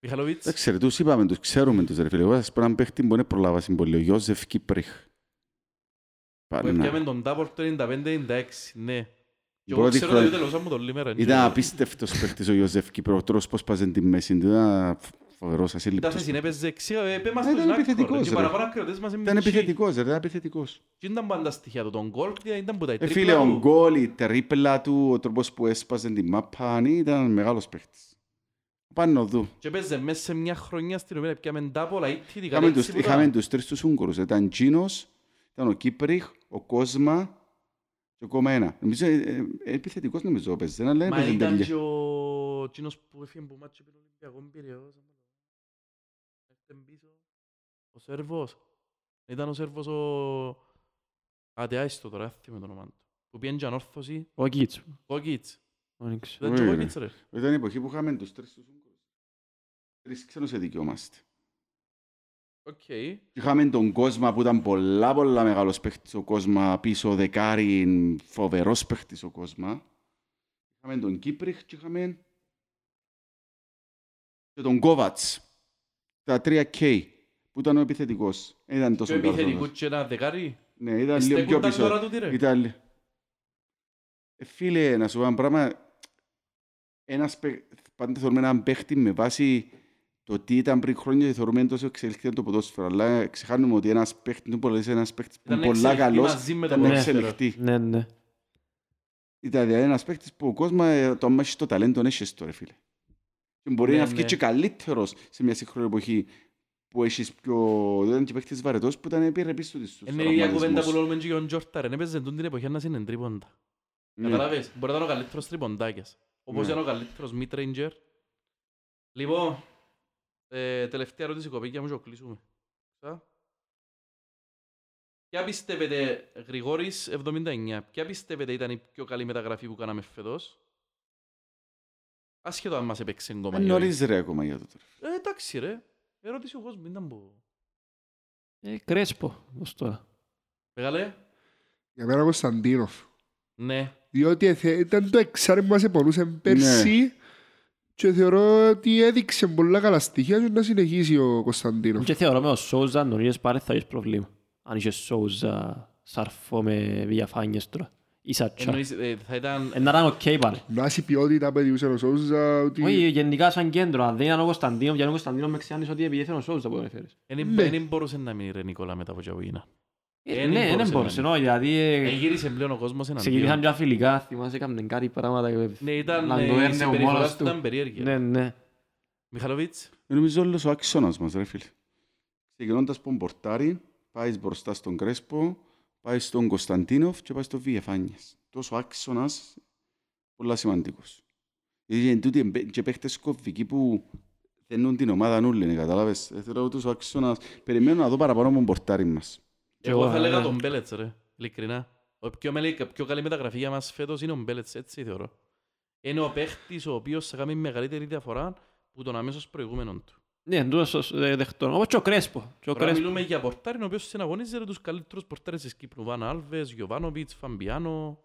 S1: Μιχαλοβίτς.
S4: Δεν ξέρω, τους είπαμε, τους ξέρουμε τους ρε φίλε. Εγώ θα σας πω έναν παίχτη που είναι προλάβαση πολύ. Ο Γιώζεφ Κύπριχ.
S1: Που
S4: Πάλι
S1: έπιαμε
S4: να-
S1: τον Ντάπορ το 95-96, ναι. Και εγώ
S4: Πρώτη
S1: ξέρω
S4: χρονιά.
S1: ότι τελειώσαμε μου όλη μέρα.
S4: Ήταν απίστευτος παίχτης ο Γιώζεφ Κύπριχ. Ο τρόπος πώς πάζε τη μέση του ήταν
S1: Ήταν
S4: φοβερός
S1: σε
S4: ασύλληπτος.
S1: συνέπαιζε εξία, ε, πέ μας
S4: Ήταν
S1: το Ζάκο, ρε.
S4: επιθετικός,
S1: Και
S4: ρε.
S1: παραπάνω ακροατές μας είναι
S4: Ήταν
S1: μισοί.
S4: επιθετικός, ρε, ήταν επιθετικός.
S1: Και ήταν πάντα στοιχεία του. Τον γκολ ήταν που τα
S4: Ε,
S1: τρίπλα
S4: φίλε, ο
S1: του.
S4: γκόλ, η τρίπλα του, ο τρόπος που έσπαζε την μάπα, ναι, ήταν μεγάλος παίχτης. Πάνω δου.
S1: Και παίζε μέσα σε μια χρονιά στην οποία πιάμε ντάπολα ή τι
S4: Είχαμε τους, είχαμε τους τρεις τους Ούγγρους. ε, Ήταν Τζίνος, ήταν ο Κύπριχ, ο Κόσμα και ακόμα ένα. Νομίζω, ε, ε, επιθετικός νομίζω παίζει, αλλά
S1: Μα
S4: έπαιζε
S1: ήταν και
S4: τέλεια.
S1: ο εκείνος που έφυγε που μάτσο πριν Ολυμπιακό Πυραιός. άμα το- Έφτεν πίσω. Ο Σέρβος. Ήταν ο Σέρβος ο... Άντε άιστο τώρα, θυμάμαι το όνομα του. Που πήγαινε και ανόρθωση.
S3: Ο Κίτσου.
S1: Κόκιτς.
S3: Δεν ξέρω.
S1: Ήταν και ο
S4: Ωραία.
S1: Κόκιτς ρε.
S4: Ήταν η εποχή που είχαμε τους τρεις τους Ούγγρους. Τρεις ξένους εδικαιόμαστε.
S1: Οκ.
S4: Είχαμε τον Κόσμα που ήταν πολλά πολλά μεγάλος παίχτης ο Κόσμα πίσω δεκάρι, φοβερός παίχτης ο Κόσμα. Είχαμε τον Κύπριχ και είχαμε και τον Κόβατς. Τα τρία K που ήταν ο επιθετικός. Δεν
S1: Και
S4: Ήταν τόσο
S1: ο επιθετικού
S4: καλός.
S1: και ένα δεκάρι.
S4: Ναι, ήταν λίγο πιο
S1: Στέκουνταν
S4: πίσω.
S1: τώρα τούτοι
S4: *laughs*
S1: ρε.
S4: Ήταν... λι- Ε, Φίλε, να σου πω ένα πράγμα. Ένας, παί- πάντα θεωρούμε έναν παίχτη με βάση το τι ήταν πριν χρόνια και θεωρούμε τόσο εξελιχθεί το ποδόσφαιρο. Αλλά ξεχάνουμε ότι ένας παίχτης, που πολλές, ένας παίχτης που
S1: Ήταν
S4: είναι πολλά
S1: εξελιχτή
S4: καλός
S1: μαζί με το
S4: ήταν να
S1: ποδόσφαιρο.
S4: εξελιχθεί.
S3: Ναι, ναι.
S4: Ήταν δηλαδή ένας παίχτης που ο κόσμος, ε, το άμα έχεις το ταλέντο, έχεις το ρε φίλε. Και μπορεί
S1: Ναι,
S4: να βγει
S1: ναι.
S4: και καλύτερος σε μια σύγχρονη εποχή που έχεις πιο... Δεν ήταν και παίχτης βαρετός που ήταν επί πίσω της στους
S1: Είναι η ίδια κουβέντα που
S4: τραυματισμούς.
S1: λέμε και για τον Τζόρτα ρε. Έπαιζε τούτη την εποχή να είναι τρίποντα.
S4: Ναι.
S1: Καταλάβες, μπορεί να είναι ο καλύτερος τριποντάκιας. Όπως
S4: Ναι.
S1: ήταν ο καλύτερος mid ranger. Λοιπόν, ε, τελευταία ερώτηση κοπέκια μου και κλείσουμε. Σωστά. Ποια πιστεύετε, Γρηγόρης 79, ποια πιστεύετε ήταν η πιο καλή μεταγραφή που κάναμε φέτος. Άσχετο αν μας έπαιξε
S4: Ε,
S1: κόμμα.
S4: Νωρίς ρε ακόμα για το τώρα.
S1: Ε, εντάξει ρε. Ερώτηση ο κόσμος, μην ήταν που...
S3: Ε, Κρέσπο, ως τώρα.
S1: Μεγάλε.
S2: Για μένα Κωνσταντίνοφ.
S1: Ναι.
S2: Διότι εθε- ήταν το εξάρι που μας επονούσε πέρσι και θεωρώ ότι έδειξε πολλά καλά στοιχεία και να συνεχίσει ο Κωνσταντίνοφ.
S3: Και θεωρώ με ο Σόουζα, νωρίς πάρε θα έχεις πρόβλημα. Αν είσαι Σόουζα, σαρφό με διαφάνειες τώρα. Ή σατσά.
S1: Εννοείς, ε, θα ήταν...
S3: Ένα ήταν οκ πάλι.
S2: Να έχει ποιότητα που έδειξε ο Σόουζα, ότι
S3: Όχι, γενικά σαν κέντρο, αν δεν ήταν ο Κωνσταντίνο, γιατί ο Κωνσταντίνο με ξεάνεις ότι επειδή έφερε ο Σόουζα που τον έφερες.
S1: Δεν
S2: Ναι.
S1: δεν μπορούσε να μείνει ρε Νικόλα μετά από τζαβού γίνα.
S3: Ε,
S1: δεν
S3: Ναι,
S1: μπορούσε
S3: δεν
S1: να
S3: μπορούσε,
S1: είναι.
S3: νο, δηλαδή ε,
S1: Εγύρισε πλέον ο κόσμος εναντίον.
S3: ξεκινήσαν πια φιλικά, θυμάσαι έκαναν κάτι πράγματα. ε,
S1: Ναι, ήταν
S3: να
S1: ε,
S3: το
S1: η
S3: έρνε ο
S1: συμπεριφορά
S3: μόνος
S1: του
S3: του.
S1: ήταν περίεργη.
S3: Ναι, ναι.
S1: Μιχαλοβίτς,
S4: Νομίζω όλος ο άξονας μας, ρε φίλε. Ξεκινώντας από τον Πορτάρι, πάει μπροστά στον Κρέσπο, πάει στον Κωνσταντίνοφ και πάει στον Βιεφάνιες. Τόσο άξονας, πολλά σημαντικός. Γιατί εν τούτοι εμπε- και παίχτες κομβικοί που δένουν την ομάδα νουλίνε, κατάλαβες. Ε, Θεωρώ τους ο άξονας. Περιμένω να δω παραπάνω από τον Πορτάρι μας.
S1: εγώ
S3: εγώ,
S1: θα έλεγα
S3: ναι.
S1: τον Μπέλετς ρε, ειλικρινά. Ο πιο, μελε- πιο καλή μεταγραφή για μας φέτος είναι ο Μπέλετς, έτσι θεωρώ. Είναι ο παίχτης ο οποίος θα κάνει μεγαλύτερη διαφορά που τον αμέσως προηγούμενον του.
S3: Ναι, τούτος ε, δεχτώ. Όπως και ο Κρέσπο. Και ο
S1: Τώρα
S3: Κρέσπο.
S1: μιλούμε για πορτάρι, ο οποίος συναγωνίζεται τους καλύτερους πορτάρες της Κύπρου. Βαν Άλβες, Γιωβάνοβιτς, Φαμπιάνο.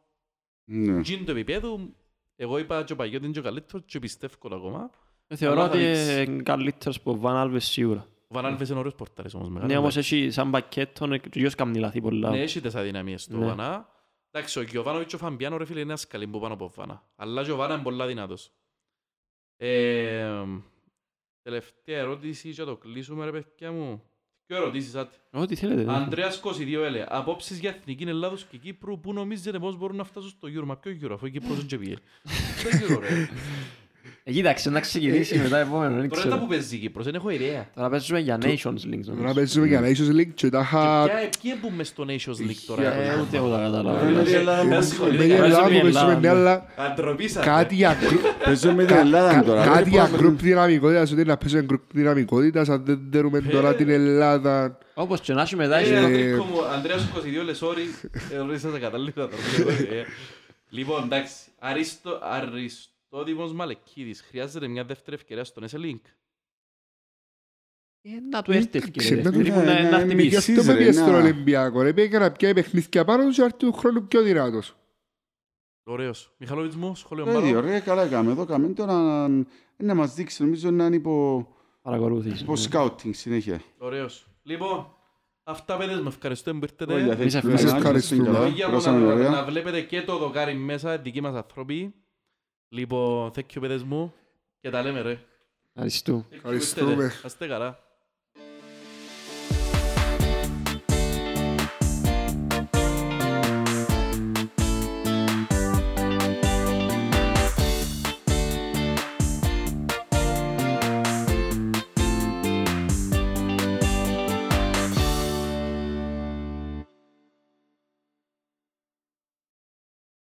S4: Ναι.
S1: Τζιν του επίπεδου, εγώ είπα και ο Παγιώτης είναι και ο καλύτερος και πιστεύω το ακόμα.
S3: Θεωρώ
S1: Αλλά θα
S3: ότι
S1: δείξει.
S3: είναι καλύτερος που ο Βαν Άλβες σίγουρα.
S1: Ο Βαν Άλβες είναι ωραίος πορτάρις όμως. μεγάλο.
S3: Ναι, όμως έχει σαν πακέτο ε, και ο γιος κάνει λάθη πολλά.
S1: Ναι, έχει τις αδυναμίες του
S3: Ναι.
S1: ο Βανά. Εντάξει, ο Γιωβάνοβιτς και ο Φαμπιάνο ρε φίλε είναι ένας καλή που πάνω από ο Βανά. Αλλά και ο Βανά είναι πολλά δυνατός. Ε, τελευταία ερώτηση για το κλείσουμε ρε παιδιά μου. Ποιο ερωτήσεις άτε.
S3: Ό,τι θέλετε. ναι.
S1: Ανδρέας 22 έλε. Απόψεις για Εθνική Ελλάδος και Κύπρου που νομίζετε πώς μπορούν να φτάσουν στο Euro. Μα ποιο Euro αφού η Κύπρος δεν τσεπιέ. Δεν ξέρω ρε.
S3: Ε, Κοίταξε να ξεκινήσει μετά επόμενο. δεν
S1: Πρώτα που
S3: ξέρω.
S1: παίζει η Κύπρος, δεν έχω ιδέα.
S3: Τώρα παίζουμε για Nations League. νομίζω.
S2: Να παίζουμε για Nations League και τα είχα...
S1: Και ποια- ποιοι μπούμε στο Nations League τώρα.
S2: Ε,
S1: ρε.
S3: Ε, Ούτε εγώ τα
S4: Ε,
S3: καταλάβω.
S4: ε,
S2: Με την
S1: Παίζουμε
S2: Ελλάδα
S3: Ελλάδα,
S2: που παίζουμε, ναι,
S3: ναι.
S2: αλλά
S1: Αντροπήσατε.
S2: κάτι για group-
S4: Παίζουμε με την Ελλάδα
S2: κα-
S4: τώρα.
S2: κάτι
S4: Δεν
S2: για
S4: πάμε-
S2: group δυναμικότητας, ότι να παίζουμε group δυναμικότητας, αν δεν
S4: Ε,
S2: δέρουμε τώρα την Ελλάδα.
S3: Όπως και να έχει μετά
S1: Ε,
S3: έχει...
S1: Αντρίκο μου, Ανδρέας 22 λες, sorry, ε, ορίσατε κατάλληλα τα λόγια, ε. Λοιπόν, εντάξει, Αρίστο, Αριστόδημος Μαλεκίδης, χρειάζεται μια δεύτερη ευκαιρία στον S-Link.
S3: Ε, Να του έρθει
S2: Εντάξει,
S3: ευκαιρία.
S2: να του-
S3: Περίπου
S1: ε,
S4: ναι,
S3: να-
S4: ναι,
S3: να
S4: ναι,
S3: χτυπήσει.
S4: ναι.
S2: Αυτό που
S4: ρε,
S2: πήγε στον
S4: να.
S2: Ολυμπιακό, ρε, πήγε να πιάει παιχνίδια πάνω τους και να έρθει του χρόνου πιο δυνατός. ωραίος.
S1: Ωραίος. Μιχαλόβιτς μου, σχολείο
S4: Ε,
S1: μπάλα.
S4: Ωραία, καλά έκαμε. Εδώ κάμε τώρα να- να μας δείξει. Νομίζω να είναι υπό
S1: ε,
S3: Παρακολούθηση.
S4: υπό scouting συνέχεια.
S1: Ωραίος. Λοιπόν, αυτά παιδες με ευχαριστώ που ήρθατε.
S4: Ωραία,
S3: Εμείς
S4: θες-
S3: ευχαριστούμε.
S4: ευχαριστούμε.
S1: Παιδιά μου,
S4: Περάσαμε
S1: να-
S4: ωραία.
S1: να βλέπετε και το δοκάρι μέσα, δικοί μας άνθρωποι. Λοιπόν, thank you παιδες μου. Και τα λέμε ρε.
S3: Ευχαριστούμε.
S1: Thank you,
S2: Ευχαριστούμε.
S1: ήρθατε. Να είστε καλά.